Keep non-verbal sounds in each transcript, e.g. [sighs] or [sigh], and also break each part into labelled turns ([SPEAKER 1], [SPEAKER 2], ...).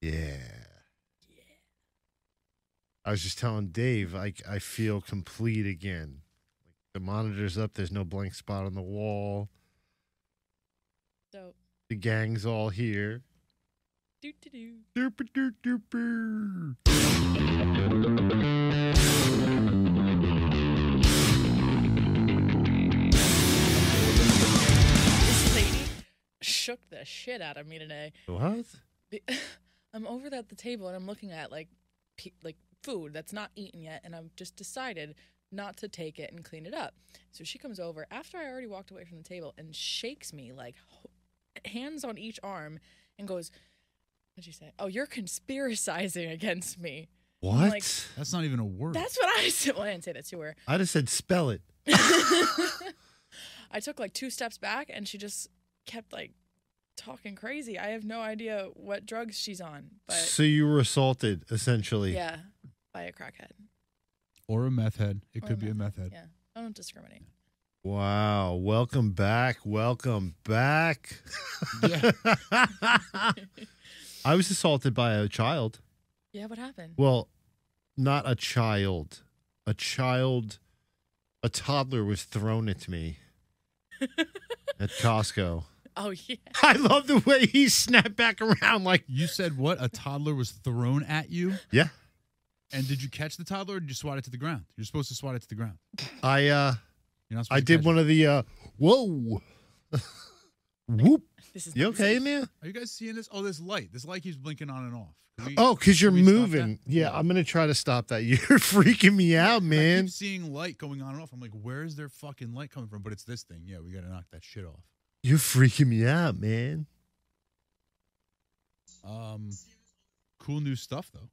[SPEAKER 1] Yeah. I was just telling Dave, I I feel complete again. Like the monitor's up. There's no blank spot on the wall.
[SPEAKER 2] So
[SPEAKER 1] The gang's all here.
[SPEAKER 2] do do do.
[SPEAKER 1] Derp, derp, derp, derp.
[SPEAKER 2] This lady shook the shit out of me today.
[SPEAKER 1] What?
[SPEAKER 2] Be- [laughs] I'm over at the table and I'm looking at like pe- like food that's not eaten yet, and I've just decided not to take it and clean it up. So she comes over after I already walked away from the table and shakes me like ho- hands on each arm and goes, "What'd you say? Oh, you're conspiracizing against [laughs] me."
[SPEAKER 1] What?
[SPEAKER 2] like-
[SPEAKER 3] That's not even a word.
[SPEAKER 2] That's what I [laughs] said. Well, I didn't say that to her.
[SPEAKER 1] I just said spell it. [laughs]
[SPEAKER 2] [laughs] I took like two steps back and she just kept like talking crazy. I have no idea what drugs she's on, but
[SPEAKER 1] so you were assaulted essentially.
[SPEAKER 2] yeah, by a crackhead.
[SPEAKER 3] or a meth head. It
[SPEAKER 2] Or
[SPEAKER 3] could be a meth head.
[SPEAKER 2] Yeah, I don't
[SPEAKER 1] [laughs]
[SPEAKER 2] discriminate. [laughs]
[SPEAKER 1] Wow. Welcome back. Welcome back.
[SPEAKER 3] Yeah.
[SPEAKER 1] [laughs] I was assaulted by a child.
[SPEAKER 2] Yeah, what happened?
[SPEAKER 1] Well, not a child. A child, a toddler was thrown at
[SPEAKER 3] [laughs]
[SPEAKER 1] me at Costco.
[SPEAKER 2] Oh yeah,
[SPEAKER 1] I love the way he snapped back around like,
[SPEAKER 3] [laughs] You said what? A toddler was thrown at you?
[SPEAKER 1] yeah.
[SPEAKER 3] And did you catch the toddler or did you swat it to the ground? You're supposed to swat it to the ground.
[SPEAKER 1] I uh
[SPEAKER 3] You're not supposed
[SPEAKER 1] I
[SPEAKER 3] to
[SPEAKER 1] did
[SPEAKER 3] catch
[SPEAKER 1] one
[SPEAKER 3] it.
[SPEAKER 1] of the uh whoa. [laughs] Whoop.
[SPEAKER 2] this is
[SPEAKER 1] You
[SPEAKER 2] not
[SPEAKER 1] okay,
[SPEAKER 2] safe.
[SPEAKER 1] man?
[SPEAKER 3] Are you guys seeing this? Oh, this light. This light keeps blinking on and off. Can we-
[SPEAKER 1] Oh, cuz you're
[SPEAKER 3] can we stop
[SPEAKER 1] moving.
[SPEAKER 3] that?
[SPEAKER 1] Yeah, I'm going to try to stop that. [laughs] You're freaking me out,
[SPEAKER 3] I
[SPEAKER 1] man.
[SPEAKER 3] keep seeing light going on and off. I'm like, where is their fucking light coming from? But it's this thing. Yeah, we gotta knock that shit off.
[SPEAKER 1] You're freaking me out, man.
[SPEAKER 3] Um, cool new stuff though.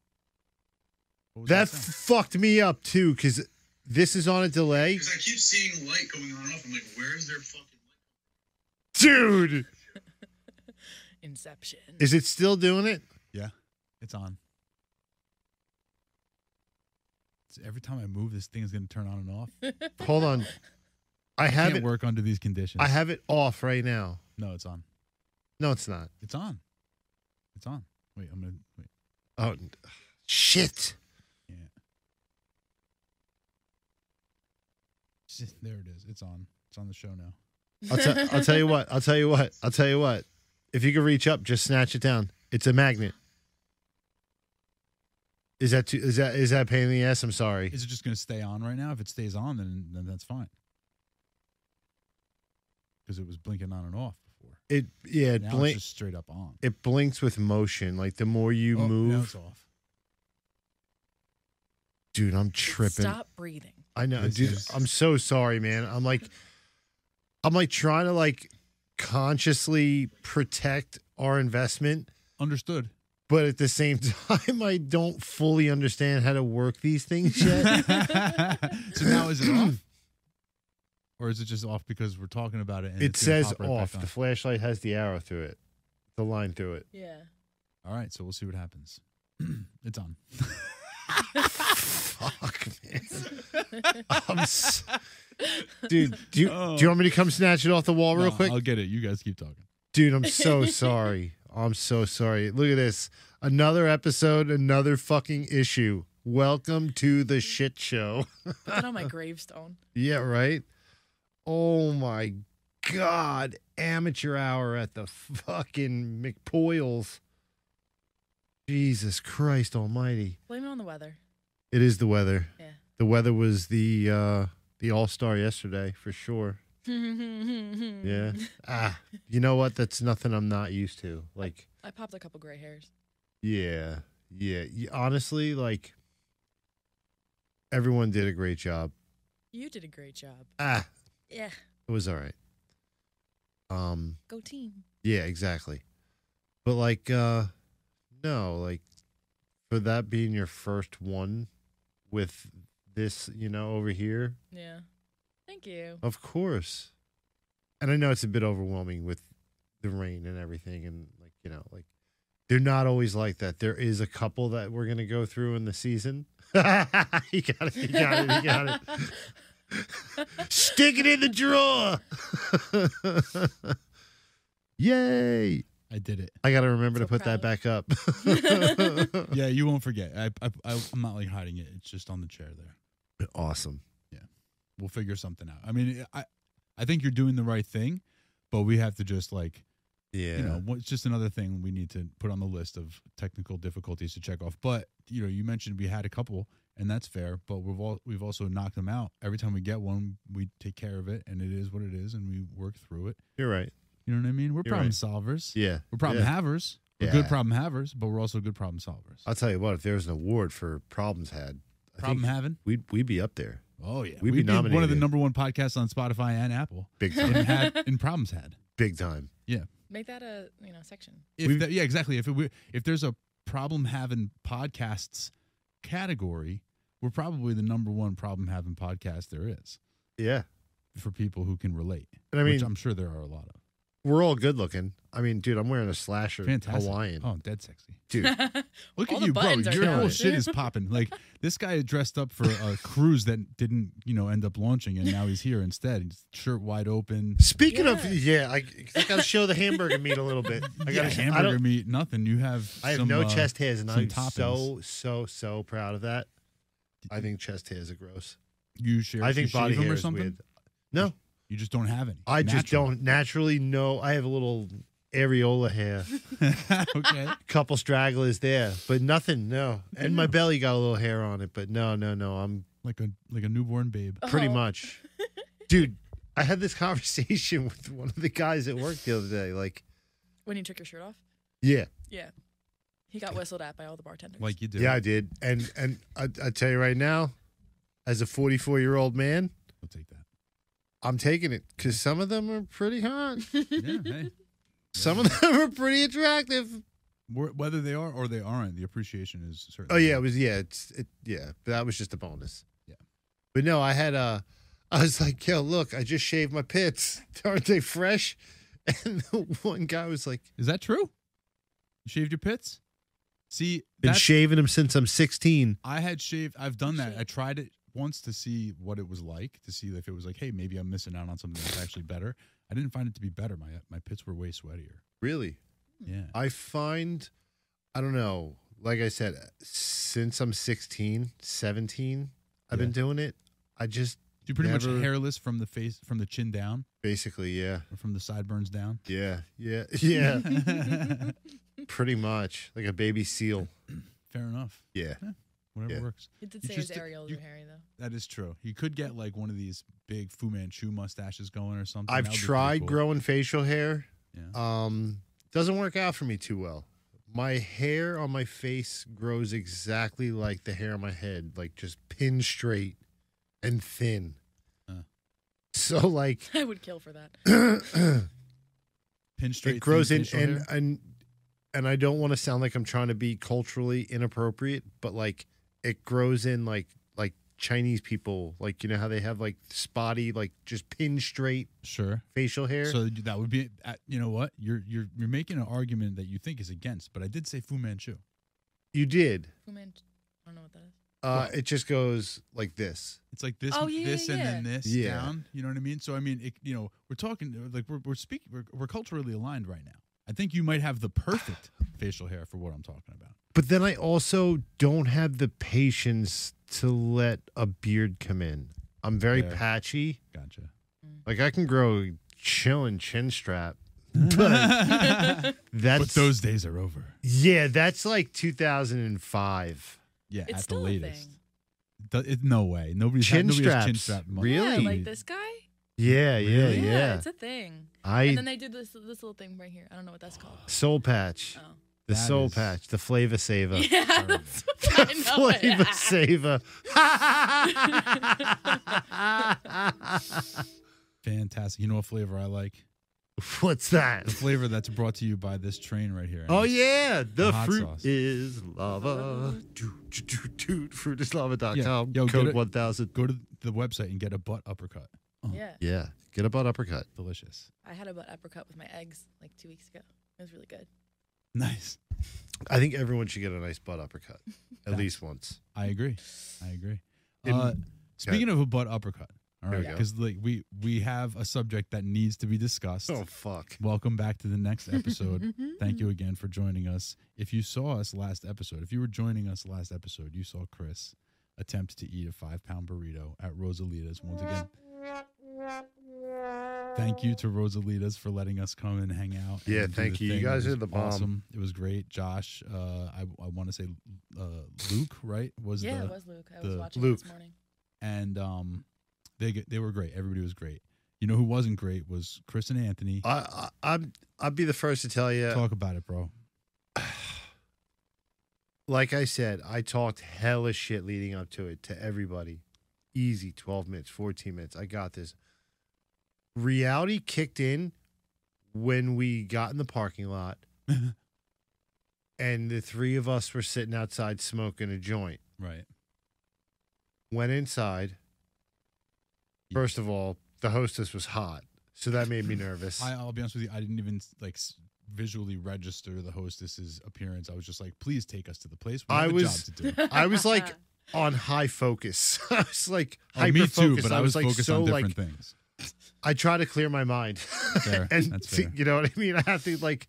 [SPEAKER 3] What was
[SPEAKER 1] That
[SPEAKER 3] sound?
[SPEAKER 1] fucked me up too cuz this is on a delay.
[SPEAKER 3] Because I keep seeing light going on and off. I'm like, where is their fucking light?
[SPEAKER 1] Dude,
[SPEAKER 2] Inception.
[SPEAKER 1] is it still doing it?
[SPEAKER 3] Yeah, it's on. It's, every time I move, this thing is going to turn on and
[SPEAKER 1] [laughs]
[SPEAKER 3] off.
[SPEAKER 1] Hold
[SPEAKER 3] [laughs]
[SPEAKER 1] on. I have
[SPEAKER 3] Can't
[SPEAKER 1] it
[SPEAKER 3] work under these conditions.
[SPEAKER 1] I have it off right now.
[SPEAKER 3] no, it's on.
[SPEAKER 1] No, it's not.
[SPEAKER 3] It's on. It's on. Wait, I'm going to. Wait.
[SPEAKER 1] Oh shit.
[SPEAKER 3] Yeah. Shit, There it is. It's on. It's on the show now.
[SPEAKER 1] I'll, t- I'll
[SPEAKER 2] [laughs]
[SPEAKER 1] tell you what. I'll tell you what. I'll tell you what. If you can reach up, just snatch it down. It's a magnet. Is that too, is that is that a pain in the ass? I'm sorry.
[SPEAKER 3] Is it just going to stay on right now? If it stays on, then then that's fine. Because it was blinking on and off before.
[SPEAKER 1] It yeah. It
[SPEAKER 3] now it's
[SPEAKER 1] blinks.
[SPEAKER 3] just straight up on.
[SPEAKER 1] It blinks with motion. Like the more you
[SPEAKER 3] Oh, Now it's
[SPEAKER 1] move,
[SPEAKER 3] off.
[SPEAKER 1] dude. I'm tripping.
[SPEAKER 2] Stop breathing.
[SPEAKER 1] I know,
[SPEAKER 3] This
[SPEAKER 1] dude.
[SPEAKER 3] is-
[SPEAKER 1] I'm so sorry, man. I'm like, I'm like trying to like consciously protect our investment,
[SPEAKER 3] Understood.
[SPEAKER 1] but at the same [laughs] time, I don't fully understand how to work these things yet.
[SPEAKER 3] [laughs] so now is it off? Or is it just off because we're talking about it? And
[SPEAKER 1] it
[SPEAKER 3] it's gonna
[SPEAKER 1] says
[SPEAKER 3] pop right back
[SPEAKER 1] off.
[SPEAKER 3] on?
[SPEAKER 1] The flashlight has the arrow through it, the line through
[SPEAKER 3] [laughs]
[SPEAKER 1] it.
[SPEAKER 2] Yeah.
[SPEAKER 3] All right, so we'll see what happens. [clears throat] it's on.
[SPEAKER 1] Fuck, man. I'm s- Dude, do you,
[SPEAKER 3] Oh.
[SPEAKER 1] do you want me to come snatch it off the wall Oh, real
[SPEAKER 3] No,
[SPEAKER 1] quick?
[SPEAKER 3] I'll get it. You guys keep talking.
[SPEAKER 1] Dude, I'm so sorry. I'm so sorry. Look at this. Another episode, another fucking issue. Welcome to the shit show. [laughs]
[SPEAKER 2] Put that on my gravestone.
[SPEAKER 1] Yeah, right? Oh my God. Amateur hour at the fucking McPoyles. Jesus Christ Almighty.
[SPEAKER 2] Blame it on the weather.
[SPEAKER 1] It is the weather.
[SPEAKER 2] Yeah.
[SPEAKER 1] The weather was the uh the all star yesterday for sure. [laughs]
[SPEAKER 2] Mm.
[SPEAKER 1] Yeah. ah, you know what? That's nothing I'm not used to. Like,
[SPEAKER 2] [laughs] I popped a couple gray hairs.
[SPEAKER 1] yeah, yeah. Y- Honestly, like everyone did a great job.
[SPEAKER 2] You did a great job.
[SPEAKER 1] Ah,
[SPEAKER 2] Yeah.
[SPEAKER 1] it was all right. Um,
[SPEAKER 2] Go team.
[SPEAKER 1] yeah, exactly. But like, uh no, like for that being your first one with this, you know, over here,
[SPEAKER 2] Yeah. Thank you.
[SPEAKER 1] Of course. And I know it's a bit overwhelming with the rain and everything and like, you know, like they're not always like that. There is a couple that we're gonna go through in the season. [laughs] you got it, you got it, you got it. Stick it in the drawer. [laughs] Yay.
[SPEAKER 3] I did it.
[SPEAKER 1] I got to remember
[SPEAKER 2] So
[SPEAKER 1] to put that
[SPEAKER 2] proud.
[SPEAKER 1] back up.
[SPEAKER 3] [laughs] Yeah, you won't forget. I, I, I I'm not like hiding it. It's just on the chair there.
[SPEAKER 1] [laughs] Awesome.
[SPEAKER 3] We'll figure something out. I mean, I I think you're doing the right thing, but we have to just like
[SPEAKER 1] Yeah.
[SPEAKER 3] you know, what- it's just another thing we need to put on the list of technical difficulties to check off. But you know, you mentioned we had a couple, and that's fair. But we've all we've also knocked them out. Every time we get one, we take care of it, and it is what it is, and we work through it.
[SPEAKER 1] You're right.
[SPEAKER 3] You know what I mean? We're
[SPEAKER 1] You're
[SPEAKER 3] problem
[SPEAKER 1] right.
[SPEAKER 3] solvers.
[SPEAKER 1] Yeah.
[SPEAKER 3] We're problem
[SPEAKER 1] Yeah.
[SPEAKER 3] havers. We're good
[SPEAKER 1] Yeah.
[SPEAKER 3] problem havers, but we're also good problem solvers.
[SPEAKER 1] I'll tell you what, if there was an award for problems had, I
[SPEAKER 3] problem
[SPEAKER 1] think
[SPEAKER 3] having?
[SPEAKER 1] we'd, we'd be up there
[SPEAKER 3] Oh yeah,
[SPEAKER 1] We'd be
[SPEAKER 3] one of the
[SPEAKER 1] nominated.
[SPEAKER 3] number one podcasts on Spotify
[SPEAKER 1] [laughs]
[SPEAKER 3] and Apple.
[SPEAKER 1] big
[SPEAKER 3] And
[SPEAKER 1] time.
[SPEAKER 3] had in problems had.
[SPEAKER 1] big time.
[SPEAKER 2] [laughs] Make that a you know section.
[SPEAKER 3] If
[SPEAKER 1] We've-
[SPEAKER 3] that, yeah, exactly. If it, were- if there's a problem having podcasts category, we're probably the number one problem having podcast there is
[SPEAKER 1] Yeah.
[SPEAKER 3] for people who can relate.
[SPEAKER 1] And I
[SPEAKER 3] which
[SPEAKER 1] mean,
[SPEAKER 3] I'm sure there are a lot of
[SPEAKER 1] we're all good looking. I mean, dude, I'm wearing a slasher
[SPEAKER 3] fantastic
[SPEAKER 1] Hawaiian.
[SPEAKER 3] Oh, dead sexy.
[SPEAKER 2] [laughs]
[SPEAKER 1] Dude,
[SPEAKER 3] Look
[SPEAKER 2] All
[SPEAKER 3] at
[SPEAKER 2] the
[SPEAKER 3] you, bro.
[SPEAKER 2] buttons are
[SPEAKER 3] Your whole
[SPEAKER 1] down.
[SPEAKER 2] [laughs]
[SPEAKER 3] shit is popping. Like this guy dressed up for a [laughs] cruise that didn't, you know, end up launching, and now he's here instead. He's shirt wide open.
[SPEAKER 1] speaking of,
[SPEAKER 2] Yeah.
[SPEAKER 1] yeah, I, I got to show the hamburger meat a little
[SPEAKER 3] [laughs]
[SPEAKER 1] bit. I
[SPEAKER 3] yeah,
[SPEAKER 1] got to I
[SPEAKER 3] hamburger
[SPEAKER 1] don't,
[SPEAKER 3] meat, nothing. You have.
[SPEAKER 1] I have
[SPEAKER 3] some,
[SPEAKER 1] no
[SPEAKER 3] uh,
[SPEAKER 1] chest hairs, and
[SPEAKER 3] some
[SPEAKER 1] I'm so,
[SPEAKER 3] toppings.
[SPEAKER 1] so, so proud of that. I think chest hairs are gross.
[SPEAKER 3] You share.
[SPEAKER 1] I think
[SPEAKER 3] you
[SPEAKER 1] body
[SPEAKER 3] shave 'em
[SPEAKER 1] hair
[SPEAKER 3] or
[SPEAKER 1] is
[SPEAKER 3] something.
[SPEAKER 1] weird. No,
[SPEAKER 3] You just don't have any.
[SPEAKER 1] I just
[SPEAKER 3] Natural.
[SPEAKER 1] don't naturally know. I have a little areola hair,
[SPEAKER 3] [laughs] okay.
[SPEAKER 1] couple stragglers there, but nothing. No, and my
[SPEAKER 3] Yeah.
[SPEAKER 1] belly got a little hair on it, but no, no, no. I'm
[SPEAKER 3] Like a like a newborn babe.
[SPEAKER 1] [laughs] pretty
[SPEAKER 2] Oh.
[SPEAKER 1] much, dude. I had this [laughs] conversation with one of the guys at work the other day. Like,
[SPEAKER 2] When you took your shirt off,
[SPEAKER 1] yeah,
[SPEAKER 2] yeah, he got whistled at by all the bartenders. [laughs]
[SPEAKER 3] Like you do.
[SPEAKER 1] yeah, I did, and and I, I tell you right now, as a 44 year old man,
[SPEAKER 3] I'll take
[SPEAKER 2] [laughs]
[SPEAKER 3] that.
[SPEAKER 1] I'm taking it because some of them are pretty hot.
[SPEAKER 3] Yeah, hey.
[SPEAKER 1] Some of them [laughs] are pretty attractive.
[SPEAKER 3] Wh- Whether they are or they aren't, the appreciation is
[SPEAKER 1] Oh
[SPEAKER 3] certainly.
[SPEAKER 1] yeah, it was yeah, it's it yeah, but that was just a bonus.
[SPEAKER 3] Yeah.
[SPEAKER 1] But no, I had uh I was like, yo, look, I just shaved my pits. [laughs] Aren't they fresh? [laughs] And the one guy was like,
[SPEAKER 3] Is that true? You shaved your pits? See,
[SPEAKER 1] been
[SPEAKER 3] that's,
[SPEAKER 1] shaving them since I'm 16.
[SPEAKER 3] I had shaved. I've done that. I
[SPEAKER 2] Shave.
[SPEAKER 3] tried it once to see what it was like, to see if it was like, hey, maybe I'm missing out on something that's actually better. I didn't find it to be better. My my pits were way sweatier.
[SPEAKER 1] Really?
[SPEAKER 2] Hmm.
[SPEAKER 3] Yeah.
[SPEAKER 1] I find I don't know. Like I said, since I'm 16, 17, I've
[SPEAKER 3] Yeah.
[SPEAKER 1] been doing it. I just
[SPEAKER 3] You're pretty
[SPEAKER 1] Never-
[SPEAKER 3] much hairless from the face, from the chin down,
[SPEAKER 1] basically, yeah.
[SPEAKER 3] or from the sideburns
[SPEAKER 2] [laughs]
[SPEAKER 3] down. [laughs]
[SPEAKER 1] Yeah. Yeah. [laughs] Yeah.
[SPEAKER 3] Fair
[SPEAKER 1] pretty much. Like a baby seal.
[SPEAKER 3] enough.
[SPEAKER 1] Yeah.
[SPEAKER 3] Whatever
[SPEAKER 1] Yeah.
[SPEAKER 3] works.
[SPEAKER 2] it did
[SPEAKER 3] you
[SPEAKER 2] say his
[SPEAKER 3] just-
[SPEAKER 2] areolas
[SPEAKER 3] you-
[SPEAKER 2] were hairy though. [laughs]
[SPEAKER 3] That is true. You could get like one of these big Fu Manchu mustaches going or something. That
[SPEAKER 1] I've
[SPEAKER 3] would be pretty
[SPEAKER 1] tried
[SPEAKER 3] cool.
[SPEAKER 1] growing facial hair.
[SPEAKER 3] Yeah.
[SPEAKER 1] Um, doesn't work out for me too well. My hair on my face grows exactly like the hair on my head, like just pin straight and thin.
[SPEAKER 3] Huh.
[SPEAKER 1] So like [clears throat] [coughs]
[SPEAKER 2] I would kill for that.
[SPEAKER 1] it
[SPEAKER 3] Pin straight.
[SPEAKER 1] grows
[SPEAKER 3] thin
[SPEAKER 1] in
[SPEAKER 3] facial
[SPEAKER 1] and
[SPEAKER 3] hair?
[SPEAKER 1] and and I don't want to sound like I'm trying to be culturally inappropriate, but like it grows in like like Chinese people, like you know how they have like spotty, like just pin straight
[SPEAKER 3] sure.
[SPEAKER 1] facial hair.
[SPEAKER 3] So that would be. uh, You know what? You're you're you're making an argument that you think is against, but I did say Fu Manchu.
[SPEAKER 1] you did.
[SPEAKER 2] Fu Man, I don't know what that is.
[SPEAKER 1] Uh, it just goes like this.
[SPEAKER 3] It's like this,
[SPEAKER 2] Oh, yeah,
[SPEAKER 3] this,
[SPEAKER 2] yeah,
[SPEAKER 3] and then this
[SPEAKER 1] Yeah.
[SPEAKER 3] down. You know what I mean? So I mean, it, you know, we're talking like we're we're speaking we're, we're culturally aligned right now. I think you might have the perfect
[SPEAKER 1] [sighs]
[SPEAKER 3] facial hair for what I'm talking about.
[SPEAKER 1] But then I also don't have the patience to let a beard come in. I'm very
[SPEAKER 3] Fair.
[SPEAKER 1] patchy.
[SPEAKER 3] Gotcha.
[SPEAKER 1] Like I can grow a chillin' chin strap.
[SPEAKER 2] [laughs]
[SPEAKER 1] But that's
[SPEAKER 3] [laughs] but those days are over.
[SPEAKER 1] Yeah, that's like 2005.
[SPEAKER 3] Yeah,
[SPEAKER 2] It's
[SPEAKER 3] at
[SPEAKER 2] still
[SPEAKER 3] the
[SPEAKER 2] a
[SPEAKER 3] latest.
[SPEAKER 2] thing.
[SPEAKER 3] Do- it- no way. Nobody's
[SPEAKER 1] Chin
[SPEAKER 3] had, nobody has chin
[SPEAKER 1] straps.
[SPEAKER 3] strap. much.
[SPEAKER 1] Really?
[SPEAKER 2] Yeah, like this guy.
[SPEAKER 1] Yeah, yeah,
[SPEAKER 3] Really?
[SPEAKER 1] yeah.
[SPEAKER 2] it's a thing.
[SPEAKER 1] I
[SPEAKER 2] and then they do this this little thing right here. I don't know what that's called.
[SPEAKER 1] soul
[SPEAKER 3] [laughs]
[SPEAKER 1] patch.
[SPEAKER 2] Oh.
[SPEAKER 1] The
[SPEAKER 3] That
[SPEAKER 1] soul
[SPEAKER 3] is-
[SPEAKER 1] patch, the flavor
[SPEAKER 3] Oh.
[SPEAKER 1] saver.
[SPEAKER 2] Yeah, that's what
[SPEAKER 1] [laughs] The
[SPEAKER 2] [laughs] I know it.
[SPEAKER 1] flavor saver. [laughs]
[SPEAKER 3] [laughs] Fantastic. You know what flavor I like?
[SPEAKER 1] What's that?
[SPEAKER 3] The flavor that's brought to you by this train right here.
[SPEAKER 1] Oh yeah, the
[SPEAKER 3] hot
[SPEAKER 1] fruit
[SPEAKER 3] sauce.
[SPEAKER 1] is lava. Doot, doot, doot, doot. Fruitislava.com.
[SPEAKER 3] Yeah. Yo, get
[SPEAKER 1] Code
[SPEAKER 3] it.
[SPEAKER 1] one thousand.
[SPEAKER 3] Go to the website and get a butt uppercut. Oh,
[SPEAKER 2] Yeah,
[SPEAKER 1] Yeah, get a butt uppercut.
[SPEAKER 3] Delicious.
[SPEAKER 2] I had a butt uppercut with my eggs like two weeks ago. It was really good.
[SPEAKER 3] Nice.
[SPEAKER 1] I think everyone should get a nice butt uppercut at
[SPEAKER 3] Facts.
[SPEAKER 1] least once.
[SPEAKER 3] I agree. I agree.
[SPEAKER 1] In-
[SPEAKER 3] uh, speaking of a butt uppercut,
[SPEAKER 1] There
[SPEAKER 3] All right,
[SPEAKER 1] we go.
[SPEAKER 3] because like we we have a subject that needs to be discussed.
[SPEAKER 1] Oh fuck.
[SPEAKER 3] Welcome back to the next episode.
[SPEAKER 2] Mm-hmm.
[SPEAKER 3] Thank
[SPEAKER 2] Mm.
[SPEAKER 3] you again for joining us. If you saw us last episode, if you were joining us last episode, you saw Chris attempt to eat a five pound burrito at Rosalita's once again. Thank you to Rosalita's for letting us come and hang out.
[SPEAKER 1] Yeah,
[SPEAKER 3] and do
[SPEAKER 1] thank you.
[SPEAKER 3] the
[SPEAKER 1] You
[SPEAKER 3] thing. It
[SPEAKER 1] guys
[SPEAKER 3] was
[SPEAKER 1] are the bomb.
[SPEAKER 3] Awesome. It was great. Josh, uh, I, I want to say uh, Luke, right? Was
[SPEAKER 2] yeah,
[SPEAKER 3] the,
[SPEAKER 2] it was Luke. I was
[SPEAKER 3] the-
[SPEAKER 2] watching
[SPEAKER 1] Luke.
[SPEAKER 2] this morning.
[SPEAKER 3] and um, they g- they were great. Everybody was great. You know who wasn't great was Chris and Anthony.
[SPEAKER 1] I, I I'm I'd be the first to tell you.
[SPEAKER 3] Talk about it, bro.
[SPEAKER 1] like I said, I talked hella shit leading up to it to everybody. Easy, 12 minutes, 14 minutes. I got this. Reality kicked in when we got in the parking
[SPEAKER 3] [laughs]
[SPEAKER 1] lot and the three of us were sitting outside smoking a joint.
[SPEAKER 3] Right.
[SPEAKER 1] Went inside. First of all, the hostess was hot. So that made me nervous.
[SPEAKER 3] I, I'll be honest with you. I didn't even like s- visually register the hostess's appearance. I was just like, please take us to the place. We
[SPEAKER 1] I
[SPEAKER 3] have a
[SPEAKER 1] was- [laughs]
[SPEAKER 3] job to do. Oh,
[SPEAKER 1] I
[SPEAKER 2] [laughs]
[SPEAKER 1] was like on high focus. [laughs] I was like
[SPEAKER 3] Oh,
[SPEAKER 1] hyper
[SPEAKER 3] me too,
[SPEAKER 1] focused.
[SPEAKER 3] but I was,
[SPEAKER 1] like
[SPEAKER 3] focused
[SPEAKER 1] so
[SPEAKER 3] on
[SPEAKER 1] like
[SPEAKER 3] different things.
[SPEAKER 1] I try to clear my mind.
[SPEAKER 3] Fair.
[SPEAKER 1] [laughs] and
[SPEAKER 3] That's
[SPEAKER 1] see-
[SPEAKER 3] fair.
[SPEAKER 1] you know what I mean? I have to like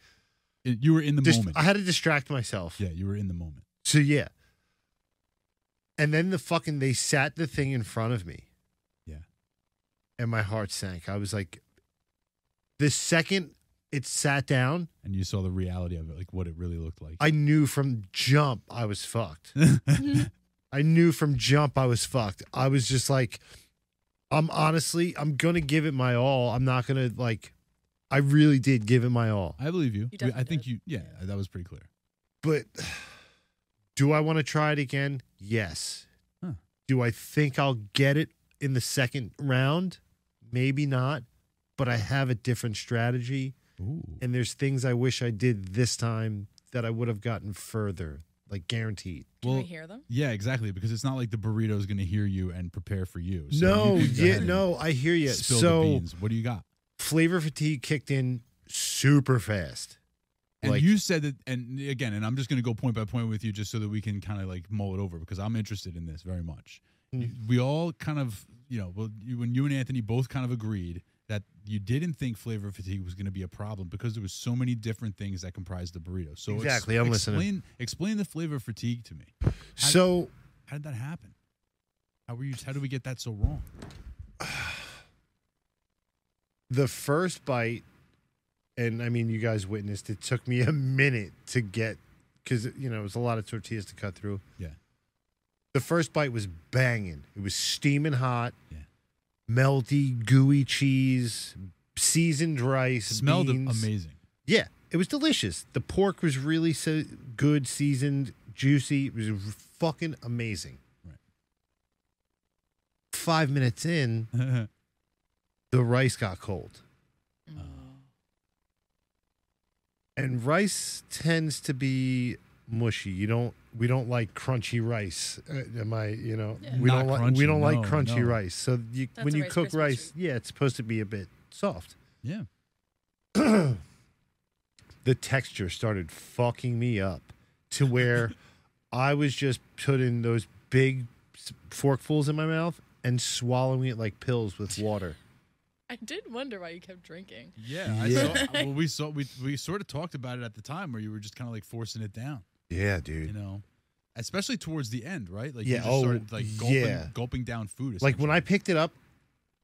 [SPEAKER 3] It- you were in the
[SPEAKER 1] dis-
[SPEAKER 3] moment.
[SPEAKER 1] I had to distract myself.
[SPEAKER 3] yeah, you were in the moment.
[SPEAKER 1] So yeah. And then the fucking they sat the thing in front of me.
[SPEAKER 3] Yeah.
[SPEAKER 1] And my heart sank. I was like the second it sat down,
[SPEAKER 3] And you saw the reality of it, like what it really looked like.
[SPEAKER 1] I knew from jump I was
[SPEAKER 3] [laughs]
[SPEAKER 1] fucked.
[SPEAKER 3] Mm-hmm.
[SPEAKER 1] I knew from jump I was fucked. I was just like, I'm honestly, I'm gonna give it my all. I'm not gonna like I really did give it my all.
[SPEAKER 3] I believe you.
[SPEAKER 2] You
[SPEAKER 3] We- I
[SPEAKER 2] definitely
[SPEAKER 3] think
[SPEAKER 2] did.
[SPEAKER 3] you, yeah,
[SPEAKER 2] Yeah.
[SPEAKER 3] that was pretty clear.
[SPEAKER 1] But do I want to try it again? Yes.
[SPEAKER 3] Huh.
[SPEAKER 1] Do I think I'll get it in the second round? Maybe not. But I have a different strategy,
[SPEAKER 3] Ooh.
[SPEAKER 1] and there's things I wish I did this time that I would have gotten further, like guaranteed.
[SPEAKER 2] Can
[SPEAKER 3] well,
[SPEAKER 2] we hear them?
[SPEAKER 3] yeah, exactly. Because it's not like the burrito is going to hear you and prepare for you. So
[SPEAKER 1] no,
[SPEAKER 3] you can go
[SPEAKER 1] yeah,
[SPEAKER 3] ahead and
[SPEAKER 1] no, I hear you.
[SPEAKER 3] Spill
[SPEAKER 1] so
[SPEAKER 3] the beans. What do you got?
[SPEAKER 1] flavor fatigue kicked in super fast.
[SPEAKER 3] And
[SPEAKER 1] like-
[SPEAKER 3] you said that, and again, and I'm just going to go point by point with you just so that we can kind of like mull it over because I'm interested in this very much.
[SPEAKER 1] Mm.
[SPEAKER 3] We all kind of, you know, well, you, when you and Anthony both kind of agreed that you didn't think flavor fatigue was going to be a problem because there was so many different things that comprised the burrito. So ex-
[SPEAKER 1] Exactly, I'm listening.
[SPEAKER 3] Explain, explain the flavor fatigue to me. How-
[SPEAKER 1] So
[SPEAKER 3] How did that happen? How were you? How did we get that so wrong?
[SPEAKER 1] the first bite, and I mean, you guys witnessed it took me a minute to get because you know it was a lot of tortillas to cut through.
[SPEAKER 3] Yeah.
[SPEAKER 1] The first bite was banging. It was steaming hot.
[SPEAKER 3] Yeah.
[SPEAKER 1] Melty, gooey cheese, seasoned rice.
[SPEAKER 3] Smelled
[SPEAKER 1] beans.
[SPEAKER 3] amazing.
[SPEAKER 1] Yeah, it was delicious. The pork was really so good, seasoned, juicy. It was fucking amazing.
[SPEAKER 3] Right.
[SPEAKER 1] Five minutes in, the rice got cold. Mm. and rice tends to be mushy. You don't we don't like crunchy rice. Uh, am I you know
[SPEAKER 2] Yeah.
[SPEAKER 1] we
[SPEAKER 3] Not
[SPEAKER 1] don't like
[SPEAKER 3] crunchy,
[SPEAKER 1] we don't like
[SPEAKER 3] no,
[SPEAKER 1] crunchy
[SPEAKER 3] no.
[SPEAKER 1] rice. So you,
[SPEAKER 2] That's
[SPEAKER 1] when
[SPEAKER 2] a
[SPEAKER 1] you
[SPEAKER 2] Rice
[SPEAKER 1] cook
[SPEAKER 2] Krispie
[SPEAKER 1] rice,
[SPEAKER 2] treat.
[SPEAKER 1] yeah, it's supposed to be a bit soft.
[SPEAKER 3] [laughs]
[SPEAKER 1] [clears throat]
[SPEAKER 3] yeah.
[SPEAKER 1] The texture started fucking me up to
[SPEAKER 2] [laughs]
[SPEAKER 1] where I was just putting those big s- forkfuls in my mouth and swallowing it like pills with water.
[SPEAKER 2] I did wonder why you kept drinking.
[SPEAKER 3] Yeah, I
[SPEAKER 1] Yeah.
[SPEAKER 3] Saw, well, we saw we we sort of talked about it at the time where you were just kind of like forcing it down,
[SPEAKER 1] Yeah,
[SPEAKER 3] you
[SPEAKER 1] dude.
[SPEAKER 3] know, especially towards the end, right? Like you
[SPEAKER 1] Yeah,
[SPEAKER 3] just
[SPEAKER 1] oh,
[SPEAKER 3] started like gulping,
[SPEAKER 1] yeah.
[SPEAKER 3] gulping down food.
[SPEAKER 1] Like when I
[SPEAKER 3] essentially.
[SPEAKER 1] picked it up,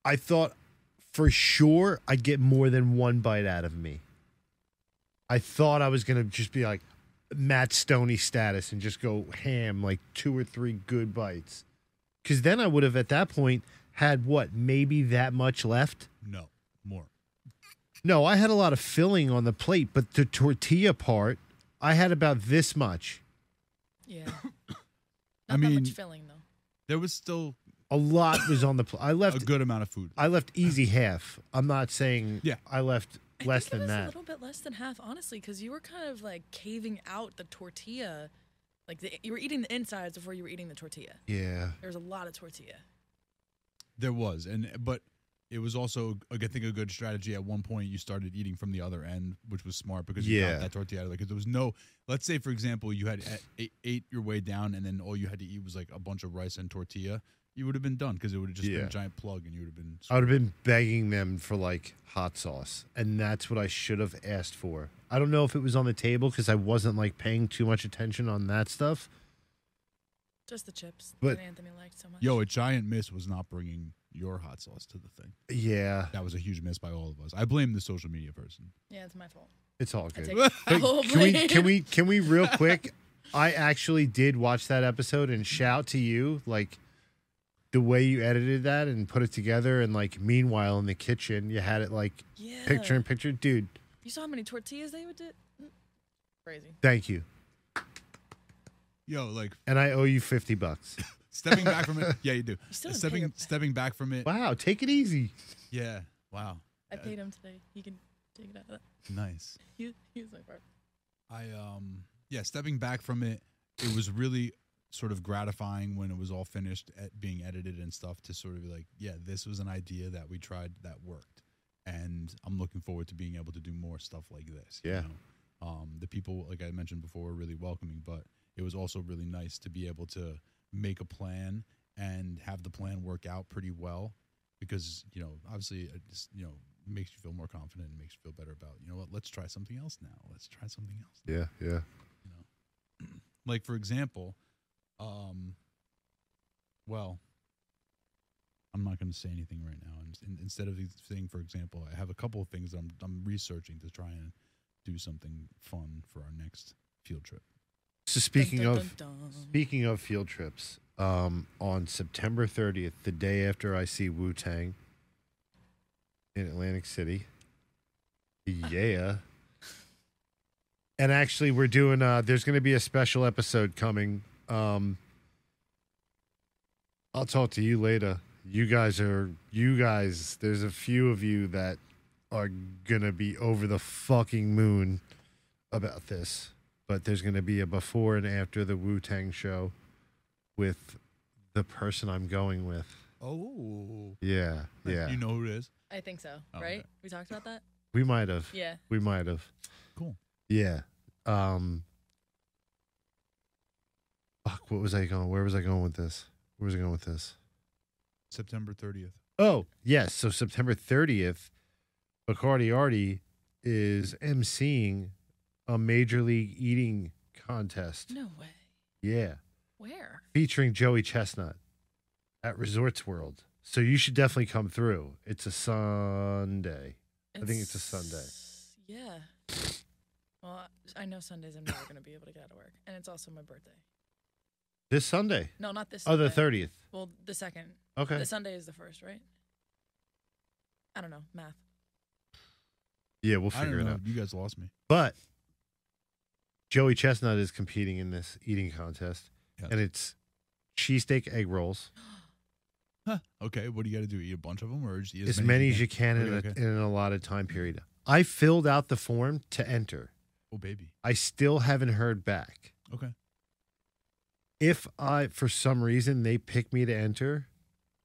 [SPEAKER 1] I thought for sure I'd get more than one bite out of me. I thought I was gonna just be like Matt Stoney status and just go ham like two or three good bites. Cause then I would have at that point had what, maybe that much left?
[SPEAKER 3] no more.
[SPEAKER 1] No, I had a lot of filling on the plate, but the tortilla part, I had about this much.
[SPEAKER 2] [coughs] Yeah.
[SPEAKER 3] I
[SPEAKER 2] Not that
[SPEAKER 3] mean-
[SPEAKER 2] much filling though.
[SPEAKER 3] There was still
[SPEAKER 1] A lot
[SPEAKER 3] [coughs]
[SPEAKER 1] was on the plate. I
[SPEAKER 3] a
[SPEAKER 1] left
[SPEAKER 3] good amount of food.
[SPEAKER 1] I left easy half. I'm not saying
[SPEAKER 3] Yeah.
[SPEAKER 1] I left less
[SPEAKER 2] I think
[SPEAKER 1] than
[SPEAKER 2] it was
[SPEAKER 1] that.
[SPEAKER 2] A little bit less than half, honestly, because you were kind of like caving out the tortilla. Like the, you were eating the insides before you were eating the tortilla.
[SPEAKER 1] Yeah.
[SPEAKER 2] There was a lot of tortilla.
[SPEAKER 3] There was, and but it was also I think a good strategy. At one point, you started eating from the other end, which was smart because you
[SPEAKER 1] Yeah.
[SPEAKER 3] got that tortilla. Because there was no, let's say e, for example, you had ate, ate your way down, and then all you had to eat was like a bunch of rice and tortilla. You would have been done because it would have just been
[SPEAKER 1] Yeah.
[SPEAKER 3] a giant plug, and you would have been.
[SPEAKER 1] I would have been begging them for like hot sauce, and that's what I should have asked for. I don't know if it was on the table because I wasn't like paying too much attention on that stuff.
[SPEAKER 2] Just the chips
[SPEAKER 1] But-
[SPEAKER 2] that Anthony liked so much.
[SPEAKER 3] Yo, a giant miss was not bringing your hot sauce to the thing.
[SPEAKER 1] Yeah,
[SPEAKER 3] That was a huge miss by all of us. I blame the social media person.
[SPEAKER 2] yeah, it's my fault.
[SPEAKER 1] it's all
[SPEAKER 2] I
[SPEAKER 1] good.
[SPEAKER 2] take
[SPEAKER 1] But
[SPEAKER 2] full
[SPEAKER 1] can we
[SPEAKER 2] blame.
[SPEAKER 1] can we can we real quick? I actually did watch that episode and shout to you like the way you edited that and put it together and like meanwhile in the kitchen you had it like
[SPEAKER 2] [laughs] Yeah.
[SPEAKER 1] picture in picture. Dude,
[SPEAKER 2] You saw how many tortillas they would do? Mm. Crazy.
[SPEAKER 1] thank you.
[SPEAKER 3] Yo, like
[SPEAKER 1] And I owe you 50 bucks. [laughs]
[SPEAKER 3] stepping back from it. Yeah, you do.
[SPEAKER 2] You still didn't pay
[SPEAKER 3] stepping
[SPEAKER 2] your-
[SPEAKER 3] stepping back from it.
[SPEAKER 1] Wow, take it easy.
[SPEAKER 3] Yeah. Wow.
[SPEAKER 2] I
[SPEAKER 1] uh,
[SPEAKER 2] paid him today. He can take it out. of that.
[SPEAKER 3] Nice.
[SPEAKER 2] He, he's my part.
[SPEAKER 3] I um yeah, stepping back from it, it was really sort of gratifying when it was all finished at being edited and stuff to sort of be like, yeah, this was an idea that we tried that worked. And I'm looking forward to being able to do more stuff like this. you
[SPEAKER 1] Yeah.
[SPEAKER 3] know? Um the people like I mentioned before were really welcoming, but it was also really nice to be able to make a plan and have the plan work out pretty well because, you know, obviously it just, you know, makes you feel more confident and makes you feel better about, you know what, let's try something else now. Let's try something else
[SPEAKER 1] Yeah, yeah.
[SPEAKER 3] like for example um well i'm not going to say anything right now and, in instead of saying for example i have a couple of things that I'm, I'm researching to try and do something fun for our next field trip
[SPEAKER 1] So speaking
[SPEAKER 2] Dun,
[SPEAKER 1] of
[SPEAKER 2] dun, dun, dun.
[SPEAKER 1] Speaking of field trips, um, on September 30th, the day after I see Wu Tang in Atlantic City, yeah. And actually, we're doing. Uh, there's going to be a special episode coming. Um, I'll talk to you later. You guys are you guys. There's a few of you that are gonna be over the fucking moon about this but there's going to be a before and after the Wu Tang show with the person I'm going with.
[SPEAKER 3] oh
[SPEAKER 1] Yeah, yeah.
[SPEAKER 3] you know who it is
[SPEAKER 2] I think so,
[SPEAKER 3] Oh,
[SPEAKER 2] right?
[SPEAKER 3] okay.
[SPEAKER 2] We talked about that?
[SPEAKER 1] we might have.
[SPEAKER 2] Yeah.
[SPEAKER 1] We might have.
[SPEAKER 3] Cool.
[SPEAKER 1] Yeah. Um. Fuck. What was I going? Where was I going with this? Where was I going with this?
[SPEAKER 3] september 30th
[SPEAKER 1] Oh yes. So September 30th, Bacardi Artie is emceeing a major league eating contest.
[SPEAKER 2] No way.
[SPEAKER 1] Yeah.
[SPEAKER 2] Where?
[SPEAKER 1] featuring Joey Chestnut at Resorts World. So you should definitely come through. It's a Sunday. I think it's a Sunday.
[SPEAKER 2] S- Yeah. Well, I know Sundays I'm never going to be able to get out of work. And it's also my birthday.
[SPEAKER 1] This Sunday.
[SPEAKER 2] No, not this
[SPEAKER 1] Oh, the
[SPEAKER 2] Sunday.
[SPEAKER 1] 30th.
[SPEAKER 2] Well, the second.
[SPEAKER 1] Okay.
[SPEAKER 2] The Sunday is the first, right? I don't know. Math.
[SPEAKER 1] Yeah, we'll
[SPEAKER 3] i
[SPEAKER 1] figure
[SPEAKER 3] don't
[SPEAKER 1] it
[SPEAKER 3] know
[SPEAKER 1] out.
[SPEAKER 3] you guys lost me
[SPEAKER 1] But Joey Chestnut is competing in this eating contest,
[SPEAKER 3] Yeah.
[SPEAKER 1] and it's cheesesteak egg rolls,
[SPEAKER 3] huh. okay what do you got to do eat a bunch of them or just eat
[SPEAKER 1] as many as you can in,
[SPEAKER 3] Okay, okay.
[SPEAKER 1] A, in an allotted time period. I filled out the form to enter.
[SPEAKER 3] oh baby
[SPEAKER 1] I still haven't heard back.
[SPEAKER 3] okay
[SPEAKER 1] if I for some reason they pick me to enter,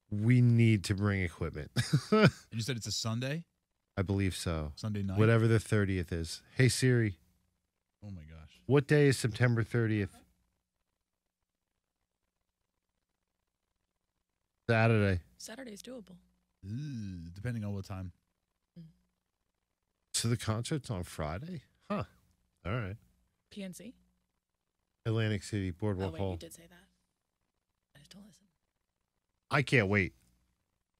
[SPEAKER 1] we need to bring equipment. [laughs]
[SPEAKER 3] and you said it's a sunday
[SPEAKER 1] I believe so.
[SPEAKER 3] sunday night
[SPEAKER 1] Whatever the 30th is. Hey Siri,
[SPEAKER 3] oh my gosh
[SPEAKER 1] what day is September 30th? Saturday.
[SPEAKER 2] Saturday's doable.
[SPEAKER 3] Ooh, depending on what time
[SPEAKER 1] So the concert's on Friday? Huh. All right.
[SPEAKER 2] PNC?
[SPEAKER 1] Atlantic City
[SPEAKER 2] Oh,
[SPEAKER 1] Boardwalk
[SPEAKER 2] wait, you
[SPEAKER 1] Hall.
[SPEAKER 2] did say that. I just don't listen.
[SPEAKER 1] I can't wait.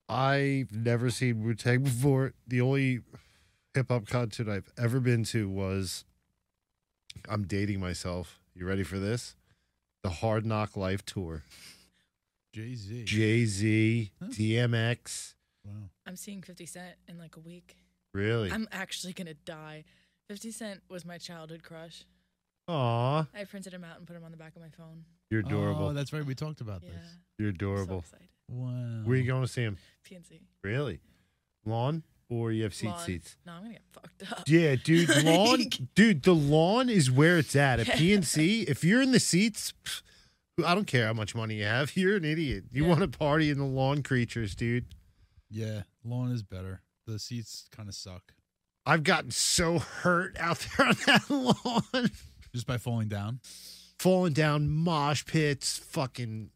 [SPEAKER 1] I've never seen Wu Tang [laughs] before. The only hip hop concert I've ever been to was I'm dating myself. You ready for this? The Hard Knock Life Tour.
[SPEAKER 3] jay-z
[SPEAKER 1] Jay Z,
[SPEAKER 3] Huh.
[SPEAKER 1] DMX.
[SPEAKER 3] wow
[SPEAKER 2] I'm seeing 50 Cent in like a week.
[SPEAKER 1] Really?
[SPEAKER 2] I'm actually going to die. 50 Cent was my childhood crush.
[SPEAKER 1] Aw.
[SPEAKER 2] I printed him out and put him on the back of my phone.
[SPEAKER 1] You're adorable.
[SPEAKER 3] Oh, that's right. We talked about
[SPEAKER 2] Yeah.
[SPEAKER 3] this.
[SPEAKER 1] You're
[SPEAKER 2] I'm So
[SPEAKER 1] adorable.
[SPEAKER 2] excited.
[SPEAKER 3] Wow.
[SPEAKER 1] Where you going to see him?
[SPEAKER 2] PNC.
[SPEAKER 1] Really? Lawn or you have seat
[SPEAKER 2] Lawn.
[SPEAKER 1] seats?
[SPEAKER 2] No, I'm going to get fucked up.
[SPEAKER 1] Yeah, dude, lawn,
[SPEAKER 2] Like-
[SPEAKER 1] dude, the lawn is where it's at. At
[SPEAKER 2] Yeah.
[SPEAKER 1] PNC, if you're in the seats, pff, I don't care how much money you have. [laughs] You're an idiot. You
[SPEAKER 2] Yeah.
[SPEAKER 1] want to party in the lawn creatures, dude.
[SPEAKER 3] Yeah, lawn is better. The seats kind of suck
[SPEAKER 1] I've gotten so hurt out there on that [laughs] lawn,
[SPEAKER 3] just by falling down.
[SPEAKER 1] falling down mosh pits, fucking,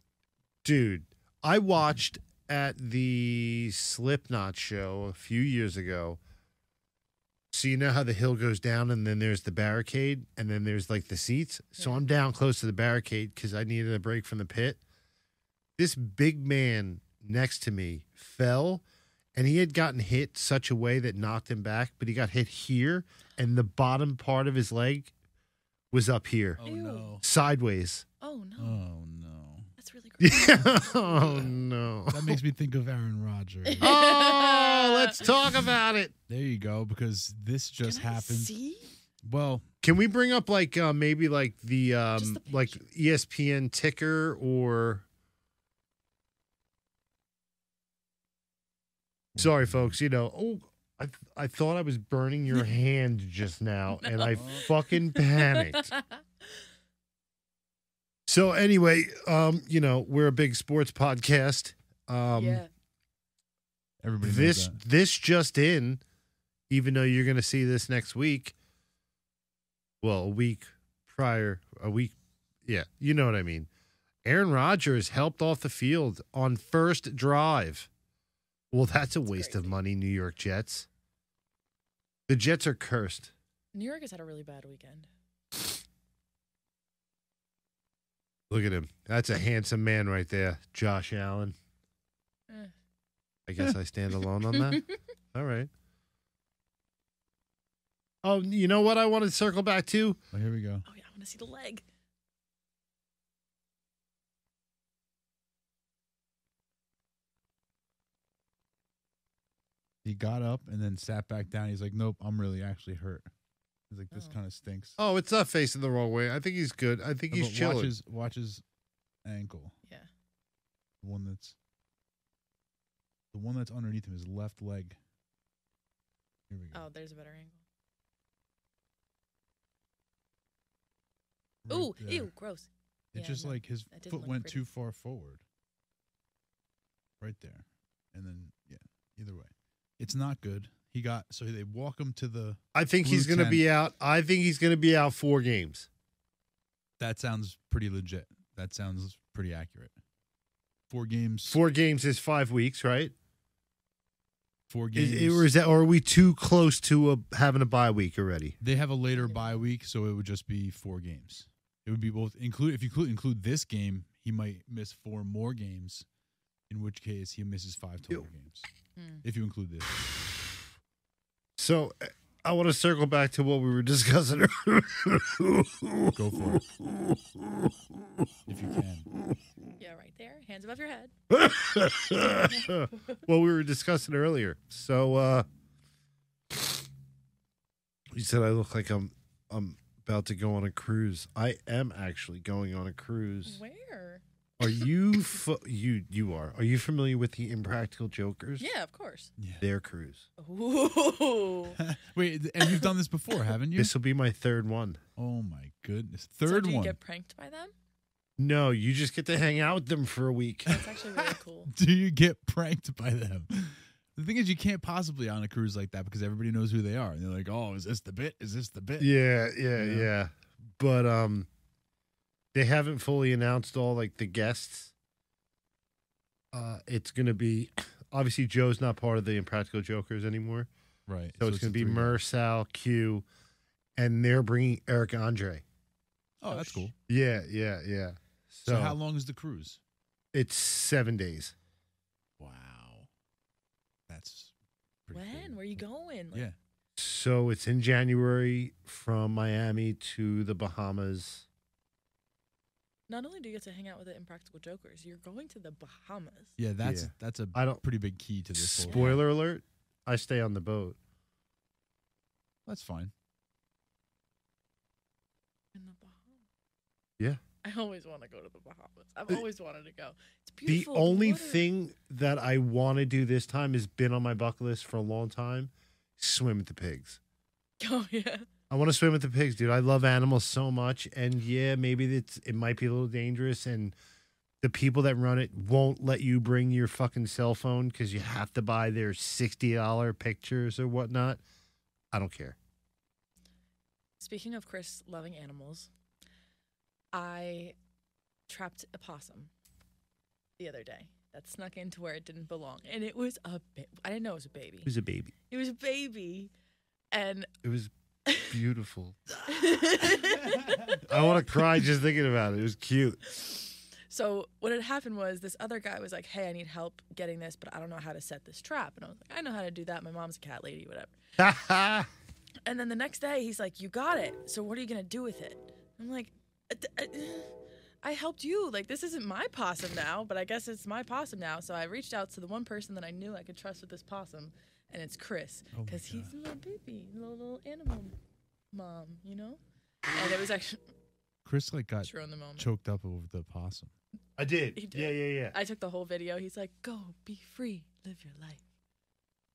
[SPEAKER 1] dude. I watched at the Slipknot show a few years ago. So you know how the hill goes down, and then there's the barricade, and then there's like the seats. So
[SPEAKER 2] Yeah.
[SPEAKER 1] I'm down close to the barricade because I needed a break from the pit. This big man next to me fell, and he had gotten hit such a way that knocked him back, but he got hit here, and the bottom part of his leg was up here,
[SPEAKER 3] Oh
[SPEAKER 2] Ew.
[SPEAKER 3] no.
[SPEAKER 1] sideways. [laughs]
[SPEAKER 2] Oh no,
[SPEAKER 3] Oh no.
[SPEAKER 2] that's
[SPEAKER 3] [laughs]
[SPEAKER 2] really gross.
[SPEAKER 1] Yeah. Oh no.
[SPEAKER 2] [laughs]
[SPEAKER 3] That makes me think of Aaron Rodgers.
[SPEAKER 1] Oh, let's talk about it.
[SPEAKER 3] there you go, because this just
[SPEAKER 2] Can I
[SPEAKER 3] happened.
[SPEAKER 2] See?
[SPEAKER 3] Well,
[SPEAKER 1] Can we bring up like uh, maybe like the
[SPEAKER 2] Just
[SPEAKER 1] um
[SPEAKER 2] the
[SPEAKER 1] like
[SPEAKER 2] picture.
[SPEAKER 1] ESPN ticker or Sorry folks, you know, oh I I thought I was burning
[SPEAKER 2] [laughs]
[SPEAKER 1] your hand just now and I
[SPEAKER 3] No.
[SPEAKER 1] fucking
[SPEAKER 2] [laughs]
[SPEAKER 1] panicked. so anyway, um you know, we're a big sports podcast. Um
[SPEAKER 2] yeah.
[SPEAKER 3] Everybody knows
[SPEAKER 1] this
[SPEAKER 3] that.
[SPEAKER 1] this just in even though you're going to see this next week well a week prior a week yeah you know what i mean aaron rodgers helped off the field on first drive well that's a
[SPEAKER 2] That's
[SPEAKER 1] waste of
[SPEAKER 2] crazy.
[SPEAKER 1] money new york jets the jets are cursed
[SPEAKER 2] New York has had a really bad weekend.
[SPEAKER 1] look at him that's a handsome man right there josh allen
[SPEAKER 3] [laughs]
[SPEAKER 2] Eh.
[SPEAKER 1] i guess i stand alone on
[SPEAKER 2] [laughs]
[SPEAKER 1] that all right oh you know what i want to circle back to
[SPEAKER 3] Oh, here we go.
[SPEAKER 2] Oh yeah, I want to see the leg.
[SPEAKER 3] He got up and then sat back down. He's like, "Nope, I'm really actually hurt." He's like, "This
[SPEAKER 2] Oh.
[SPEAKER 3] kind of stinks."
[SPEAKER 1] Oh, it's not facing the wrong way. I think he's good. I think
[SPEAKER 3] No,
[SPEAKER 1] he's
[SPEAKER 3] but
[SPEAKER 1] chilling.
[SPEAKER 3] Watch his, watch his ankle.
[SPEAKER 2] Yeah.
[SPEAKER 3] The one that's the one that's underneath him, his left leg. Here we
[SPEAKER 2] Oh,
[SPEAKER 3] go.
[SPEAKER 2] there's a better angle.
[SPEAKER 3] Right
[SPEAKER 2] Oh, Ooh,
[SPEAKER 3] there.
[SPEAKER 2] ew, gross.
[SPEAKER 3] It
[SPEAKER 2] Yeah,
[SPEAKER 3] just
[SPEAKER 2] no,
[SPEAKER 3] like his
[SPEAKER 2] that didn't
[SPEAKER 3] foot
[SPEAKER 2] look
[SPEAKER 3] went
[SPEAKER 2] pretty.
[SPEAKER 3] too far forward. Right there. And then yeah, either way. It's not good. He got so they walk him to the
[SPEAKER 1] I think he's
[SPEAKER 3] Blue
[SPEAKER 1] going to
[SPEAKER 3] 10.
[SPEAKER 1] be out. I think he's going to be out four games.
[SPEAKER 3] that sounds pretty legit. That sounds pretty accurate. Four games
[SPEAKER 1] Four games is five weeks, right?
[SPEAKER 3] four
[SPEAKER 1] Is,
[SPEAKER 3] games.
[SPEAKER 1] it- or is that? Or are we too close to a, having a bye week already?
[SPEAKER 3] They have a later bye week, so it would just be four games. It would be both include if you include, include this game, he might miss four more games, in which case he misses five total
[SPEAKER 1] Ew.
[SPEAKER 3] games.
[SPEAKER 2] Mm.
[SPEAKER 3] If you include this,
[SPEAKER 1] So uh, I want to circle back to what we were [laughs] discussing. Go
[SPEAKER 3] for it.
[SPEAKER 1] it.
[SPEAKER 3] if you can,
[SPEAKER 2] Yeah, right there. Hands above your head.
[SPEAKER 1] [laughs] well, we were discussing earlier. So uh you said I look like I'm I'm about to go on a cruise. I am actually going on a cruise.
[SPEAKER 2] Where?
[SPEAKER 1] Are you fa- you you are? Are you familiar with the Impractical Jokers?
[SPEAKER 2] Yeah, of
[SPEAKER 3] [laughs]
[SPEAKER 2] course.
[SPEAKER 3] yeah.
[SPEAKER 1] Their cruise.
[SPEAKER 2] Ooh.
[SPEAKER 3] Wait, th- and you've done this before, haven't you?
[SPEAKER 1] This will be my third one.
[SPEAKER 3] Oh my goodness,
[SPEAKER 2] so
[SPEAKER 3] third
[SPEAKER 2] do you
[SPEAKER 3] one.
[SPEAKER 2] get pranked by them?
[SPEAKER 1] No, you just get to hang out with them for a week.
[SPEAKER 2] That's actually
[SPEAKER 3] [laughs]
[SPEAKER 2] really cool.
[SPEAKER 3] [laughs] do you get pranked by them? The thing is, you can't possibly on a cruise like that because everybody knows who they are, and they're like, "Oh, is this the bit? Is this the bit?"
[SPEAKER 1] Yeah, yeah,
[SPEAKER 3] You
[SPEAKER 1] yeah,
[SPEAKER 3] know?
[SPEAKER 1] But um they haven't fully announced all like the guests. Uh it's gonna be obviously Joe's not part of the Impractical Jokers anymore,
[SPEAKER 3] Right.
[SPEAKER 1] so, it's, gonna
[SPEAKER 3] a
[SPEAKER 1] be
[SPEAKER 3] three-
[SPEAKER 1] Mer, Sal, Q, and they're bringing Eric Andre.
[SPEAKER 3] Oh, that's cool.
[SPEAKER 1] Yeah, yeah, yeah. So,
[SPEAKER 3] So, how long is the cruise?
[SPEAKER 1] It's seven days.
[SPEAKER 3] Wow, that's pretty
[SPEAKER 2] When?
[SPEAKER 3] cool.
[SPEAKER 2] Where you going? Like,
[SPEAKER 3] Yeah.
[SPEAKER 1] So it's in January from Miami to the Bahamas.
[SPEAKER 2] Not only do you get to hang out with the Impractical Jokers, you're going to the Bahamas.
[SPEAKER 3] Yeah, that's
[SPEAKER 1] Yeah.
[SPEAKER 3] that's a
[SPEAKER 1] I don't
[SPEAKER 3] pretty big key to this. whole-
[SPEAKER 1] spoiler alert, I stay on the boat.
[SPEAKER 3] That's
[SPEAKER 2] [laughs]
[SPEAKER 3] fine.
[SPEAKER 2] In the Bahamas.
[SPEAKER 1] Yeah.
[SPEAKER 2] I always want to go to the Bahamas. I've always wanted to go. It's
[SPEAKER 1] The
[SPEAKER 2] beautiful.
[SPEAKER 1] only
[SPEAKER 2] water.
[SPEAKER 1] thing that I want to do this time has been on my bucket list for a long time swim with the pigs.
[SPEAKER 2] [laughs] Oh yeah.
[SPEAKER 1] I want to swim with the pigs, dude. I love animals so much. And yeah, maybe it's, it might be a little dangerous. And the people that run it won't let you bring your fucking cell phone because you have to buy their $60 pictures or whatnot. I don't care.
[SPEAKER 2] Speaking of Chris loving animals, I trapped a possum the other day. that snuck into where it didn't belong. And it was a ba- I didn't know it was a baby.
[SPEAKER 1] It was a baby.
[SPEAKER 2] It was a baby. [laughs] And
[SPEAKER 1] It was beautiful. I want to cry just thinking about it. It was cute. [laughs]
[SPEAKER 2] so what had happened was this other guy was like, "Hey, I need help getting this, but I don't know how to set this trap." And I was like, "I know how to do that. My mom's a cat lady, whatever."
[SPEAKER 1] That's
[SPEAKER 2] And then the next day, he's like, "You got it. So what are you gonna do with it?" I'm like, "I [sighs] d- I- "I helped you. Like this isn't my possum now, but I guess it's my possum now." So I reached out to the one person that I knew I could trust with this possum, and it's Chris,
[SPEAKER 3] Oh my
[SPEAKER 2] because he's a little baby, a little, little animal mom, you know. And it was actually
[SPEAKER 3] Chris like
[SPEAKER 2] [laughs]
[SPEAKER 3] got
[SPEAKER 2] true in the moment.
[SPEAKER 3] choked up over the possum.
[SPEAKER 1] I did.
[SPEAKER 2] He did.
[SPEAKER 1] Yeah, yeah, yeah.
[SPEAKER 2] I took the whole video. He's like, "Go, be free, live your life."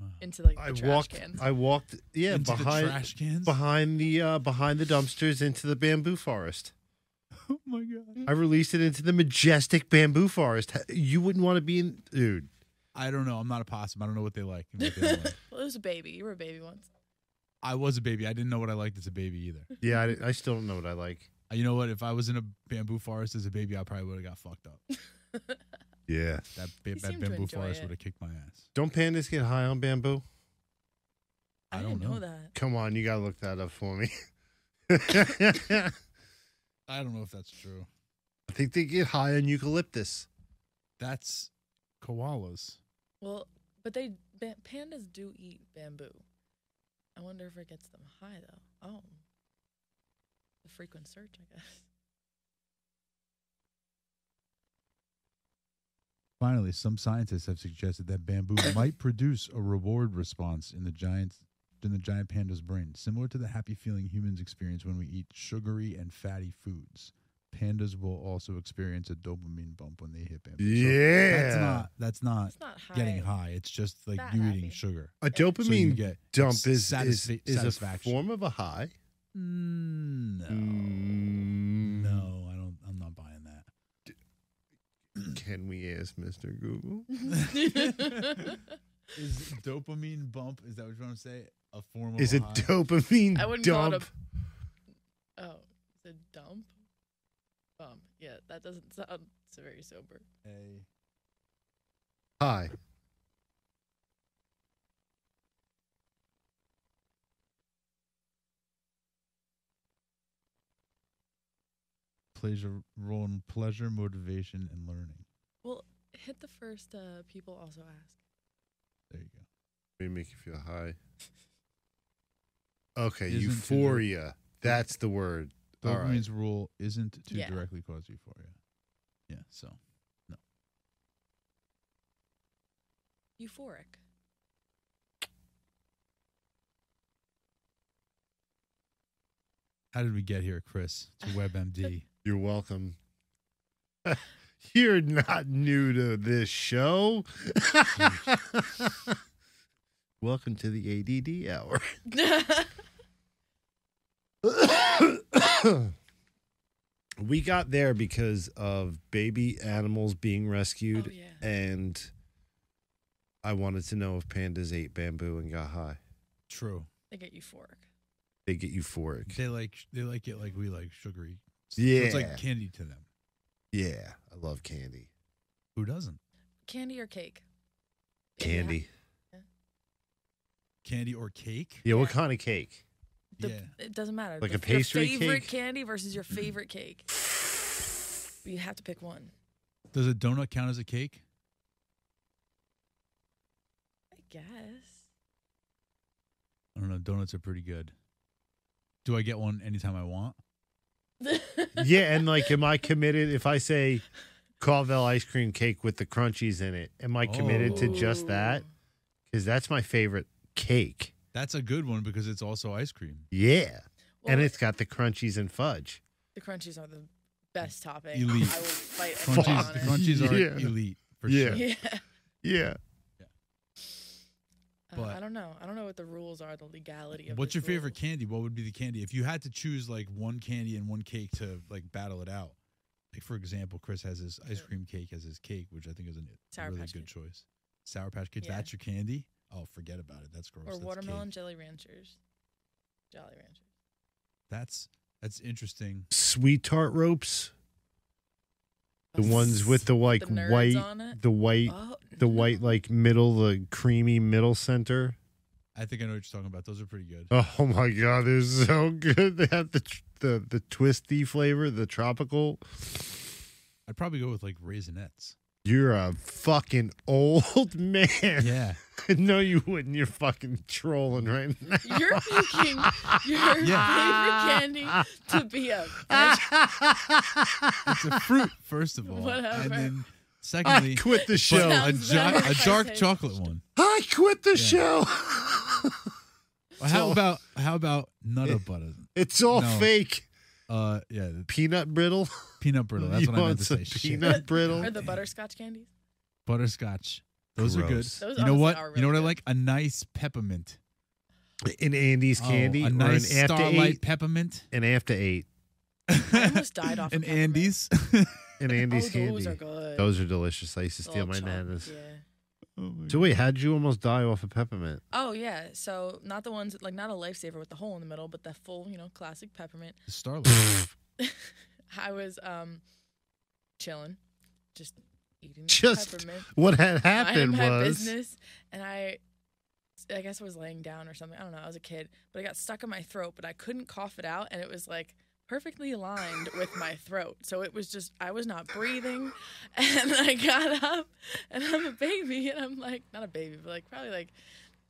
[SPEAKER 3] Wow.
[SPEAKER 2] Into like the
[SPEAKER 1] I,
[SPEAKER 2] trash
[SPEAKER 1] walked.
[SPEAKER 2] can.
[SPEAKER 3] [laughs]
[SPEAKER 1] I walked. Yeah,
[SPEAKER 3] Into
[SPEAKER 1] behind
[SPEAKER 3] the trash cans.
[SPEAKER 1] behind the uh, behind the dumpsters into the bamboo forest.
[SPEAKER 3] [laughs] Oh my god!
[SPEAKER 1] I released it into the majestic bamboo forest. You wouldn't want to be in, dude.
[SPEAKER 3] I don't know. I'm not a possum. I don't know what they like. and what they
[SPEAKER 2] [laughs]
[SPEAKER 3] don't like.
[SPEAKER 2] well, it was a baby. You were a baby once.
[SPEAKER 3] I was a baby. I didn't know what I liked as a baby either.
[SPEAKER 1] Yeah, I, I still don't know what I like.
[SPEAKER 3] Uh, You know what? If I was in a bamboo forest as a baby, I probably would have got fucked
[SPEAKER 2] [laughs]
[SPEAKER 3] up.
[SPEAKER 1] Yeah.
[SPEAKER 3] That, ba-
[SPEAKER 2] He
[SPEAKER 3] that
[SPEAKER 2] seemed to
[SPEAKER 3] bamboo
[SPEAKER 2] enjoy
[SPEAKER 3] forest
[SPEAKER 2] it.
[SPEAKER 3] would have kicked my ass.
[SPEAKER 1] Don't pandas get high on bamboo?
[SPEAKER 2] I,
[SPEAKER 3] I don't
[SPEAKER 2] didn't
[SPEAKER 3] know.
[SPEAKER 2] that.
[SPEAKER 1] Come on, you gotta look that up for me. [laughs]
[SPEAKER 3] I don't know if that's true.
[SPEAKER 1] I think they get high on eucalyptus.
[SPEAKER 3] That's koalas.
[SPEAKER 2] Well, but they ba- pandas do eat bamboo. I wonder if it gets them high though. Oh, the frequent search, I
[SPEAKER 3] [laughs]
[SPEAKER 2] guess.
[SPEAKER 3] Finally, some scientists have suggested that [coughs] bamboo might produce a reward response in the giant in the giant panda's brain, similar to the happy feeling humans experience when we eat sugary and fatty foods. Pandas will also experience a dopamine bump when they hit bamboo. So that's not that's not
[SPEAKER 2] It's not high.
[SPEAKER 3] getting high. It's just like
[SPEAKER 2] That
[SPEAKER 3] you
[SPEAKER 2] happy.
[SPEAKER 3] eating sugar.
[SPEAKER 1] A
[SPEAKER 3] So you
[SPEAKER 1] dopamine
[SPEAKER 3] get
[SPEAKER 1] dump is,
[SPEAKER 3] satisfa-
[SPEAKER 1] is, is a
[SPEAKER 3] satisfaction.
[SPEAKER 1] form of a high.
[SPEAKER 3] Mm, no,
[SPEAKER 1] Mm.
[SPEAKER 3] no, I don't. I'm not buying that.
[SPEAKER 1] Can we ask Mr. Google?
[SPEAKER 3] Is dopamine bump? Is that what you want to say? A form of
[SPEAKER 1] Is
[SPEAKER 3] a
[SPEAKER 1] it
[SPEAKER 3] high?
[SPEAKER 1] dopamine
[SPEAKER 2] [laughs] I wouldn't call it a-
[SPEAKER 1] dump?
[SPEAKER 2] oh, the dump. Bump. Yeah, that doesn't sound so very sober.
[SPEAKER 3] A-
[SPEAKER 1] High.
[SPEAKER 3] plays a role in pleasure, motivation, and learning.
[SPEAKER 2] Well, hit the first. Uh, people also ask.
[SPEAKER 3] There you go.
[SPEAKER 1] They make you feel high. Okay,
[SPEAKER 3] Isn't to the-
[SPEAKER 1] euphoria. That's the word. All right.
[SPEAKER 3] Dopamine's rule isn't to
[SPEAKER 2] Yeah.
[SPEAKER 3] directly cause euphoria. Yeah, so
[SPEAKER 1] [laughs]
[SPEAKER 2] Euphoric.
[SPEAKER 3] how did we get here, Chris?
[SPEAKER 2] [laughs]
[SPEAKER 3] To WebMD.
[SPEAKER 1] You're welcome. [laughs] You're not new to this show. [laughs] welcome to the ADD hour. [coughs]
[SPEAKER 2] Oh,
[SPEAKER 1] we got there because of baby animals being rescued,
[SPEAKER 2] oh yeah.
[SPEAKER 1] and I wanted to know if pandas ate bamboo and got high.
[SPEAKER 3] True.
[SPEAKER 2] They get euphoric.
[SPEAKER 1] They get euphoric.
[SPEAKER 3] They like they like it like we like sugary. So it's
[SPEAKER 1] Yeah.
[SPEAKER 3] like candy to them.
[SPEAKER 1] Yeah, I love candy.
[SPEAKER 3] Who doesn't?
[SPEAKER 2] Candy or cake?
[SPEAKER 1] Candy.
[SPEAKER 3] Candy or cake?
[SPEAKER 1] Yeah, what
[SPEAKER 2] Yeah.
[SPEAKER 1] kind of cake?
[SPEAKER 2] The-
[SPEAKER 3] Yeah.
[SPEAKER 2] It doesn't matter.
[SPEAKER 1] Like
[SPEAKER 2] The-
[SPEAKER 1] a pastry
[SPEAKER 2] Your favorite
[SPEAKER 1] cake?
[SPEAKER 2] candy
[SPEAKER 1] [clears throat]
[SPEAKER 2] versus your favorite cake. You have to pick one.
[SPEAKER 3] Does a donut count as a cake?
[SPEAKER 2] I guess.
[SPEAKER 3] I don't know. Donuts are pretty good. Do I get one anytime I want?
[SPEAKER 2] [laughs]
[SPEAKER 1] yeah, and like, am I committed if I say Carvel ice cream cake with the crunchies in it? Am I committed to just that? Because that's my favorite cake.
[SPEAKER 3] That's a good one because it's also ice cream.
[SPEAKER 1] Yeah,
[SPEAKER 2] Well,
[SPEAKER 1] and it's got the crunchies and fudge.
[SPEAKER 2] the crunchies are the best topping.
[SPEAKER 3] Elite.
[SPEAKER 2] I will fight anyone
[SPEAKER 3] Crunchies, the
[SPEAKER 2] on it.
[SPEAKER 3] crunchies
[SPEAKER 1] [laughs]
[SPEAKER 3] are
[SPEAKER 1] Yeah.
[SPEAKER 3] elite for
[SPEAKER 1] Yeah.
[SPEAKER 3] sure.
[SPEAKER 2] [laughs]
[SPEAKER 1] Yeah,
[SPEAKER 2] Yeah. Uh,
[SPEAKER 3] But-
[SPEAKER 2] I don't know. I don't know what the rules are. The legality of.
[SPEAKER 3] What's your
[SPEAKER 2] this
[SPEAKER 3] favorite
[SPEAKER 2] rule.
[SPEAKER 3] candy? What would be the candy if you had to choose like one candy and one cake to like battle it out? Like for example, Chris has his ice
[SPEAKER 2] Yeah.
[SPEAKER 3] cream cake as his cake, which I think is a
[SPEAKER 2] Sour
[SPEAKER 3] really
[SPEAKER 2] Patch
[SPEAKER 3] good
[SPEAKER 2] Kids.
[SPEAKER 3] choice. Sour Patch Kids.
[SPEAKER 2] Yeah.
[SPEAKER 3] That's your candy. Oh, forget about it. That's gross.
[SPEAKER 2] Or
[SPEAKER 3] That's
[SPEAKER 2] watermelon
[SPEAKER 3] Cake.
[SPEAKER 2] jelly ranchers. Jolly ranchers.
[SPEAKER 3] That's that's interesting.
[SPEAKER 1] sweet tart ropes. The the ones with the like
[SPEAKER 2] nerds
[SPEAKER 1] white,
[SPEAKER 2] on it?
[SPEAKER 1] the white,
[SPEAKER 2] Oh,
[SPEAKER 1] the
[SPEAKER 2] no.
[SPEAKER 1] white like middle, the creamy middle center.
[SPEAKER 3] I think I know what you're talking about. Those are pretty good.
[SPEAKER 1] Oh my god, they're so [laughs] good. They have the tr- the the twisty flavor, the tropical.
[SPEAKER 3] I'd probably go with like raisinettes.
[SPEAKER 1] You're a fucking old [laughs] man.
[SPEAKER 3] Yeah.
[SPEAKER 1] no, you wouldn't. You're fucking trolling right now.
[SPEAKER 2] You're making your
[SPEAKER 1] Yeah.
[SPEAKER 2] favorite candy to be a veg-
[SPEAKER 1] [laughs]
[SPEAKER 3] It's a fruit, first of all.
[SPEAKER 2] Whatever. [laughs]
[SPEAKER 3] And then
[SPEAKER 1] I
[SPEAKER 3] secondly,
[SPEAKER 1] quit the
[SPEAKER 3] but
[SPEAKER 1] show.
[SPEAKER 2] Yeah.
[SPEAKER 3] a,
[SPEAKER 2] Sounds
[SPEAKER 3] jo-
[SPEAKER 2] better. [laughs]
[SPEAKER 3] a dark chocolate one.
[SPEAKER 1] I quit the
[SPEAKER 3] Yeah.
[SPEAKER 1] show. [laughs]
[SPEAKER 3] Well, how
[SPEAKER 1] So-
[SPEAKER 3] about how about nutta butter?
[SPEAKER 1] it's all
[SPEAKER 3] No.
[SPEAKER 1] fake.
[SPEAKER 3] Uh, yeah, the
[SPEAKER 1] Peanut brittle.
[SPEAKER 3] peanut brittle. That's
[SPEAKER 1] you
[SPEAKER 3] what I meant
[SPEAKER 1] want
[SPEAKER 3] to
[SPEAKER 1] some
[SPEAKER 3] say. Shit.
[SPEAKER 1] peanut brittle?
[SPEAKER 2] or the butterscotch candies.
[SPEAKER 3] [laughs] butterscotch. Those are good.
[SPEAKER 1] Gross.
[SPEAKER 2] Those
[SPEAKER 3] you know
[SPEAKER 2] honestly
[SPEAKER 3] what?
[SPEAKER 2] are
[SPEAKER 3] you know what
[SPEAKER 2] really
[SPEAKER 3] I
[SPEAKER 2] good.
[SPEAKER 3] like? A nice peppermint.
[SPEAKER 1] In Andy's
[SPEAKER 3] Oh,
[SPEAKER 1] candy,
[SPEAKER 3] a nice
[SPEAKER 1] or an after
[SPEAKER 3] starlight
[SPEAKER 1] eight,
[SPEAKER 3] peppermint.
[SPEAKER 1] an after eight,
[SPEAKER 2] I almost died
[SPEAKER 3] [laughs]
[SPEAKER 2] off.
[SPEAKER 3] and
[SPEAKER 2] of peppermint.
[SPEAKER 1] [laughs]
[SPEAKER 3] Andy's.
[SPEAKER 1] an Andy's
[SPEAKER 2] oh,
[SPEAKER 1] candy.
[SPEAKER 2] Those are good.
[SPEAKER 1] Those are delicious. I used to steal
[SPEAKER 2] Little
[SPEAKER 1] my
[SPEAKER 2] chunk,
[SPEAKER 1] nana's.
[SPEAKER 2] yeah.
[SPEAKER 1] So wait, how'd you almost die off of peppermint?
[SPEAKER 2] Oh yeah, so not the ones like not a lifesaver with the hole in the middle, but the full, you know, classic peppermint. [laughs]
[SPEAKER 3] Starlight.
[SPEAKER 1] [laughs]
[SPEAKER 2] I was um chilling, just eating the
[SPEAKER 1] Just
[SPEAKER 2] peppermint.
[SPEAKER 1] What had
[SPEAKER 2] minding
[SPEAKER 1] happened
[SPEAKER 2] my
[SPEAKER 1] was
[SPEAKER 2] business, and I, I guess I was laying down or something. I don't know. I was a kid, but I got stuck in my throat, but I couldn't cough it out, and it was like perfectly aligned with my throat. So it was just I was not breathing, [laughs] and I got up, and I'm a baby, and I'm like not a baby, but like probably like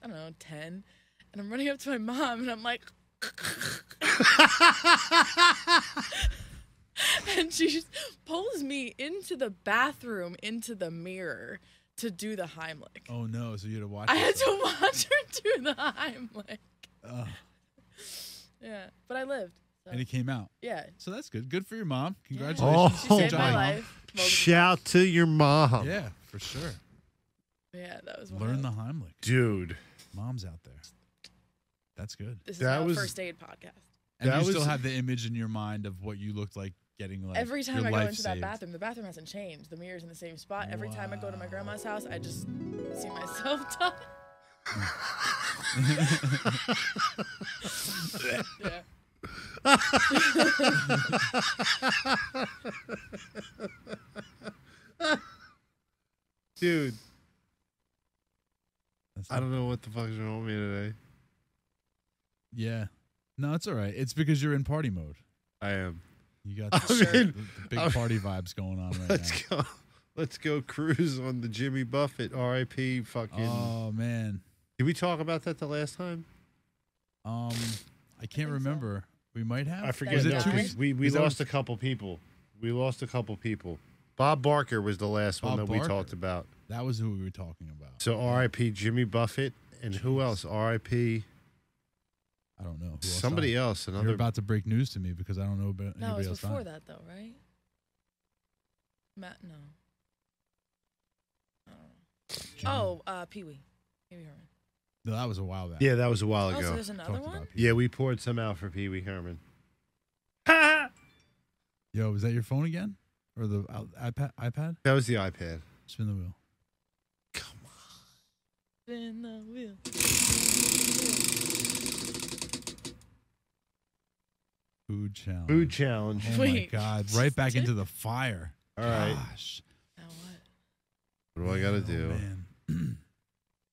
[SPEAKER 2] I don't know ten, and I'm running up to my mom, and I'm like. [laughs] and she just pulls me into the bathroom, into the mirror to do the Heimlich.
[SPEAKER 3] oh no! So you had to watch.
[SPEAKER 2] I had [laughs]
[SPEAKER 3] yourself.
[SPEAKER 2] to watch her do the Heimlich.
[SPEAKER 3] Ugh.
[SPEAKER 2] Yeah, but I lived. So.
[SPEAKER 3] and it came out.
[SPEAKER 2] yeah.
[SPEAKER 3] So that's good. Good for your mom.
[SPEAKER 2] Yeah.
[SPEAKER 3] Congratulations.
[SPEAKER 2] She
[SPEAKER 1] Oh,
[SPEAKER 2] saved
[SPEAKER 1] my
[SPEAKER 2] my
[SPEAKER 3] Mom.
[SPEAKER 2] life. multiple
[SPEAKER 1] [laughs] shout to your mom,
[SPEAKER 3] Yeah, for sure.
[SPEAKER 2] times. Yeah, that was
[SPEAKER 3] Learn the
[SPEAKER 2] wild.
[SPEAKER 3] Heimlich.
[SPEAKER 1] dude.
[SPEAKER 3] Moms out there. That's good.
[SPEAKER 2] This is
[SPEAKER 1] that
[SPEAKER 2] now a
[SPEAKER 1] was-
[SPEAKER 2] first aid podcast.
[SPEAKER 3] And
[SPEAKER 1] That
[SPEAKER 3] you still
[SPEAKER 1] was-
[SPEAKER 3] have the image in your mind of what you looked like getting like
[SPEAKER 2] Every time
[SPEAKER 3] your
[SPEAKER 2] I go
[SPEAKER 3] life
[SPEAKER 2] into that
[SPEAKER 3] saved.
[SPEAKER 2] bathroom, the bathroom hasn't changed. The mirror's in the same spot. Every time I go to my grandma's house, I just see myself [laughs]
[SPEAKER 3] [laughs]
[SPEAKER 2] die. yeah.
[SPEAKER 1] Dude,
[SPEAKER 3] That's
[SPEAKER 1] I
[SPEAKER 3] not-
[SPEAKER 1] don't know what the fuck is wrong with me today.
[SPEAKER 3] Yeah. No, it's all right. It's because you're in party mode.
[SPEAKER 1] I am.
[SPEAKER 3] You
[SPEAKER 1] [laughs]
[SPEAKER 3] got
[SPEAKER 1] I'm
[SPEAKER 3] the,
[SPEAKER 1] in-
[SPEAKER 3] the- the big
[SPEAKER 1] I'm-
[SPEAKER 3] party vibes going on right
[SPEAKER 1] Let's go. Let's go cruise on the Jimmy Buffett R.I.P.
[SPEAKER 3] now.
[SPEAKER 1] Fucking.
[SPEAKER 3] Oh man.
[SPEAKER 1] Did we talk about that the last time?
[SPEAKER 3] Um I can't
[SPEAKER 2] so.
[SPEAKER 3] remember. We might have.
[SPEAKER 1] I forget.
[SPEAKER 3] Was it
[SPEAKER 1] no,
[SPEAKER 3] two
[SPEAKER 2] guy?
[SPEAKER 1] because
[SPEAKER 3] weeks?
[SPEAKER 1] we we
[SPEAKER 3] was that-
[SPEAKER 1] lost a couple people. We lost a couple people. Bob Barker was the last one
[SPEAKER 3] Bob
[SPEAKER 1] that we
[SPEAKER 3] Barker.
[SPEAKER 1] talked about.
[SPEAKER 3] That was who we were talking about.
[SPEAKER 1] So R.I.P. Jimmy Buffett and who
[SPEAKER 3] Jeez.
[SPEAKER 1] else? R.I.P.
[SPEAKER 3] I don't know. Who else
[SPEAKER 1] Somebody
[SPEAKER 3] died.
[SPEAKER 1] else. Another.
[SPEAKER 3] You're about to break news to me because I don't know about
[SPEAKER 2] No, it
[SPEAKER 3] anybody
[SPEAKER 2] was
[SPEAKER 3] else.
[SPEAKER 2] before
[SPEAKER 3] dying.
[SPEAKER 2] that though, right? Matt, no. I don't know.
[SPEAKER 3] Jimmy.
[SPEAKER 2] Oh, uh, Pee Wee. Pee Wee Herman.
[SPEAKER 3] No, that was a while back.
[SPEAKER 1] yeah, that was a while
[SPEAKER 2] Oh, so
[SPEAKER 1] ago.
[SPEAKER 2] there's another
[SPEAKER 3] Talked
[SPEAKER 2] one?
[SPEAKER 3] about people.
[SPEAKER 1] yeah, we poured some out for Pee Wee
[SPEAKER 3] [laughs]
[SPEAKER 1] Herman.
[SPEAKER 3] Yo, was that your phone again? Or the i- iPad iPad?
[SPEAKER 1] That was the iPad.
[SPEAKER 3] Spin the wheel.
[SPEAKER 1] Come on.
[SPEAKER 2] Spin the wheel.
[SPEAKER 3] Food challenge.
[SPEAKER 1] Food challenge.
[SPEAKER 3] Oh my
[SPEAKER 2] Wait.
[SPEAKER 3] god. Right back into the fire.
[SPEAKER 1] All right.
[SPEAKER 3] Gosh.
[SPEAKER 2] Now what?
[SPEAKER 1] What do I got to do?
[SPEAKER 3] Oh, man.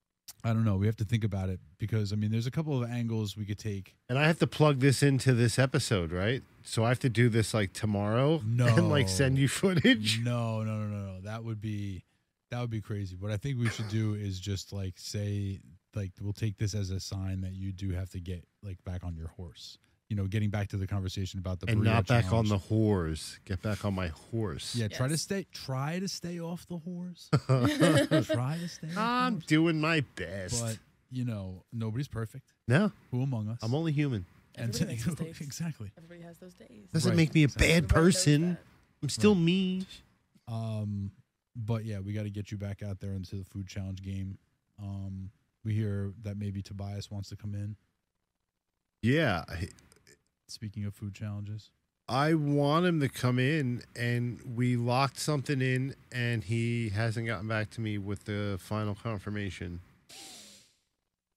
[SPEAKER 3] [clears throat] I don't know. We have to think about it because I mean, there's a couple of angles we could
[SPEAKER 1] [laughs]
[SPEAKER 3] take.
[SPEAKER 1] And I have to plug this into this episode, right? So I have to do this like tomorrow [laughs] and like send
[SPEAKER 3] No.
[SPEAKER 1] you footage.
[SPEAKER 3] No, no, no, no, no. That would be that would be crazy. What I think we should do is just like say like we'll take this as a sign that you do have to get like back on your horse. You know, getting back to the conversation about the
[SPEAKER 1] And
[SPEAKER 3] burrito
[SPEAKER 1] not back on
[SPEAKER 3] challenge.
[SPEAKER 1] the whores. Get back on my horse.
[SPEAKER 3] Yeah, try to
[SPEAKER 2] Yes.
[SPEAKER 3] stay try to stay off the horse. try to stay off the
[SPEAKER 1] [laughs] I'm
[SPEAKER 3] horse.
[SPEAKER 1] doing my best.
[SPEAKER 3] But you know, nobody's perfect.
[SPEAKER 1] no,
[SPEAKER 3] Who among us?
[SPEAKER 1] I'm only human.
[SPEAKER 3] [laughs] and [laughs]
[SPEAKER 2] Everybody makes mistakes.
[SPEAKER 3] exactly.
[SPEAKER 2] Everybody has those days.
[SPEAKER 1] Doesn't
[SPEAKER 3] Right,
[SPEAKER 1] make me a
[SPEAKER 3] exactly.
[SPEAKER 1] bad
[SPEAKER 2] Everybody knows
[SPEAKER 1] person.
[SPEAKER 2] that.
[SPEAKER 1] I'm still
[SPEAKER 3] Right.
[SPEAKER 1] me.
[SPEAKER 3] Um, but yeah, we got to get you back out there into the food challenge game. Um, we hear that maybe Tobias wants to come in.
[SPEAKER 1] Yeah, I-
[SPEAKER 3] Speaking of food challenges,
[SPEAKER 1] I want him to come in, and we locked something in, and he hasn't gotten back to me with the final confirmation.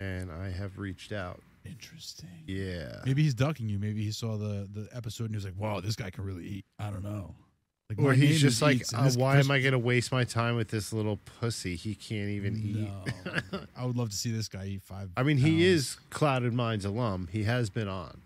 [SPEAKER 1] And I have reached out.
[SPEAKER 3] interesting.
[SPEAKER 1] Yeah.
[SPEAKER 3] Maybe he's ducking you. Maybe he saw the the episode and he was like, "Wow, this guy can really eat." I don't know. Like,
[SPEAKER 1] Or
[SPEAKER 3] my name
[SPEAKER 1] he's just
[SPEAKER 3] is
[SPEAKER 1] like,
[SPEAKER 3] Eats, and
[SPEAKER 1] uh,
[SPEAKER 3] this
[SPEAKER 1] why am
[SPEAKER 3] Christmas-
[SPEAKER 1] I
[SPEAKER 3] [laughs]
[SPEAKER 1] going to waste my time with this little pussy? He can't even eat. [laughs]
[SPEAKER 3] No. I would love to see this guy eat five.
[SPEAKER 1] I mean,
[SPEAKER 3] pounds.
[SPEAKER 1] he is Clouded Minds alum. He has been on.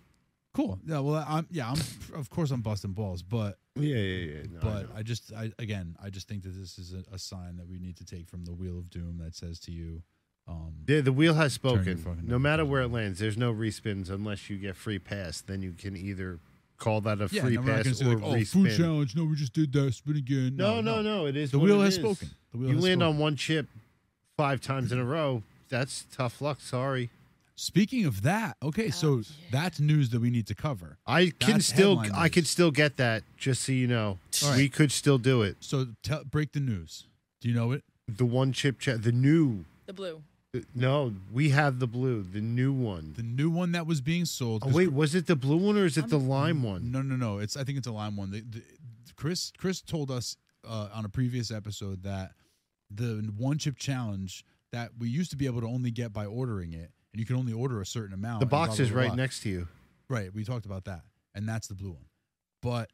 [SPEAKER 3] cool. Yeah, well, I'm yeah, I'm of course I'm busting balls, but
[SPEAKER 1] Yeah, yeah, yeah. No, I
[SPEAKER 3] but
[SPEAKER 1] know.
[SPEAKER 3] I, just I again I just think that this is a, a sign that we need to take from the wheel of doom that says to you, um,
[SPEAKER 1] The, the wheel has
[SPEAKER 3] your
[SPEAKER 1] spoken.
[SPEAKER 3] fucking
[SPEAKER 1] No matter where it
[SPEAKER 3] nose.
[SPEAKER 1] lands, there's no respins unless you get free pass. Then you can either call that a
[SPEAKER 3] yeah,
[SPEAKER 1] free
[SPEAKER 3] and we're not gonna
[SPEAKER 1] pass
[SPEAKER 3] say
[SPEAKER 1] or
[SPEAKER 3] like, oh, food
[SPEAKER 1] respin.
[SPEAKER 3] challenge. No, we just did that. Spin again.
[SPEAKER 1] No, no, no, It is
[SPEAKER 3] The
[SPEAKER 1] what
[SPEAKER 3] wheel
[SPEAKER 1] it
[SPEAKER 3] has
[SPEAKER 1] is.
[SPEAKER 3] spoken. The wheel
[SPEAKER 1] You
[SPEAKER 3] has
[SPEAKER 1] land
[SPEAKER 3] spoken.
[SPEAKER 1] on one chip five times in a row. That's tough luck. Sorry.
[SPEAKER 3] Speaking of that, okay, so
[SPEAKER 2] Ouch.
[SPEAKER 3] that's news that we need to cover.
[SPEAKER 1] I can
[SPEAKER 3] That's
[SPEAKER 1] still
[SPEAKER 3] headline
[SPEAKER 1] I
[SPEAKER 3] news.
[SPEAKER 1] can still get that. Just so you know,
[SPEAKER 3] All right.
[SPEAKER 1] we could still do it.
[SPEAKER 3] So tell, break the news. Do you know it?
[SPEAKER 1] The one chip chat. The new.
[SPEAKER 2] The blue.
[SPEAKER 1] No, we have the blue. The new one.
[SPEAKER 3] The new one that was being sold.
[SPEAKER 1] Oh,
[SPEAKER 3] 'cause
[SPEAKER 1] wait, was it the blue one or is it the lime one?
[SPEAKER 3] No, no, no. It's I think it's a lime one. The, the, Chris Chris told us uh, on a previous episode that the one chip challenge that we used to be able to only get by ordering it, and you can only order a certain amount.
[SPEAKER 1] The
[SPEAKER 3] and blah,
[SPEAKER 1] box
[SPEAKER 3] blah,
[SPEAKER 1] is
[SPEAKER 3] blah,
[SPEAKER 1] right
[SPEAKER 3] blah.
[SPEAKER 1] next to you.
[SPEAKER 3] Right, we talked about that, and that's the blue one. But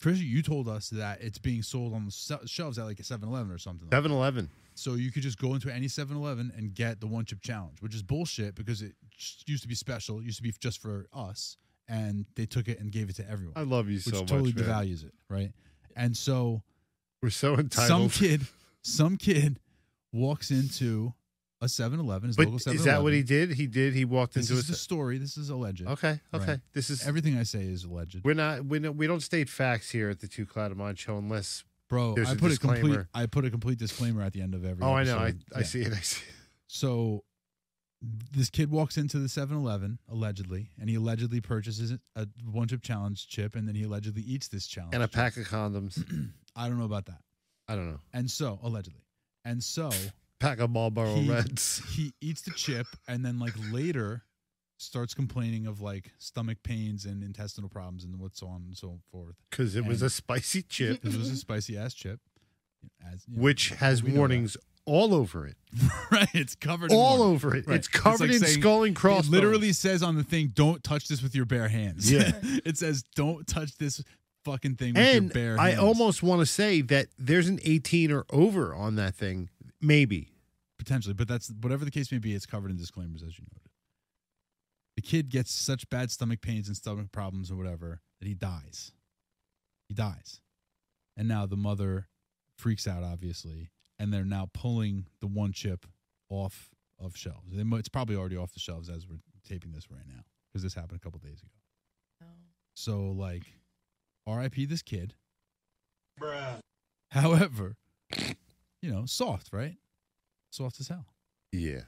[SPEAKER 3] Chris, you told us that it's being sold on the se- shelves at like a 7-Eleven or something. like
[SPEAKER 1] 7 Eleven.
[SPEAKER 3] So you could just go into any 7-Eleven and get the one chip challenge, which is bullshit because it just used to be special, it used to be just for us, and they took it and gave it to everyone
[SPEAKER 1] I love you
[SPEAKER 3] which
[SPEAKER 1] so much.
[SPEAKER 3] totally
[SPEAKER 1] man.
[SPEAKER 3] devalues it, right? And so
[SPEAKER 1] We're so
[SPEAKER 3] some
[SPEAKER 1] entitled.
[SPEAKER 3] kid, [laughs] some kid walks into a 7-Eleven, his
[SPEAKER 1] but
[SPEAKER 3] local 7-Eleven.
[SPEAKER 1] is that what he did? He did. He walked
[SPEAKER 3] This
[SPEAKER 1] into
[SPEAKER 3] is the
[SPEAKER 1] a.
[SPEAKER 3] story. This is alleged.
[SPEAKER 1] okay. Okay.
[SPEAKER 3] Right.
[SPEAKER 1] This is.
[SPEAKER 3] Everything I say is alleged,
[SPEAKER 1] we're not. We don't- we don't state facts here at the Two Cloud of Mind show unless.
[SPEAKER 3] bro.
[SPEAKER 1] there's
[SPEAKER 3] I
[SPEAKER 1] a
[SPEAKER 3] put a, complete.
[SPEAKER 1] disclaimer.
[SPEAKER 3] I put a complete disclaimer at the end of every.
[SPEAKER 1] Oh, I know. I,
[SPEAKER 3] episode.
[SPEAKER 1] I
[SPEAKER 3] Yeah.
[SPEAKER 1] see it. I see. It.
[SPEAKER 3] So this kid walks into the 7-Eleven allegedly, and he allegedly purchases a one chip challenge chip, and then he allegedly eats this challenge.
[SPEAKER 1] And a pack of condoms.
[SPEAKER 3] I don't know about that.
[SPEAKER 1] I don't know.
[SPEAKER 3] And so allegedly, and so.
[SPEAKER 1] Pack of Marlboro
[SPEAKER 3] He- [laughs]
[SPEAKER 1] Reds.
[SPEAKER 3] he eats the chip and then like later starts complaining of like stomach pains and intestinal problems and what's on and so forth.
[SPEAKER 1] Because it was
[SPEAKER 3] and-
[SPEAKER 1] a spicy chip,
[SPEAKER 3] This was a spicy ass chip. As, you
[SPEAKER 1] [laughs]
[SPEAKER 3] know,
[SPEAKER 1] which has
[SPEAKER 3] we know that.
[SPEAKER 1] warnings all over it.
[SPEAKER 3] [laughs] right, it's covered in
[SPEAKER 1] All
[SPEAKER 3] water.
[SPEAKER 1] over it.
[SPEAKER 3] Right.
[SPEAKER 1] It's
[SPEAKER 3] It's like
[SPEAKER 1] covered in
[SPEAKER 3] saying-
[SPEAKER 1] skull and
[SPEAKER 3] It
[SPEAKER 1] crossbones.
[SPEAKER 3] literally says on the thing, "Don't touch this with your bare hands."
[SPEAKER 1] Yeah.
[SPEAKER 3] [laughs] it says, "Don't touch this fucking thing with
[SPEAKER 1] And
[SPEAKER 3] your bare
[SPEAKER 1] I
[SPEAKER 3] hands."
[SPEAKER 1] almost want to say that there's an 18 or over on that thing. Maybe.
[SPEAKER 3] potentially, but that's whatever the case may be. It's covered in disclaimers, as you noted. The kid gets such bad stomach pains and stomach problems or whatever that he dies. He dies, and now the mother freaks out, obviously, and they're now pulling the one chip off of shelves. They mo- It's probably already off the shelves as we're taping this right now because this happened a couple days ago.
[SPEAKER 2] No.
[SPEAKER 3] So like, R.I.P. this kid. However, you know, soft, right? Soft as hell.
[SPEAKER 1] Yeah.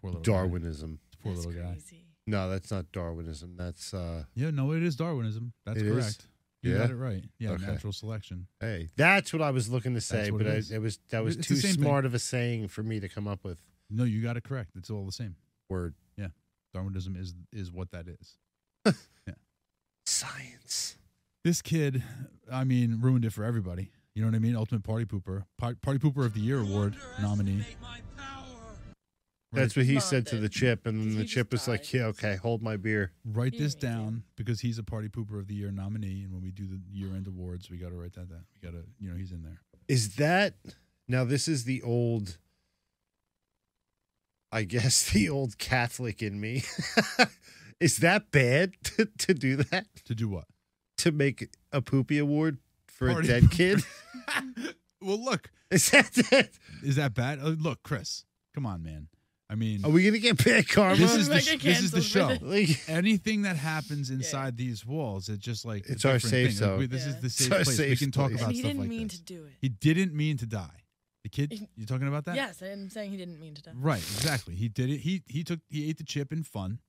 [SPEAKER 3] Poor little guy.
[SPEAKER 1] Darwinism.
[SPEAKER 3] Poor
[SPEAKER 2] That's
[SPEAKER 3] little guy.
[SPEAKER 2] crazy.
[SPEAKER 1] No, that's not Darwinism. That's uh
[SPEAKER 3] Yeah, no, it is Darwinism. That's
[SPEAKER 1] It is?
[SPEAKER 3] correct. You got
[SPEAKER 1] Yeah?
[SPEAKER 3] it right. Yeah,
[SPEAKER 1] Okay.
[SPEAKER 3] natural selection.
[SPEAKER 1] hey. That's what I was looking to say,
[SPEAKER 3] That's what
[SPEAKER 1] but
[SPEAKER 3] it
[SPEAKER 1] I,
[SPEAKER 3] is.
[SPEAKER 1] it was that was
[SPEAKER 3] It's the
[SPEAKER 1] too
[SPEAKER 3] same thing.
[SPEAKER 1] smart of a saying for me to come up with.
[SPEAKER 3] No, you got it correct. It's all the same.
[SPEAKER 1] Word
[SPEAKER 3] Darwinism is is what that is.
[SPEAKER 1] science.
[SPEAKER 3] This kid, I mean, ruined it for everybody. You know what I mean? Ultimate party pooper, Pa- party pooper of the year award nominee.
[SPEAKER 1] That's what he
[SPEAKER 2] Love
[SPEAKER 1] said to
[SPEAKER 2] it.
[SPEAKER 1] the chip, and
[SPEAKER 2] He
[SPEAKER 1] the
[SPEAKER 2] just
[SPEAKER 1] chip was like,
[SPEAKER 2] died.
[SPEAKER 1] "Yeah, okay, hold my beer."
[SPEAKER 3] Write this
[SPEAKER 2] Amazing.
[SPEAKER 3] down because he's a party pooper of the year nominee, and when we do the year end awards, we got to write that down. We got to, you know, he's in there.
[SPEAKER 1] Is that now? This is the old, I guess, [laughs] the old Catholic in me. [laughs] is that bad [laughs] to, to do that?
[SPEAKER 3] To do what?
[SPEAKER 1] To make a poopy award for
[SPEAKER 3] Party
[SPEAKER 1] a dead kid? [laughs]
[SPEAKER 3] [laughs] well, look,
[SPEAKER 1] Is that, that?
[SPEAKER 3] is that bad? Uh, look, Chris, come on, man. I mean,
[SPEAKER 2] Oh,
[SPEAKER 1] Are we gonna get bad karma?
[SPEAKER 3] this is the,
[SPEAKER 2] Mega
[SPEAKER 3] sh- this is the show.
[SPEAKER 2] [laughs] cancels,
[SPEAKER 1] like,
[SPEAKER 3] anything that happens inside these walls, it's just like
[SPEAKER 1] It's
[SPEAKER 3] a
[SPEAKER 1] our
[SPEAKER 3] different
[SPEAKER 1] safe
[SPEAKER 3] thing. Like,
[SPEAKER 1] zone.
[SPEAKER 3] we- this
[SPEAKER 2] Yeah.
[SPEAKER 3] is the
[SPEAKER 1] It's
[SPEAKER 3] safe
[SPEAKER 1] our
[SPEAKER 3] place. we
[SPEAKER 1] safe
[SPEAKER 3] can talk
[SPEAKER 1] place.
[SPEAKER 3] about
[SPEAKER 2] And he
[SPEAKER 3] stuff
[SPEAKER 2] didn't
[SPEAKER 3] like
[SPEAKER 2] mean
[SPEAKER 3] this.
[SPEAKER 2] to do it.
[SPEAKER 3] He didn't mean to die. The kid,
[SPEAKER 2] He-
[SPEAKER 3] you talking about that?
[SPEAKER 2] Yes, I'm saying he didn't mean to die.
[SPEAKER 3] Right, exactly. He did it. He he took he ate the chip in fun,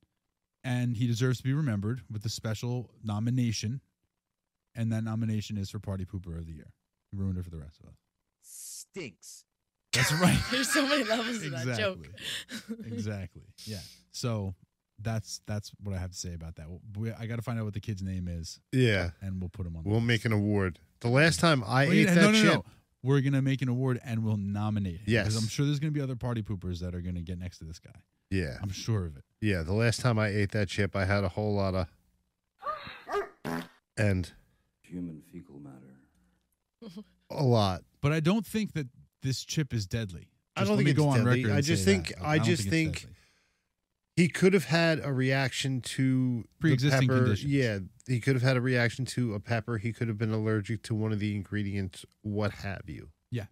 [SPEAKER 3] and he deserves to be remembered with a special nomination, and that nomination is for Party Pooper of the Year. He ruined it for the rest of us.
[SPEAKER 4] Stinks.
[SPEAKER 3] That's
[SPEAKER 2] [laughs]
[SPEAKER 3] right.
[SPEAKER 2] [laughs] There's so many levels to that joke. [laughs]
[SPEAKER 3] exactly. Yeah. So that's that's what I have to say about that. We- I got to find out what the kid's name is,
[SPEAKER 1] yeah,
[SPEAKER 3] and we'll put him on. the
[SPEAKER 1] we'll
[SPEAKER 3] list.
[SPEAKER 1] make an award. The last time I
[SPEAKER 3] Wait,
[SPEAKER 1] ate
[SPEAKER 3] Oh,
[SPEAKER 1] that
[SPEAKER 3] no, no, no,
[SPEAKER 1] chip,
[SPEAKER 3] no. We're gonna make an award and we'll nominate him.
[SPEAKER 1] Yes.
[SPEAKER 3] because I'm sure there's gonna be other party poopers that are gonna get next to this guy.
[SPEAKER 1] yeah,
[SPEAKER 3] I'm sure of it.
[SPEAKER 1] yeah. The last time I ate that chip, I had a whole lot of and
[SPEAKER 5] Human fecal matter.
[SPEAKER 1] a lot.
[SPEAKER 3] But I don't think that this chip is deadly.
[SPEAKER 1] I don't
[SPEAKER 3] let
[SPEAKER 1] think
[SPEAKER 3] me
[SPEAKER 1] it's
[SPEAKER 3] go on
[SPEAKER 1] deadly.
[SPEAKER 3] record
[SPEAKER 1] I
[SPEAKER 3] and
[SPEAKER 1] just
[SPEAKER 3] say
[SPEAKER 1] think-
[SPEAKER 3] that.
[SPEAKER 1] I
[SPEAKER 3] don't
[SPEAKER 1] just
[SPEAKER 3] it's
[SPEAKER 1] think-
[SPEAKER 3] deadly. [laughs]
[SPEAKER 1] He could have had a reaction to the
[SPEAKER 3] Pre-existing
[SPEAKER 1] pepper.
[SPEAKER 3] conditions.
[SPEAKER 1] Yeah, he could have had a reaction to a pepper. He could have been allergic to one of the ingredients, what have you.
[SPEAKER 3] Yeah.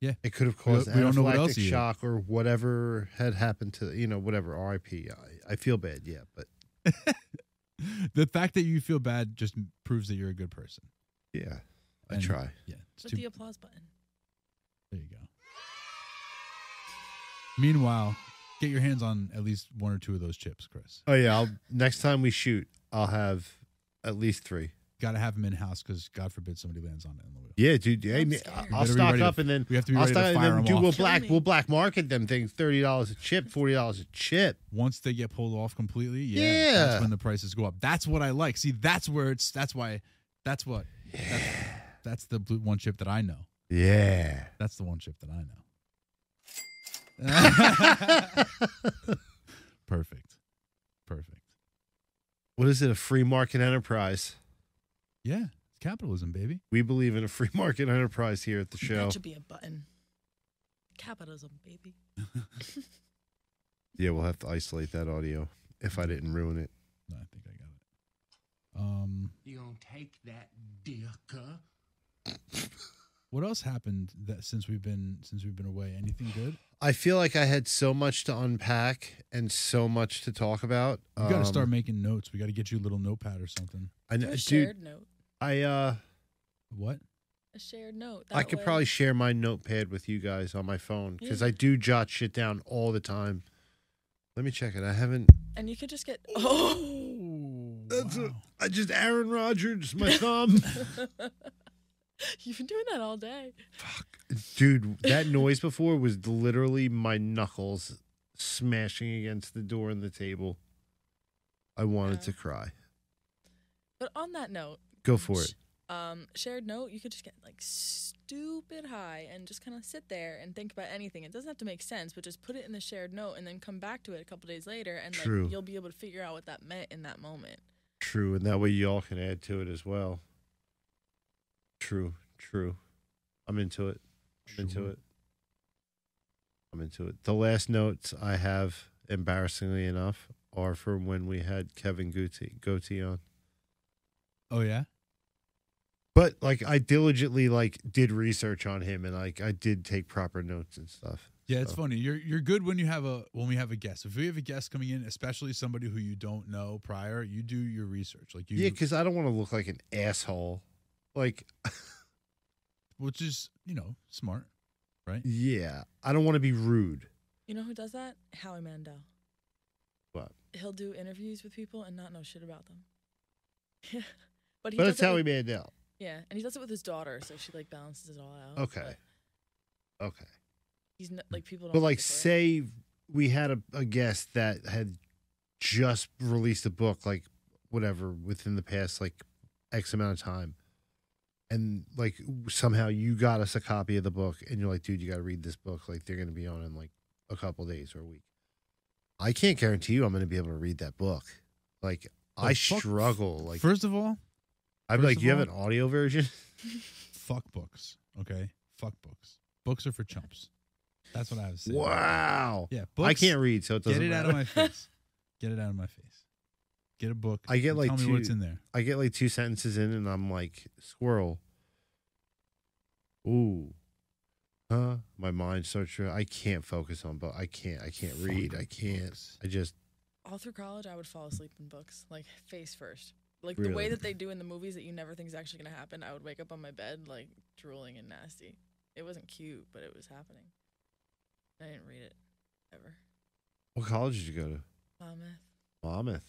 [SPEAKER 3] Yeah.
[SPEAKER 1] It could have caused
[SPEAKER 3] we don't know what
[SPEAKER 1] anaphylactic
[SPEAKER 3] else he ate.
[SPEAKER 1] shock or whatever had happened to you know whatever. R.I.P. I, I feel bad. Yeah, but
[SPEAKER 3] the fact that you feel bad just proves that you're a good person.
[SPEAKER 1] yeah, I
[SPEAKER 3] And-
[SPEAKER 1] try.
[SPEAKER 3] Yeah, it's
[SPEAKER 2] With
[SPEAKER 3] too,
[SPEAKER 2] the applause button.
[SPEAKER 3] there you go. Meanwhile, get your hands on at least one or two of those chips, Chris.
[SPEAKER 1] Oh yeah. I'll, next time we shoot, I'll have at least three.
[SPEAKER 3] Got to have them in house because God forbid somebody lands on it in the wheel.
[SPEAKER 1] Yeah, dude. Hey,
[SPEAKER 2] I'm
[SPEAKER 1] man,
[SPEAKER 2] scared.
[SPEAKER 1] I-
[SPEAKER 2] You
[SPEAKER 1] I'll
[SPEAKER 3] better be
[SPEAKER 1] stock
[SPEAKER 3] ready to-
[SPEAKER 1] up and then
[SPEAKER 3] We have to be
[SPEAKER 1] I'll
[SPEAKER 3] ready to
[SPEAKER 1] start, and
[SPEAKER 3] fire
[SPEAKER 1] then
[SPEAKER 3] them
[SPEAKER 1] do
[SPEAKER 3] off.
[SPEAKER 1] we'll
[SPEAKER 2] Kill
[SPEAKER 1] black
[SPEAKER 2] me.
[SPEAKER 1] we'll black market them things thirty dollars a chip forty dollars a chip
[SPEAKER 3] Once they get pulled off completely, yeah,
[SPEAKER 1] Yeah.
[SPEAKER 3] that's when the prices go up. That's what I like. See, that's where it's. That's why. That's what. That's, that's the blue one chip that I know.
[SPEAKER 1] [laughs] yeah
[SPEAKER 3] That's the one chip that I
[SPEAKER 1] [laughs]
[SPEAKER 3] know. Perfect. Perfect.
[SPEAKER 1] what is it a free market enterprise
[SPEAKER 3] Yeah, it's capitalism, baby.
[SPEAKER 1] we believe in a free [laughs] market enterprise here at the show
[SPEAKER 2] That should be a button. Capitalism, baby.
[SPEAKER 1] yeah we'll have to isolate that audio if I didn't ruin it
[SPEAKER 3] No, I think I got it. Um,
[SPEAKER 4] You gonna take that, dicker?
[SPEAKER 3] what else happened that since we've been since we've been away? Anything good?
[SPEAKER 1] I feel like I had so much to unpack and so much to talk about
[SPEAKER 3] We got
[SPEAKER 1] Um,
[SPEAKER 3] to start making notes. We got to get you a little notepad or something.
[SPEAKER 1] I
[SPEAKER 2] Do
[SPEAKER 1] know, uh,
[SPEAKER 2] a
[SPEAKER 1] dude
[SPEAKER 2] shared note.
[SPEAKER 1] I uh
[SPEAKER 3] What?
[SPEAKER 2] A shared note.
[SPEAKER 1] I
[SPEAKER 2] That
[SPEAKER 1] could
[SPEAKER 2] way-
[SPEAKER 1] probably share my notepad with you guys on my phone because I do jot shit down all the time let me check it I haven't
[SPEAKER 2] And you could
[SPEAKER 1] [laughs]
[SPEAKER 2] just get. Oh. [laughs]
[SPEAKER 3] Oh,
[SPEAKER 1] That's
[SPEAKER 3] wow.
[SPEAKER 1] a, I just Aaron Rodgers
[SPEAKER 2] [laughs]
[SPEAKER 1] my thumb.
[SPEAKER 2] You've been doing that all day.
[SPEAKER 1] Dude, that noise before was literally my knuckles smashing against the door and the table. I wanted
[SPEAKER 2] Yeah.
[SPEAKER 1] to cry.
[SPEAKER 2] But on that note,
[SPEAKER 1] Go for it.
[SPEAKER 2] um, shared note, you could just get like stupid high and just kind of sit there and think about anything. It doesn't have to make sense, but just put it in the shared note and then come back to it a couple days later, and like
[SPEAKER 1] True.
[SPEAKER 2] you'll be able to figure out what that meant in that moment.
[SPEAKER 1] True, and that way y'all can add to it as well. True, true. I'm into it. I'm into
[SPEAKER 3] Sure.
[SPEAKER 1] it. I'm into it. The last notes I have, embarrassingly enough, are from when we had Kevin Goatee, Goatee on.
[SPEAKER 3] Oh yeah.
[SPEAKER 1] but like I diligently like did research on him and like I did take proper notes and stuff.
[SPEAKER 3] Yeah, it's
[SPEAKER 1] So-
[SPEAKER 3] funny. You're you're good when you have a when we have a guest. If we have a guest coming in, especially somebody who you don't know prior, you do your research. Like you
[SPEAKER 1] yeah, because I don't want to look like an asshole. Like, [laughs]
[SPEAKER 3] which is, you know, smart.
[SPEAKER 1] yeah, I don't want to be rude.
[SPEAKER 2] You know who does that? Howie Mandel.
[SPEAKER 1] What?
[SPEAKER 2] He'll do interviews with people and not know shit about them. [laughs] Yeah, but he
[SPEAKER 1] But
[SPEAKER 2] does
[SPEAKER 1] it's
[SPEAKER 2] it
[SPEAKER 1] Howie
[SPEAKER 2] with-
[SPEAKER 1] Mandel.
[SPEAKER 2] Yeah, and he does it with his daughter, so she like balances it all out.
[SPEAKER 1] Okay,
[SPEAKER 2] but
[SPEAKER 1] okay.
[SPEAKER 2] He's not, like people. Don't
[SPEAKER 1] But
[SPEAKER 2] look
[SPEAKER 1] like,
[SPEAKER 2] for it.
[SPEAKER 1] say we had a, a guest that had just released a book, like whatever, within the past like X amount of time, and like somehow you got us a copy of the book, and you're like, dude, you got to read this book. Like they're gonna be on in like a couple days or a week. I can't guarantee you I'm gonna be able to read that book. Like I
[SPEAKER 3] Like, fuck-
[SPEAKER 1] struggle. Like
[SPEAKER 3] First of all,
[SPEAKER 1] I'd be
[SPEAKER 3] first
[SPEAKER 1] like,
[SPEAKER 3] of
[SPEAKER 1] you have an
[SPEAKER 3] all-
[SPEAKER 1] audio
[SPEAKER 3] [laughs]
[SPEAKER 1] version.
[SPEAKER 3] fuck books. Okay? Fuck books. Books are for chumps. That's what I was saying.
[SPEAKER 1] Wow.
[SPEAKER 3] Yeah, books
[SPEAKER 1] I can't read, so it doesn't
[SPEAKER 3] get it
[SPEAKER 1] matter.
[SPEAKER 3] out of my face. Get it out of my face. Get a book.
[SPEAKER 1] I get,
[SPEAKER 3] and
[SPEAKER 1] like,
[SPEAKER 3] tell me what's
[SPEAKER 1] two-
[SPEAKER 3] in there.
[SPEAKER 1] I get like two sentences in and I'm like, squirrel. Ooh. Huh? My mind's so true. I can't focus on but I can't I can't
[SPEAKER 3] Fuck
[SPEAKER 1] read. I can't.
[SPEAKER 3] books.
[SPEAKER 1] I just
[SPEAKER 2] all through college, I would fall asleep in books, like face first. Like the
[SPEAKER 1] Really?
[SPEAKER 2] way that they do in the movies that you never think is actually going to happen. I would wake up on my bed, like drooling and nasty. It wasn't cute, but it was happening. I didn't read it ever.
[SPEAKER 1] What college did you go to?
[SPEAKER 2] Monmouth.
[SPEAKER 1] Monmouth.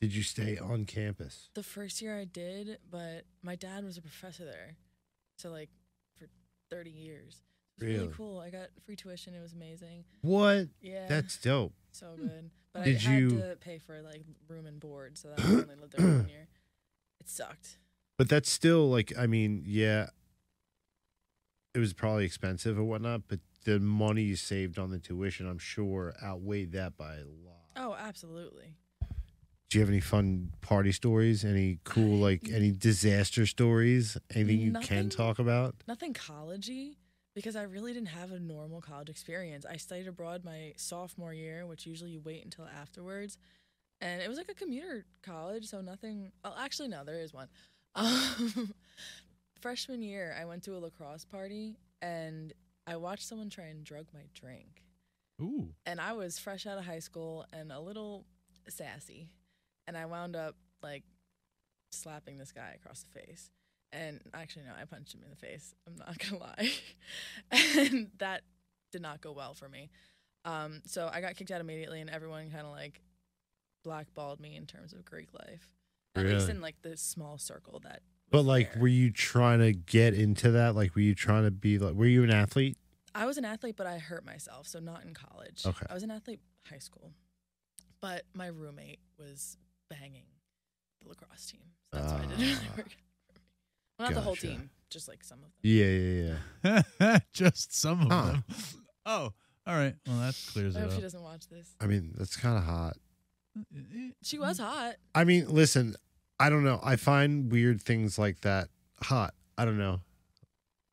[SPEAKER 1] Did you stay on campus?
[SPEAKER 2] The first year I did, but my dad was a professor there. So, like, for 30 years. It was really,
[SPEAKER 1] Really?
[SPEAKER 2] cool. I got free tuition. It was amazing.
[SPEAKER 1] What?
[SPEAKER 2] Yeah.
[SPEAKER 1] That's dope.
[SPEAKER 2] So good. But I
[SPEAKER 1] Did
[SPEAKER 2] had
[SPEAKER 1] you-
[SPEAKER 2] to pay for, like, room and board. So that I only lived there
[SPEAKER 1] [clears throat]
[SPEAKER 2] one year. It sucked.
[SPEAKER 1] But that's still like I mean, yeah. It was probably expensive or whatnot, but the money you saved on the tuition, I'm sure, outweighed that by a lot.
[SPEAKER 2] Oh, absolutely.
[SPEAKER 1] Do you have any fun party stories? Any cool like any disaster stories? Anything you can
[SPEAKER 2] Nothing.
[SPEAKER 1] talk about?
[SPEAKER 2] nothing collegey because I really didn't have a normal college experience. I studied abroad my sophomore year, which usually you wait until afterwards, and it was like a commuter college, so nothing. Oh, actually, no, there is one. [laughs] Um, freshman year, I went to a lacrosse party and I watched someone try and drug my drink,
[SPEAKER 3] Ooh. [laughs]
[SPEAKER 2] and I was fresh out of high school and a little sassy, and I wound up like slapping this guy across the face. And actually, no, I punched him in the face. I'm not gonna [laughs] lie, and that did not go well for me. Um, so I got kicked out immediately, and everyone kind of like blackballed me in terms of Greek life, at least
[SPEAKER 1] Really?
[SPEAKER 2] in like the small circle that.
[SPEAKER 1] But
[SPEAKER 2] was
[SPEAKER 1] like,
[SPEAKER 2] there.
[SPEAKER 1] were you trying to get into that? Like, were you trying to be like, were you an athlete?
[SPEAKER 2] I was an athlete, but I hurt myself, so not in college.
[SPEAKER 1] Okay.
[SPEAKER 2] I was an athlete high school, but my roommate was banging the lacrosse team. So that's why I didn't really
[SPEAKER 1] Ah,
[SPEAKER 2] work. Well, not the whole
[SPEAKER 1] gotcha.
[SPEAKER 2] team, just like some of them.
[SPEAKER 1] Yeah, yeah, yeah.
[SPEAKER 3] Just some of
[SPEAKER 1] Huh.
[SPEAKER 3] them. [laughs] Oh, all right. Well, that clears
[SPEAKER 2] I
[SPEAKER 3] it
[SPEAKER 2] hope she
[SPEAKER 3] up. Eh,
[SPEAKER 2] doesn't watch this.
[SPEAKER 1] I mean, that's kind of hot.
[SPEAKER 2] She was hot.
[SPEAKER 1] I mean, listen, I don't know. I find weird things like that hot. I don't know.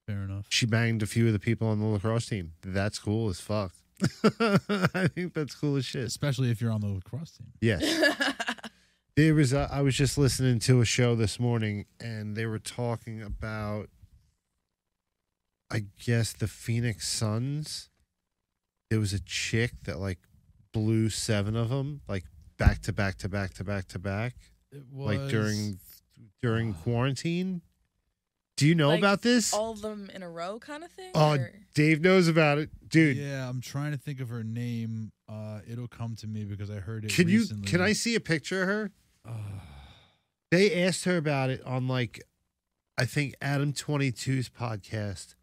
[SPEAKER 3] Fair enough.
[SPEAKER 1] She banged a few of the people on the lacrosse team. That's cool as fuck. [laughs] I think that's cool as shit.
[SPEAKER 3] Especially if you're on the lacrosse team.
[SPEAKER 1] Yes. [laughs] There was a, I was just listening to a show this morning and they were talking about I guess the Phoenix Suns. There was a chick that like blew 7 of them like back to back to back to back to back
[SPEAKER 3] It
[SPEAKER 1] like during during
[SPEAKER 3] Ah. oh.
[SPEAKER 1] quarantine. Do you know
[SPEAKER 2] Like,
[SPEAKER 1] about this?
[SPEAKER 2] [laughs] All of them in a row, kind of thing.
[SPEAKER 1] Oh,
[SPEAKER 2] or-
[SPEAKER 1] Dave knows about it. Dude,
[SPEAKER 3] Yeah, I'm trying to think of her name. Uh, it'll come to me because I heard it.
[SPEAKER 1] can you
[SPEAKER 3] recently. Ah,
[SPEAKER 1] can I see a picture of her? they asked her about it on like i think adam 22's podcast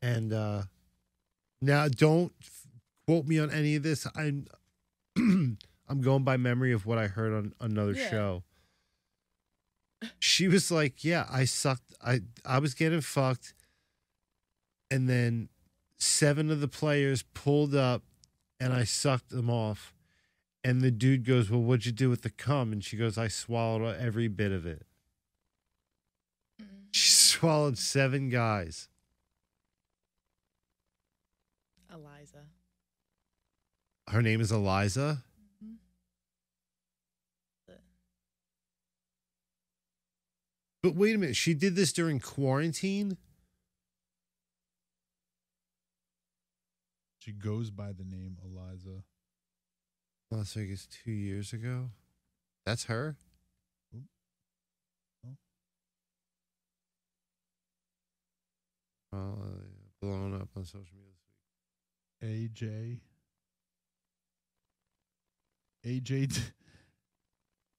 [SPEAKER 1] and uh now don't f- quote me on any of this i'm [clears throat] i'm going by memory of what i heard on another
[SPEAKER 2] Yeah.
[SPEAKER 1] show she was like yeah i sucked i i was getting fucked and then seven of the players pulled up and i sucked them off and the dude goes, Well, what'd you do with the cum? And she goes, I swallowed every bit of it.
[SPEAKER 2] Mm.
[SPEAKER 1] She [laughs] swallowed seven guys.
[SPEAKER 2] Eliza.
[SPEAKER 1] Her name is Eliza. But wait a minute, she did this during quarantine?
[SPEAKER 3] She goes by the name Eliza.
[SPEAKER 1] Las Vegas two years ago. That's her?
[SPEAKER 3] Oh.
[SPEAKER 1] Well, uh, blown up on social media.
[SPEAKER 3] AJ. AJ. T-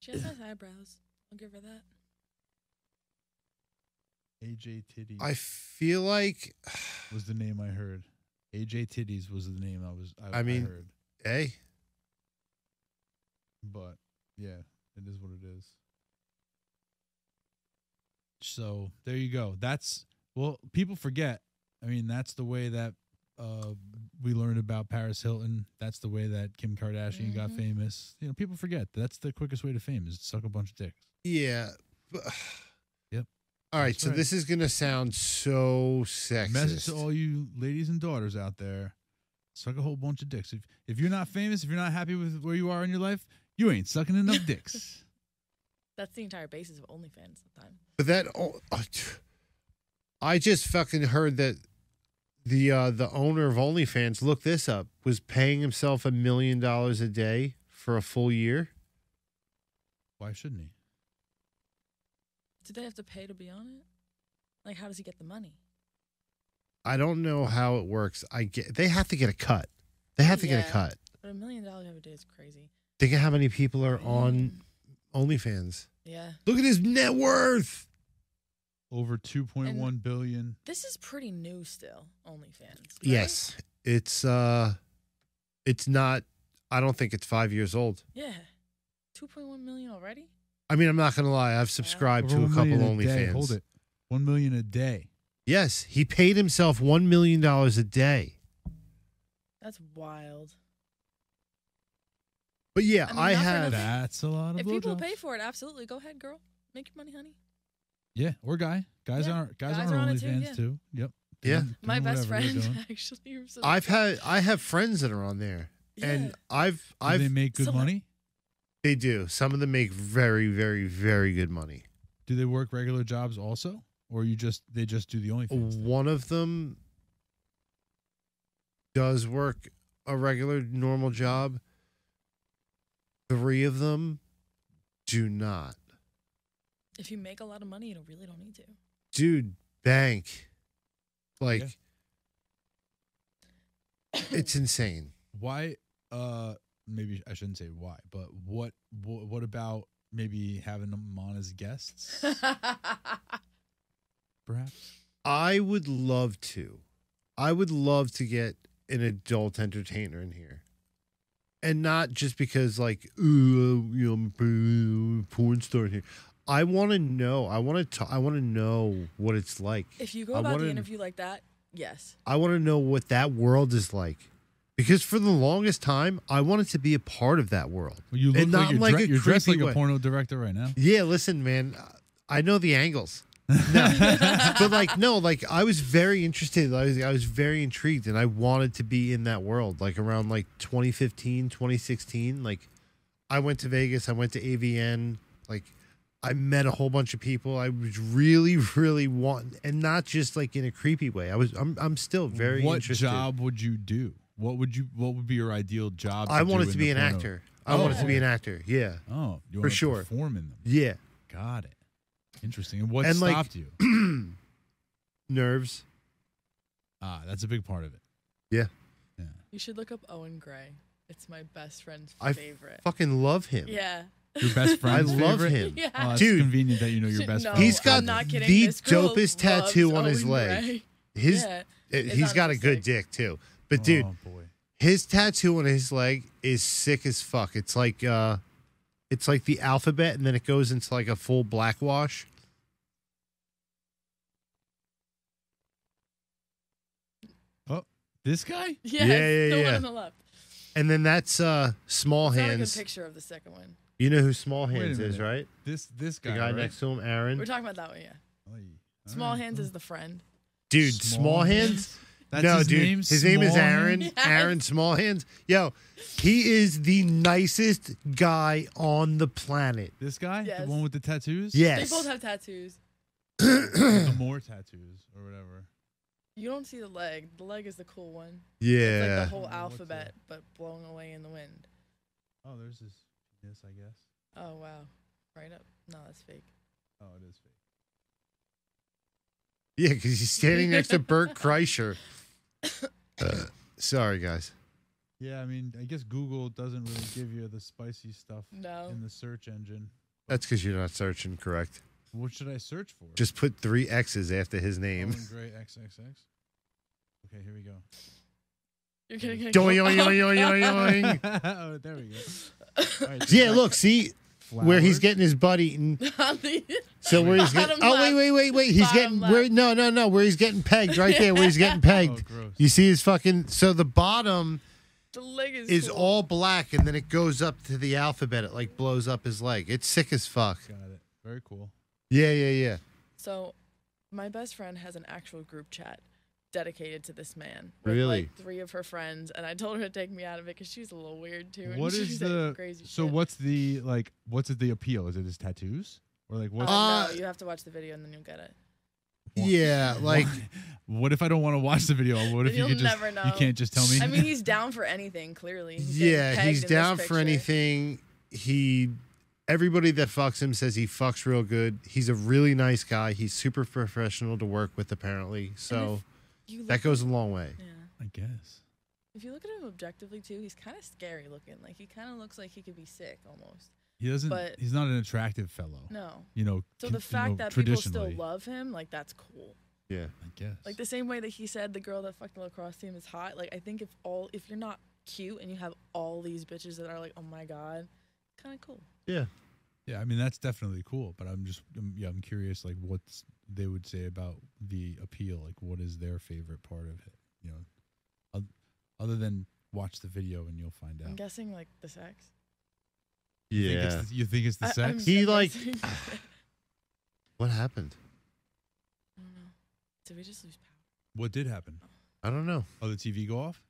[SPEAKER 2] She has nice eyebrows. I'll give her that.
[SPEAKER 3] AJ Titty
[SPEAKER 1] I feel like,
[SPEAKER 3] was the name I heard. AJ Titties was the name I was. I,
[SPEAKER 1] I mean-
[SPEAKER 3] heard.
[SPEAKER 1] hey,
[SPEAKER 3] But yeah, it is what it is. So there you go. That's well, people forget. I mean, that's the way that uh, we learned about Paris Hilton. That's the way that Kim Kardashian got
[SPEAKER 2] Mhm.
[SPEAKER 3] famous. You know, people forget. That's the quickest way to fame is suck a bunch of dicks.
[SPEAKER 1] yeah. [sighs] but-
[SPEAKER 3] Yep.
[SPEAKER 1] All right,
[SPEAKER 3] That's
[SPEAKER 1] so
[SPEAKER 3] right.
[SPEAKER 1] this is going to sound so sexist.
[SPEAKER 3] Message to all you ladies and daughters out there: suck a whole bunch of dicks. If if you're not famous, if you're not happy with where you are in your life, you ain't sucking
[SPEAKER 2] [laughs]
[SPEAKER 3] enough dicks.
[SPEAKER 2] That's the entire basis of OnlyFans. Sometimes.
[SPEAKER 1] But that, oh, uh, I just fucking heard that the uh, the owner of OnlyFans, look this up, was paying himself a million dollars a day for a full year.
[SPEAKER 3] Why shouldn't he?
[SPEAKER 2] Did they have to pay to be on it? Like, how does he get the money?
[SPEAKER 1] I don't know how it works. I get they have to get a cut. They have to get a
[SPEAKER 2] Yeah.
[SPEAKER 1] cut.
[SPEAKER 2] But a million dollars every day is crazy.
[SPEAKER 1] Think of how many people are on OnlyFans.
[SPEAKER 2] Yeah.
[SPEAKER 1] Look at his net worth.
[SPEAKER 3] Over two point one
[SPEAKER 2] And-
[SPEAKER 3] billion.
[SPEAKER 2] This is pretty new still, OnlyFans. right?
[SPEAKER 1] Yes, it's uh, it's not. I don't think it's five years old.
[SPEAKER 2] Yeah. 2.1 million already?
[SPEAKER 1] I mean, I'm not gonna lie. I've subscribed to
[SPEAKER 3] Over
[SPEAKER 1] a
[SPEAKER 3] one
[SPEAKER 1] couple
[SPEAKER 3] million a day.
[SPEAKER 1] OnlyFans.
[SPEAKER 3] Hold it. One million a day.
[SPEAKER 1] Yes, he paid himself one million dollars a day.
[SPEAKER 2] That's wild.
[SPEAKER 1] But yeah, I,
[SPEAKER 2] I mean, not for
[SPEAKER 1] have.
[SPEAKER 2] nothing.
[SPEAKER 3] That's a lot of
[SPEAKER 2] if people
[SPEAKER 3] blowjobs.
[SPEAKER 2] pay for it, absolutely. Go ahead, girl. Make your money, honey.
[SPEAKER 3] Yeah, or guy. Guys
[SPEAKER 2] Yeah,
[SPEAKER 3] are guys,
[SPEAKER 2] guys
[SPEAKER 3] are
[SPEAKER 2] are on it too,
[SPEAKER 3] OnlyFans
[SPEAKER 2] yeah.
[SPEAKER 3] too. Yep.
[SPEAKER 1] Yeah.
[SPEAKER 3] Doing-
[SPEAKER 2] My
[SPEAKER 3] doing
[SPEAKER 2] best
[SPEAKER 3] whatever they're
[SPEAKER 2] friend
[SPEAKER 3] doing.
[SPEAKER 2] [laughs] actually. was a-
[SPEAKER 1] I've had. I have friends that are on there,
[SPEAKER 2] Yeah.
[SPEAKER 1] and I've.
[SPEAKER 3] Do
[SPEAKER 1] I've.
[SPEAKER 3] they
[SPEAKER 1] They,
[SPEAKER 3] make good
[SPEAKER 2] Some-
[SPEAKER 3] money?
[SPEAKER 1] do. Some of them make very, very, very good money.
[SPEAKER 3] Do they work regular jobs also, or you just they just do the OnlyFans? thing?
[SPEAKER 1] One of them does work a regular, normal job. Three of them do not.
[SPEAKER 2] if you make a lot of money, you don't really
[SPEAKER 1] [laughs]
[SPEAKER 2] don't need to.
[SPEAKER 1] dude, bank. Like it's insane.
[SPEAKER 3] Why? Uh, maybe I shouldn't say why, but what? What, what about maybe having them on as
[SPEAKER 2] [laughs]
[SPEAKER 3] guests? Perhaps.
[SPEAKER 1] I would love to. I would love to get an adult entertainer in here. And not just because like, ooh, uh, you know, I'm a porn star in here. I want to know. I want to. I want to know what it's like.
[SPEAKER 2] if you go
[SPEAKER 1] I
[SPEAKER 2] about the
[SPEAKER 1] wanna-
[SPEAKER 2] interview like that, yes.
[SPEAKER 1] I want to know what that world is like, because for the longest time, I wanted to be a part of that world.
[SPEAKER 3] Well, you
[SPEAKER 1] And
[SPEAKER 3] look like
[SPEAKER 1] not
[SPEAKER 3] you're,
[SPEAKER 1] like
[SPEAKER 3] dre-
[SPEAKER 1] a
[SPEAKER 3] you're dressed like
[SPEAKER 1] creepy
[SPEAKER 3] a
[SPEAKER 1] way.
[SPEAKER 3] porno director right now.
[SPEAKER 1] Yeah, listen, man, I know the angles.
[SPEAKER 3] [laughs]
[SPEAKER 1] No. but like no, like I was very interested. I was I was very intrigued and I wanted to be in that world like around like 2015, 2016, like I went to Vegas, I went to AVN, like I met a whole bunch of people. I was really really want and not just like in a creepy way. I was I'm I'm still very
[SPEAKER 3] what
[SPEAKER 1] interested.
[SPEAKER 3] job would you do? What would you? What would be your ideal job?
[SPEAKER 1] I
[SPEAKER 3] do
[SPEAKER 1] wanted
[SPEAKER 3] in
[SPEAKER 1] to be
[SPEAKER 3] the
[SPEAKER 1] an
[SPEAKER 3] porno?
[SPEAKER 1] actor. I wanted to be an actor. Yeah.
[SPEAKER 3] Oh, you
[SPEAKER 1] For
[SPEAKER 3] wanna
[SPEAKER 1] sure.
[SPEAKER 3] Perform in them.
[SPEAKER 1] Yeah. [clears throat]
[SPEAKER 3] Got it. Interesting. And what
[SPEAKER 1] And, like-
[SPEAKER 3] stopped you?
[SPEAKER 1] Nerves.
[SPEAKER 3] Ah, that's a big part of it.
[SPEAKER 1] Yeah.
[SPEAKER 3] Yeah.
[SPEAKER 2] You should look up Owen Gray. It's my best friend's
[SPEAKER 1] I
[SPEAKER 2] favorite.
[SPEAKER 1] fucking love him.
[SPEAKER 2] yeah.
[SPEAKER 3] Your best
[SPEAKER 1] [laughs] I
[SPEAKER 3] friend's
[SPEAKER 1] love
[SPEAKER 3] favorite?
[SPEAKER 1] him.
[SPEAKER 2] Yeah.
[SPEAKER 3] Oh, it's
[SPEAKER 1] Dude.
[SPEAKER 3] convenient that you know
[SPEAKER 2] [laughs]
[SPEAKER 3] your
[SPEAKER 2] Should-
[SPEAKER 3] best Oh,
[SPEAKER 2] no,
[SPEAKER 3] friend's
[SPEAKER 1] He's got
[SPEAKER 2] I'm
[SPEAKER 3] favorite.
[SPEAKER 2] not kidding.
[SPEAKER 1] the
[SPEAKER 2] This girl
[SPEAKER 1] dopest
[SPEAKER 2] loves
[SPEAKER 1] tattoo on his
[SPEAKER 2] Owen
[SPEAKER 1] leg.
[SPEAKER 2] Gray.
[SPEAKER 1] His
[SPEAKER 2] yeah. [laughs]
[SPEAKER 1] It-
[SPEAKER 2] It's
[SPEAKER 1] he's got a
[SPEAKER 2] honestly
[SPEAKER 1] good
[SPEAKER 2] sick.
[SPEAKER 1] dick too. But dude,
[SPEAKER 3] Oh, boy.
[SPEAKER 1] his tattoo on his leg is sick as fuck. It's like uh it's like the alphabet and then it goes into like a full black wash.
[SPEAKER 3] This guy?
[SPEAKER 1] Yeah,
[SPEAKER 2] Yeah, it's
[SPEAKER 1] yeah,
[SPEAKER 2] the
[SPEAKER 1] yeah.
[SPEAKER 2] one on the left.
[SPEAKER 1] And then that's uh small
[SPEAKER 2] It's not a good
[SPEAKER 1] hands.
[SPEAKER 2] picture of the second one.
[SPEAKER 1] You know who small
[SPEAKER 3] Wait a
[SPEAKER 1] hands is,
[SPEAKER 3] minute.
[SPEAKER 1] right?
[SPEAKER 3] This this
[SPEAKER 1] The
[SPEAKER 3] guy.
[SPEAKER 1] guy
[SPEAKER 3] right?
[SPEAKER 1] next to him, Aaron.
[SPEAKER 2] We're talking about that one, yeah.
[SPEAKER 3] Oy.
[SPEAKER 2] Small
[SPEAKER 3] Alright.
[SPEAKER 2] hands
[SPEAKER 1] Mm-hmm.
[SPEAKER 2] is the friend.
[SPEAKER 1] dude, small, hands?
[SPEAKER 3] That's
[SPEAKER 1] no,
[SPEAKER 3] his
[SPEAKER 1] dude.
[SPEAKER 3] name.
[SPEAKER 1] his name is
[SPEAKER 3] Small
[SPEAKER 1] Aaron.
[SPEAKER 2] Hands?
[SPEAKER 1] Aaron Small Hands. Yo, he is the nicest guy on the planet.
[SPEAKER 3] This guy,
[SPEAKER 2] Yes.
[SPEAKER 3] the one with the tattoos.
[SPEAKER 1] Yes.
[SPEAKER 2] They both have tattoos.
[SPEAKER 1] [clears throat]
[SPEAKER 3] the more tattoos or whatever.
[SPEAKER 2] You don't see the leg. The leg is the cool one. It's like
[SPEAKER 1] yeah.
[SPEAKER 2] the whole
[SPEAKER 3] I don't know what to-
[SPEAKER 2] alphabet, but blown away in the wind.
[SPEAKER 3] Oh, there's his penis, I guess.
[SPEAKER 2] Oh wow! Right up? No, that's fake.
[SPEAKER 3] Oh, it is fake.
[SPEAKER 1] Yeah, because he's standing next to Bert Kreischer. Uh, sorry, guys.
[SPEAKER 3] Yeah, I mean, I guess Google doesn't really give you the spicy stuff
[SPEAKER 2] No.
[SPEAKER 3] in the search engine.
[SPEAKER 1] That's because you're not searching correct.
[SPEAKER 3] What should I search for?
[SPEAKER 1] Just put three X's after his name.
[SPEAKER 2] [laughs]
[SPEAKER 3] Owen Gray XXX. Okay, here
[SPEAKER 1] [laughs]
[SPEAKER 3] we go.
[SPEAKER 2] You're getting a
[SPEAKER 1] Doing, yoing, yoing, yoing, yoing,
[SPEAKER 2] [laughs]
[SPEAKER 1] yoing.
[SPEAKER 3] oh, [laughs] there we go. All right, this
[SPEAKER 1] Yeah,
[SPEAKER 3] guy-
[SPEAKER 1] look, see where he's
[SPEAKER 3] Flowers.
[SPEAKER 1] getting his butt eaten. So where he's getting?
[SPEAKER 2] Bottom
[SPEAKER 1] Oh wait,
[SPEAKER 2] left.
[SPEAKER 1] wait, wait, wait. He's
[SPEAKER 2] Bottom
[SPEAKER 1] getting
[SPEAKER 2] left.
[SPEAKER 1] where? No, no, no. Where he's getting pegged? Right there. Where he's
[SPEAKER 2] [laughs]
[SPEAKER 1] getting
[SPEAKER 3] Oh,
[SPEAKER 1] pegged.
[SPEAKER 3] gross.
[SPEAKER 1] You see his fucking. So the bottom
[SPEAKER 2] [laughs] the leg is
[SPEAKER 1] is
[SPEAKER 2] cool.
[SPEAKER 1] all black, and then it goes up to the alphabet. It like blows up his leg. It's sick as fuck.
[SPEAKER 3] Got it. Very cool.
[SPEAKER 1] Yeah, yeah, yeah.
[SPEAKER 2] So, my best friend has an actual group chat dedicated to this man. with,
[SPEAKER 1] Really?
[SPEAKER 2] Like three of her friends, and I told her to take me out of it because she's a little weird too. and
[SPEAKER 3] What
[SPEAKER 2] she
[SPEAKER 3] is
[SPEAKER 2] was, like,
[SPEAKER 3] the
[SPEAKER 2] crazy?
[SPEAKER 3] so?
[SPEAKER 2] shit.
[SPEAKER 3] What's the like? What's the appeal? Is it his tattoos or like what?
[SPEAKER 2] Uh,
[SPEAKER 1] Uh,
[SPEAKER 2] no, you have to watch the video and then you'll get it.
[SPEAKER 1] [laughs] Yeah, Oh, like
[SPEAKER 3] [laughs] what if I don't want to watch the video? What if you
[SPEAKER 2] You'll
[SPEAKER 3] could just
[SPEAKER 2] never
[SPEAKER 3] you
[SPEAKER 2] know.
[SPEAKER 3] can't just tell me?
[SPEAKER 2] I mean, he's down for anything. Clearly. He's getting
[SPEAKER 1] yeah,
[SPEAKER 2] pegged in
[SPEAKER 1] he's
[SPEAKER 2] this
[SPEAKER 1] down for
[SPEAKER 2] picture.
[SPEAKER 1] anything. He everybody that fucks him says he fucks real good. He's a really nice guy. He's super professional to work with apparently. So
[SPEAKER 2] You
[SPEAKER 1] that
[SPEAKER 2] look-
[SPEAKER 1] goes a long way.
[SPEAKER 2] Yeah.
[SPEAKER 3] [laughs] I guess.
[SPEAKER 2] If you look at him objectively too, he's kind of scary looking. Like he kind of looks like he could be sick almost.
[SPEAKER 3] He doesn't.
[SPEAKER 2] But-
[SPEAKER 3] he's not an attractive fellow.
[SPEAKER 2] No.
[SPEAKER 3] You know.
[SPEAKER 2] So
[SPEAKER 3] con-
[SPEAKER 2] the fact
[SPEAKER 3] you know,
[SPEAKER 2] that people
[SPEAKER 3] traditionally,
[SPEAKER 2] still love him, like that's cool.
[SPEAKER 1] Yeah.
[SPEAKER 3] I guess.
[SPEAKER 2] Like the same way that he said the girl that fucked the lacrosse team is hot. Like I think if all if you're not cute and you have all these bitches that are like, oh my god, kind of cool.
[SPEAKER 1] Yeah.
[SPEAKER 3] Yeah, I mean that's definitely cool, but I'm just um, yeah, I'm curious like what they would say about the appeal, like what is their favorite part of it, you know, oth- other than watch the video and you'll find
[SPEAKER 2] I'm
[SPEAKER 3] out.
[SPEAKER 2] guessing like the sex.
[SPEAKER 3] You think it's
[SPEAKER 1] Yeah.
[SPEAKER 3] the- you think it's the
[SPEAKER 2] I- I'm
[SPEAKER 3] sex?
[SPEAKER 1] He,
[SPEAKER 2] I'm
[SPEAKER 1] like- [sighs]
[SPEAKER 2] guessing- I
[SPEAKER 1] What happened?
[SPEAKER 2] don't know. Did we just lose power?
[SPEAKER 3] what did happen?
[SPEAKER 1] I don't know.
[SPEAKER 3] Oh, the TV go off?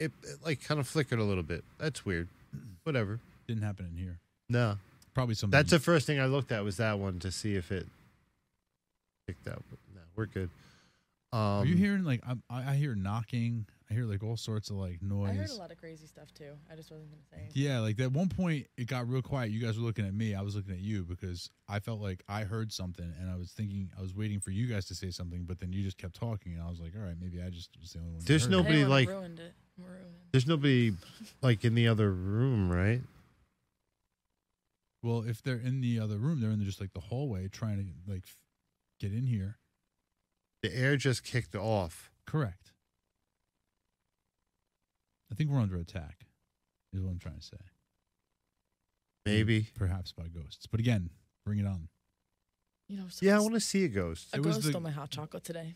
[SPEAKER 1] It, it like kind of flickered a little bit. That's weird. Whatever.
[SPEAKER 3] Didn't happen in here.
[SPEAKER 1] No,
[SPEAKER 3] Probably something.
[SPEAKER 1] that's the first thing I looked at was that one to see if it picked up. But no, we're good. Um,
[SPEAKER 3] Are you hearing like I'm, I I hear knocking? I hear like all sorts of like noise.
[SPEAKER 2] I heard a lot of crazy stuff too. I just wasn't gonna say. anything.
[SPEAKER 3] Yeah, like at one point it got real quiet. You guys were looking at me. I was looking at you because I felt like I heard something, and I was thinking I was waiting for you guys to say something, but then you just kept talking, and I was like, all right, maybe I just was the only one. who
[SPEAKER 1] There's
[SPEAKER 3] heard
[SPEAKER 2] I
[SPEAKER 1] no-
[SPEAKER 3] it."
[SPEAKER 2] didn't
[SPEAKER 1] Nobody,
[SPEAKER 2] wanna
[SPEAKER 1] like-
[SPEAKER 2] ruined it. I'm ruining.
[SPEAKER 1] There's nobody like in the other room, right?
[SPEAKER 3] Well, if they're in the other room, they're in just like the hallway trying to like f- get in here.
[SPEAKER 1] The air just kicked off.
[SPEAKER 3] Correct. I think we're under attack. Is what I'm trying to say.
[SPEAKER 1] Maybe.
[SPEAKER 3] Mm, Perhaps by ghosts, but again, bring it on.
[SPEAKER 2] You know. So
[SPEAKER 1] Yeah, I want to see a ghost.
[SPEAKER 2] A
[SPEAKER 3] It was
[SPEAKER 2] ghost
[SPEAKER 3] the-
[SPEAKER 2] stole my hot chocolate today.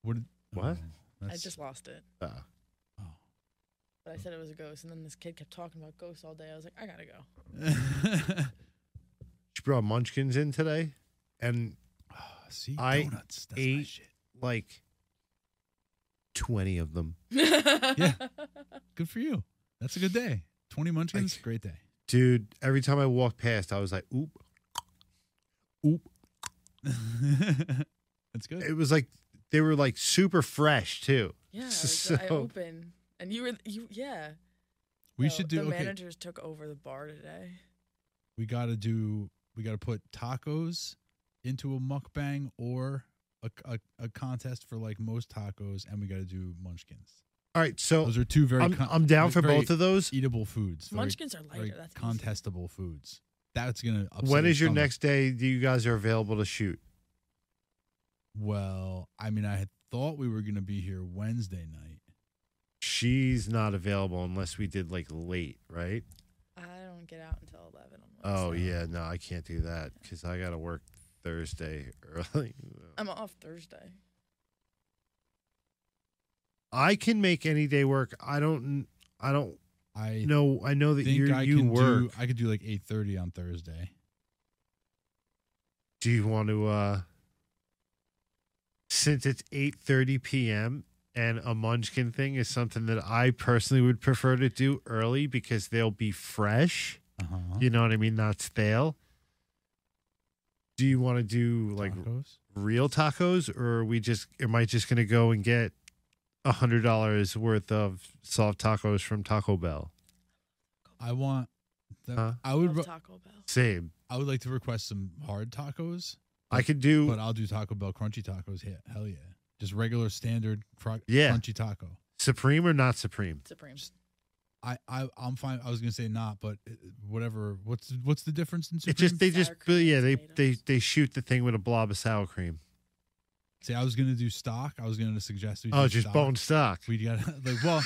[SPEAKER 3] What? Did,
[SPEAKER 1] What?
[SPEAKER 3] Oh,
[SPEAKER 2] I
[SPEAKER 3] that's-
[SPEAKER 2] just lost it.
[SPEAKER 1] Ah.
[SPEAKER 3] oh.
[SPEAKER 2] But I said it was a ghost, and then this kid kept talking about ghosts all day. I was like, I gotta go.
[SPEAKER 1] she brought munchkins in today, and
[SPEAKER 3] [laughs] Ah, see,
[SPEAKER 1] I
[SPEAKER 3] donuts. That's my
[SPEAKER 1] ate-
[SPEAKER 3] shit.
[SPEAKER 1] like twenty of them,
[SPEAKER 3] Yeah. Good for you. That's a good day. Twenty munchkins.
[SPEAKER 1] Like-
[SPEAKER 3] great day. [laughs]
[SPEAKER 1] dude. Every time I walked past, I was like, "Oop, oop."
[SPEAKER 3] That's good.
[SPEAKER 1] It was like they were like super fresh too.
[SPEAKER 2] [laughs] Yeah. I, was,
[SPEAKER 3] [laughs]
[SPEAKER 1] So-
[SPEAKER 2] I opened, and you were you yeah.
[SPEAKER 3] we
[SPEAKER 2] So
[SPEAKER 3] should do.
[SPEAKER 2] The
[SPEAKER 3] okay,
[SPEAKER 2] managers took over the bar today.
[SPEAKER 3] we gotta do. We gotta put tacos into a mukbang or a, a, a contest for like most tacos, and we gotta do munchkins.
[SPEAKER 1] All right, so
[SPEAKER 3] Those are two very.
[SPEAKER 1] I'm,
[SPEAKER 3] con-
[SPEAKER 1] I'm down for
[SPEAKER 3] very
[SPEAKER 1] both of those.
[SPEAKER 3] eatable foods. Very,
[SPEAKER 2] Munchkins are
[SPEAKER 3] very
[SPEAKER 2] lighter. That's easy.
[SPEAKER 3] contestable foods. That's gonna. Upset
[SPEAKER 1] When
[SPEAKER 3] your
[SPEAKER 1] is your
[SPEAKER 3] stomach.
[SPEAKER 1] next day? Do you guys are available to shoot?
[SPEAKER 3] Well, I mean, I had thought we were gonna be here Wednesday night.
[SPEAKER 1] She's not available unless we did like late, right?
[SPEAKER 2] I don't get out until eleven. On
[SPEAKER 1] Oh
[SPEAKER 2] Wednesday.
[SPEAKER 1] yeah, no, I can't do that because I gotta work Thursday [laughs] early.
[SPEAKER 2] I'm off Thursday.
[SPEAKER 1] I can make any day work. I don't. I don't
[SPEAKER 3] I
[SPEAKER 1] know. I know that
[SPEAKER 3] think
[SPEAKER 1] you
[SPEAKER 3] I
[SPEAKER 1] you
[SPEAKER 3] can
[SPEAKER 1] work.
[SPEAKER 3] do. I could do like eight thirty on Thursday.
[SPEAKER 1] do you want to? uh Since it's eight thirty p.m. and a munchkin thing is something that I personally would prefer to do early because they'll be fresh.
[SPEAKER 3] Uh-huh.
[SPEAKER 1] You know what I mean? Not stale. Do you want to do like
[SPEAKER 3] Tacos?
[SPEAKER 1] real tacos, or are we just am I just gonna go and get a hundred dollars worth of soft tacos from Taco Bell?
[SPEAKER 3] I want. The,
[SPEAKER 1] Huh?
[SPEAKER 3] I would.
[SPEAKER 2] Love
[SPEAKER 3] re-
[SPEAKER 2] Taco Bell.
[SPEAKER 1] Same.
[SPEAKER 3] I would like to request some hard tacos,
[SPEAKER 1] I could do
[SPEAKER 3] but I'll do Taco Bell crunchy tacos. Yeah, hell yeah, just regular standard cro-
[SPEAKER 1] Yeah.
[SPEAKER 3] crunchy taco.
[SPEAKER 1] supreme or not supreme.
[SPEAKER 2] Supreme.
[SPEAKER 3] Just- I, I I'm fine. I was gonna say not, but uh, whatever. What's what's the difference in
[SPEAKER 1] It
[SPEAKER 3] supreme?
[SPEAKER 1] just they just
[SPEAKER 2] Sour cream
[SPEAKER 1] yeah they,
[SPEAKER 2] and
[SPEAKER 1] they
[SPEAKER 2] tomatoes.
[SPEAKER 1] they shoot the thing with a blob of sour cream.
[SPEAKER 3] Say I was gonna do stock. I was gonna suggest we
[SPEAKER 1] Oh,
[SPEAKER 3] do
[SPEAKER 1] just
[SPEAKER 3] stock.
[SPEAKER 1] bone stock.
[SPEAKER 3] We got [laughs] like well,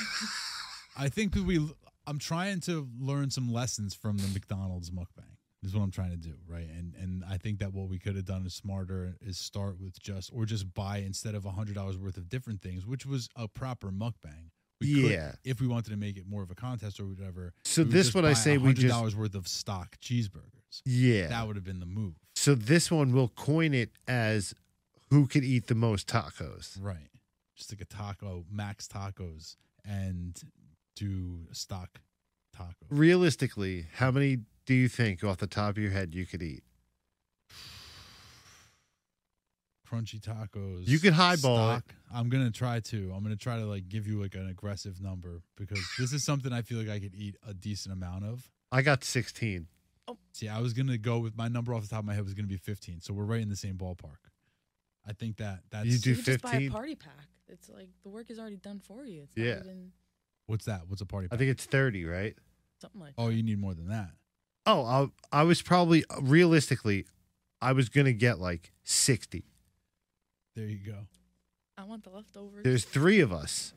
[SPEAKER 3] I think that we. I'm trying to learn some lessons from the McDonald's mukbang. Is what I'm trying to do, right? And and I think that what we could have done is smarter is start with just or just buy instead of a hundred dollars worth of different things, which was a proper mukbang. We could,
[SPEAKER 1] Yeah.
[SPEAKER 3] if we wanted to make it more of a contest or whatever.
[SPEAKER 1] So
[SPEAKER 3] we would
[SPEAKER 1] this
[SPEAKER 3] just
[SPEAKER 1] what I
[SPEAKER 3] buy
[SPEAKER 1] say we
[SPEAKER 3] $100
[SPEAKER 1] just
[SPEAKER 3] worth of stock cheeseburgers.
[SPEAKER 1] yeah.
[SPEAKER 3] That would have been the move,
[SPEAKER 1] so this one we'll coin it as who could eat the most tacos.
[SPEAKER 3] right? Just like a taco, max tacos, and do stock tacos.
[SPEAKER 1] Realistically, how many do you think off the top of your head you could eat?
[SPEAKER 3] crunchy tacos.
[SPEAKER 1] You could highball it.
[SPEAKER 3] I'm gonna try to. I'm gonna try to like give you like an aggressive number
[SPEAKER 1] [laughs]
[SPEAKER 3] because this is something I feel like I could eat a decent amount of.
[SPEAKER 1] I got sixteen.
[SPEAKER 3] See, I was gonna go with my number off the top of my head was gonna be 15, so we're right in the same ballpark. I think that that's
[SPEAKER 1] You do
[SPEAKER 2] you could just buy a
[SPEAKER 1] 15.
[SPEAKER 2] party pack. It's like the work is already done for you. It's
[SPEAKER 1] Yeah.
[SPEAKER 2] Not even
[SPEAKER 3] what's that? What's a party?
[SPEAKER 1] I
[SPEAKER 3] pack?
[SPEAKER 1] think it's 30, right?
[SPEAKER 2] something like.
[SPEAKER 3] oh, you need more than that.
[SPEAKER 1] Oh, I, I was probably realistically, I was gonna get like 60.
[SPEAKER 3] There you go.
[SPEAKER 2] I want the leftovers.
[SPEAKER 1] There's three of us.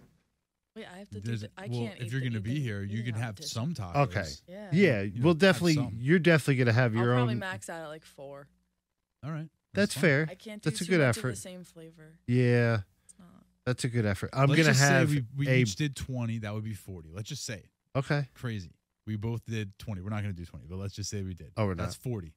[SPEAKER 2] Wait, I have to do.
[SPEAKER 3] There's-
[SPEAKER 2] The, I
[SPEAKER 3] well,
[SPEAKER 2] can't.
[SPEAKER 3] if
[SPEAKER 2] eat
[SPEAKER 3] you're
[SPEAKER 2] the
[SPEAKER 3] gonna be
[SPEAKER 2] eating-
[SPEAKER 3] here, you
[SPEAKER 2] eating
[SPEAKER 3] can have
[SPEAKER 2] competition.
[SPEAKER 3] some tacos.
[SPEAKER 1] Okay.
[SPEAKER 2] Yeah.
[SPEAKER 1] Yeah,
[SPEAKER 3] You
[SPEAKER 1] we'll
[SPEAKER 3] have
[SPEAKER 1] definitely.
[SPEAKER 3] some.
[SPEAKER 1] You're definitely gonna have your
[SPEAKER 2] I'll probably
[SPEAKER 1] own.
[SPEAKER 2] max out at like four.
[SPEAKER 3] All right.
[SPEAKER 1] that's
[SPEAKER 3] fine.
[SPEAKER 1] fair.
[SPEAKER 2] I can't do
[SPEAKER 1] That's a
[SPEAKER 2] too
[SPEAKER 1] good
[SPEAKER 2] much
[SPEAKER 1] effort.
[SPEAKER 2] of the same flavor.
[SPEAKER 1] Yeah,
[SPEAKER 2] It's not.
[SPEAKER 1] that's a good effort. I'm
[SPEAKER 3] Let's
[SPEAKER 1] gonna
[SPEAKER 3] just say
[SPEAKER 1] have
[SPEAKER 3] we, we
[SPEAKER 1] a
[SPEAKER 3] each did 20. That would be 40. Let's just say it.
[SPEAKER 1] okay.
[SPEAKER 3] crazy. We both did 20. We're not going to do 20, but let's just say we did.
[SPEAKER 1] Oh, we're
[SPEAKER 3] That's 40.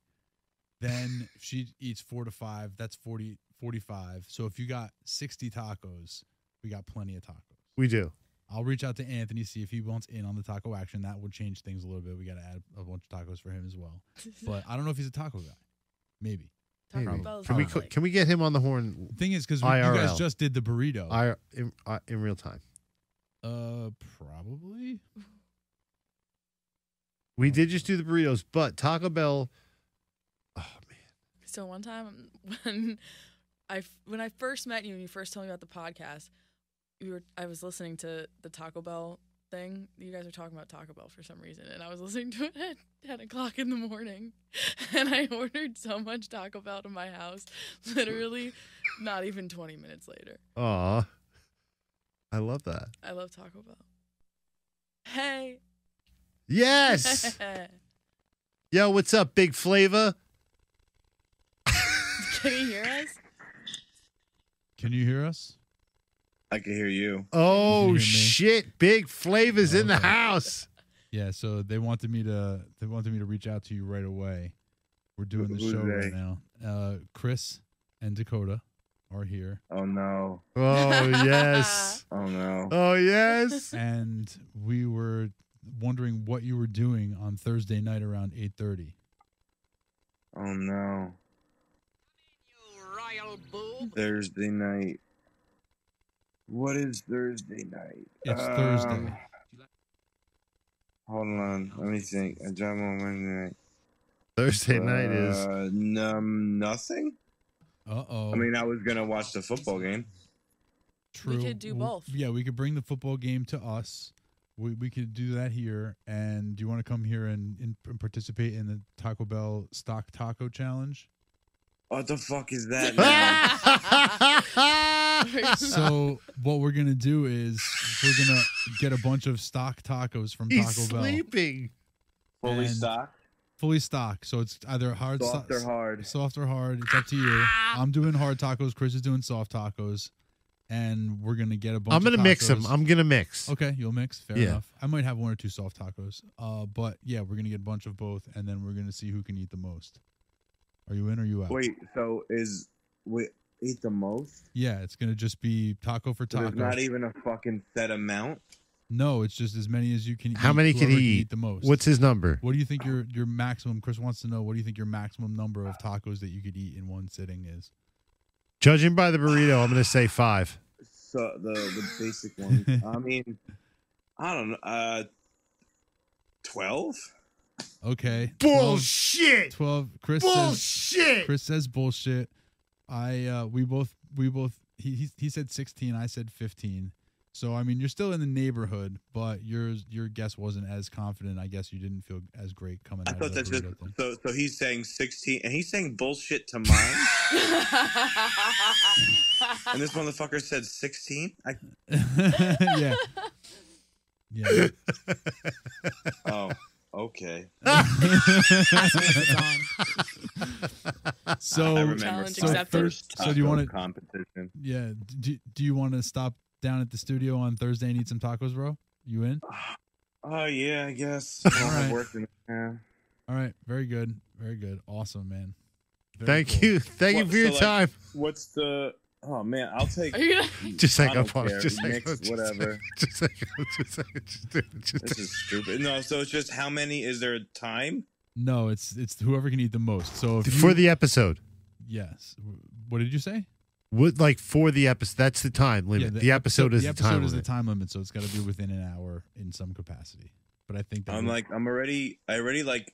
[SPEAKER 3] Then [laughs] if she eats four to five. That's 40, 45. So if you got 60 tacos, we got plenty of tacos.
[SPEAKER 1] We do.
[SPEAKER 3] I'll reach out to Anthony, see if he wants in on the taco action. That would change things a little bit. We got to add a bunch of tacos for him as well. But I don't know if he's a taco guy. Maybe.
[SPEAKER 2] Taco
[SPEAKER 1] Maybe.
[SPEAKER 2] Bell's
[SPEAKER 1] Can we
[SPEAKER 2] not
[SPEAKER 1] co-
[SPEAKER 2] like-
[SPEAKER 1] can we get him on the horn?
[SPEAKER 3] The thing is, because you guys
[SPEAKER 1] IRL.
[SPEAKER 3] just did the burrito.
[SPEAKER 1] I in, I in real time.
[SPEAKER 3] uh, probably.
[SPEAKER 1] We did just do the burritos, but Taco Bell. [sighs] Oh man,
[SPEAKER 2] So one time when I f- when I first met you and you first told me about the podcast, you were I was listening to the Taco Bell thing. You guys were talking about Taco Bell for some reason, and I was [laughs] listening to it at ten o'clock in the morning, [laughs] and I ordered so much Taco Bell to my house, [laughs] literally not even twenty minutes later.
[SPEAKER 1] aw, I love that.
[SPEAKER 2] I love Taco Bell. Hey, [laughs]
[SPEAKER 1] Yes. Yo, what's up, Big Flavor?
[SPEAKER 2] can you hear us? [laughs]
[SPEAKER 3] Can you hear us?
[SPEAKER 5] I can hear you.
[SPEAKER 1] Oh
[SPEAKER 3] me?
[SPEAKER 1] shit, Big Flavor's in the
[SPEAKER 3] Okay.
[SPEAKER 1] house.
[SPEAKER 3] Yeah, so they wanted me to they wanted me to reach out to you right away. We're doing the
[SPEAKER 5] Who's
[SPEAKER 3] show right
[SPEAKER 5] they?
[SPEAKER 3] now. Uh, Chris and Dakota are here,
[SPEAKER 5] Oh no.
[SPEAKER 1] Oh
[SPEAKER 2] [laughs]
[SPEAKER 1] yes.
[SPEAKER 5] Oh no.
[SPEAKER 1] Oh
[SPEAKER 3] [laughs]
[SPEAKER 1] yes.
[SPEAKER 3] and we were wondering what you were doing on Thursday night around eight thirty.
[SPEAKER 5] Oh no. Thursday night. What is Thursday night?
[SPEAKER 3] It's
[SPEAKER 5] Um,
[SPEAKER 3] Thursday.
[SPEAKER 5] Hold on. Let me think. I drive on Wednesday night.
[SPEAKER 1] Thursday night is.
[SPEAKER 5] Uh, num nothing.
[SPEAKER 3] Uh oh.
[SPEAKER 5] I mean, I was gonna watch the football game.
[SPEAKER 3] True.
[SPEAKER 2] could do
[SPEAKER 3] Well,
[SPEAKER 2] both.
[SPEAKER 3] Yeah, we could bring the football game to us. We we could do that here. And do you want to come here and, and, and participate in the Taco Bell stock taco challenge?
[SPEAKER 5] What the fuck
[SPEAKER 3] [laughs]
[SPEAKER 5] is that? now?
[SPEAKER 1] Ah!
[SPEAKER 5] [laughs]
[SPEAKER 3] so what we're gonna do is we're gonna get a bunch of stock tacos from Taco
[SPEAKER 1] He's
[SPEAKER 3] Bell,
[SPEAKER 1] sleeping.
[SPEAKER 5] Fully
[SPEAKER 3] And-
[SPEAKER 5] stocked,
[SPEAKER 3] fully stocked. So it's either hard,
[SPEAKER 5] soft
[SPEAKER 3] so-
[SPEAKER 5] or hard.
[SPEAKER 3] soft or hard. It's up to you. I'm doing hard tacos. Chris is doing soft tacos, and we're gonna get a bunch.
[SPEAKER 1] I'm gonna
[SPEAKER 3] of
[SPEAKER 1] mix them.
[SPEAKER 3] tacos.
[SPEAKER 1] I'm gonna mix.
[SPEAKER 3] okay. You'll mix. Fair
[SPEAKER 1] Yeah.
[SPEAKER 3] enough. I might have one or two soft tacos. Uh, but yeah, we're gonna get a bunch of both, and then we're gonna see who can eat the most. Are you in or you out?
[SPEAKER 5] Wait. So is wait eat the most?
[SPEAKER 3] Yeah, it's gonna just be taco for
[SPEAKER 5] So
[SPEAKER 3] taco.
[SPEAKER 5] There's not even a fucking set amount.
[SPEAKER 3] no, it's just as many as you can.
[SPEAKER 1] How
[SPEAKER 3] eat,
[SPEAKER 1] many can
[SPEAKER 3] whoever
[SPEAKER 1] he
[SPEAKER 3] eat the most?
[SPEAKER 1] What's his number?
[SPEAKER 3] What do you think your your maximum? Chris wants to know. What do you think your maximum number of tacos that you could eat in one sitting is?
[SPEAKER 1] Judging by the burrito, I'm gonna say five.
[SPEAKER 5] So the the
[SPEAKER 3] [laughs]
[SPEAKER 5] basic one. I mean, I don't know. Uh, twelve.
[SPEAKER 3] Okay. 12,
[SPEAKER 1] Bullshit.
[SPEAKER 3] Twelve. Chris says.
[SPEAKER 1] Bullshit.
[SPEAKER 3] Chris says bullshit. I uh, we both we both he, he he said sixteen. I said fifteen. So I mean you're still in the neighborhood, but your your guess wasn't as confident. I guess you didn't feel as great coming.
[SPEAKER 5] I
[SPEAKER 3] out
[SPEAKER 5] thought
[SPEAKER 3] of that
[SPEAKER 5] that's just
[SPEAKER 3] burrito thing.
[SPEAKER 5] so. So he's saying sixteen, and he's saying bullshit
[SPEAKER 2] [laughs]
[SPEAKER 5] to mine. and this motherfucker said sixteen. I
[SPEAKER 3] [laughs]
[SPEAKER 5] [laughs]
[SPEAKER 3] yeah.
[SPEAKER 1] [laughs]
[SPEAKER 3] Yeah.
[SPEAKER 5] oh okay.
[SPEAKER 3] So
[SPEAKER 5] I remember.
[SPEAKER 2] Challenge
[SPEAKER 5] my
[SPEAKER 2] accepted.
[SPEAKER 5] first
[SPEAKER 3] So do you
[SPEAKER 5] taco
[SPEAKER 3] wanna-
[SPEAKER 5] competition? [sighs]
[SPEAKER 3] Yeah. Do, do you want to stop down at the studio on Thursday and eat some tacos, bro? You in?
[SPEAKER 5] Oh yeah, I guess.
[SPEAKER 3] [laughs] All
[SPEAKER 5] I'm
[SPEAKER 3] right.
[SPEAKER 5] working. Yeah.
[SPEAKER 3] All right. Very good. Very good. Awesome, man. Very
[SPEAKER 1] Thank
[SPEAKER 3] cool.
[SPEAKER 1] you. Thank you
[SPEAKER 5] What-
[SPEAKER 1] for your
[SPEAKER 5] so, like-
[SPEAKER 1] time. [laughs]
[SPEAKER 5] What's the? Oh man, I'll take.
[SPEAKER 2] Are you gonna?
[SPEAKER 1] Just
[SPEAKER 5] I
[SPEAKER 1] hang
[SPEAKER 5] don't
[SPEAKER 1] up on
[SPEAKER 5] care.
[SPEAKER 1] it. Just hang
[SPEAKER 5] Mix,
[SPEAKER 1] up. [laughs] Just
[SPEAKER 5] whatever.
[SPEAKER 1] Just hang up. Just hang up. Just hang up. Just
[SPEAKER 5] This
[SPEAKER 1] hang
[SPEAKER 5] is stupid. No, so it's just how many is there a time?
[SPEAKER 3] No, it's it's whoever can eat the most. So
[SPEAKER 1] up.
[SPEAKER 3] if
[SPEAKER 1] For
[SPEAKER 3] you-
[SPEAKER 1] the episode.
[SPEAKER 3] yes, what did you say?
[SPEAKER 1] What like for the episode? That's the time limit.
[SPEAKER 3] Yeah,
[SPEAKER 1] the, episode is the,
[SPEAKER 3] episode
[SPEAKER 1] time
[SPEAKER 3] is
[SPEAKER 1] limit.
[SPEAKER 3] the time limit, so it's got to be within an hour in some capacity. But I think that
[SPEAKER 5] I'm
[SPEAKER 1] Mm-hmm.
[SPEAKER 3] would-
[SPEAKER 5] like, I'm already, I already like,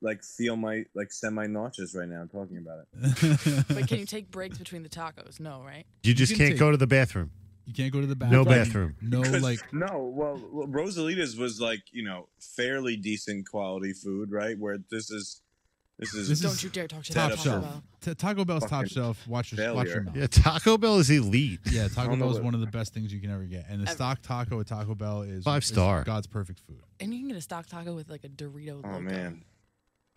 [SPEAKER 5] like feel my like semi nauseous right now talking about it.
[SPEAKER 2] But can you take breaks between the tacos? No, right?
[SPEAKER 1] You just
[SPEAKER 3] can
[SPEAKER 1] can't
[SPEAKER 3] take-
[SPEAKER 1] go to the bathroom.
[SPEAKER 3] [laughs] you can't go to the bathroom.
[SPEAKER 1] No bathroom.
[SPEAKER 3] No,
[SPEAKER 5] 'Cause-
[SPEAKER 3] like
[SPEAKER 5] [laughs] no, well, well, Rosalita's was like, you know, fairly decent quality food, right? Where this is, this is,
[SPEAKER 3] This
[SPEAKER 2] Don't
[SPEAKER 3] is
[SPEAKER 2] you dare talk shit
[SPEAKER 5] Top
[SPEAKER 2] about
[SPEAKER 3] top
[SPEAKER 5] Taco
[SPEAKER 2] Taco
[SPEAKER 3] shelf.
[SPEAKER 2] Bell.
[SPEAKER 3] Ta- Taco Bell's top
[SPEAKER 5] Fucking
[SPEAKER 3] shelf. Watch your watch your
[SPEAKER 5] failure.
[SPEAKER 3] mouth.
[SPEAKER 1] Yeah, Taco Bell is elite. [laughs]
[SPEAKER 3] Yeah, Taco
[SPEAKER 5] On the
[SPEAKER 3] Bell is
[SPEAKER 5] list.
[SPEAKER 3] one of the best things you can ever get, and the
[SPEAKER 2] Ever.
[SPEAKER 3] stock taco at Taco Bell is
[SPEAKER 1] Five
[SPEAKER 3] is
[SPEAKER 1] star.
[SPEAKER 3] God's perfect food,
[SPEAKER 2] And you can get a stock taco with like a Dorito
[SPEAKER 5] oh
[SPEAKER 2] logo.
[SPEAKER 5] man,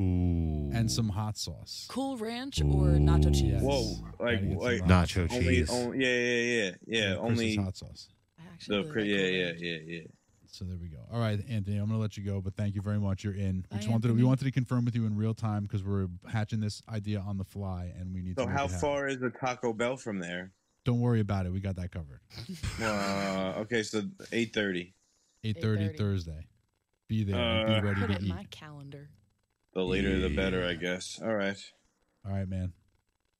[SPEAKER 1] Ooh.
[SPEAKER 3] and some hot sauce.
[SPEAKER 2] Cool ranch or nacho cheese.
[SPEAKER 3] Yes.
[SPEAKER 5] whoa,
[SPEAKER 3] Gotta
[SPEAKER 5] like,
[SPEAKER 3] get some
[SPEAKER 5] like
[SPEAKER 3] hot
[SPEAKER 1] nacho
[SPEAKER 5] only,
[SPEAKER 1] cheese.
[SPEAKER 5] only, yeah, yeah, yeah, yeah,
[SPEAKER 3] Chris's
[SPEAKER 5] only
[SPEAKER 3] hot sauce.
[SPEAKER 2] I actually
[SPEAKER 5] the,
[SPEAKER 2] really
[SPEAKER 5] cra-
[SPEAKER 2] like
[SPEAKER 5] yeah,
[SPEAKER 2] Cool
[SPEAKER 5] yeah,
[SPEAKER 2] Ranch.
[SPEAKER 5] yeah, yeah.
[SPEAKER 3] So there we go. All right, Anthony, I'm going to let you go, but thank you very much. You're in. We
[SPEAKER 2] Bye,
[SPEAKER 3] just wanted to, we
[SPEAKER 2] Anthony.
[SPEAKER 3] wanted to confirm with you in real time because we're hatching this idea on the fly, and we need.
[SPEAKER 5] So
[SPEAKER 3] to make
[SPEAKER 5] how
[SPEAKER 3] it happen.
[SPEAKER 5] far is the Taco Bell from there?
[SPEAKER 3] Don't worry about it. We got that covered.
[SPEAKER 5] Uh, okay, so eight thirty.
[SPEAKER 3] 8:30
[SPEAKER 2] 8:30.
[SPEAKER 3] Thursday. Be there. and
[SPEAKER 5] Uh,
[SPEAKER 3] be ready
[SPEAKER 2] Put
[SPEAKER 3] to
[SPEAKER 5] [laughs]
[SPEAKER 2] it in
[SPEAKER 3] eat.
[SPEAKER 2] my calendar.
[SPEAKER 5] The later the better, I guess. All right.
[SPEAKER 3] All right, man.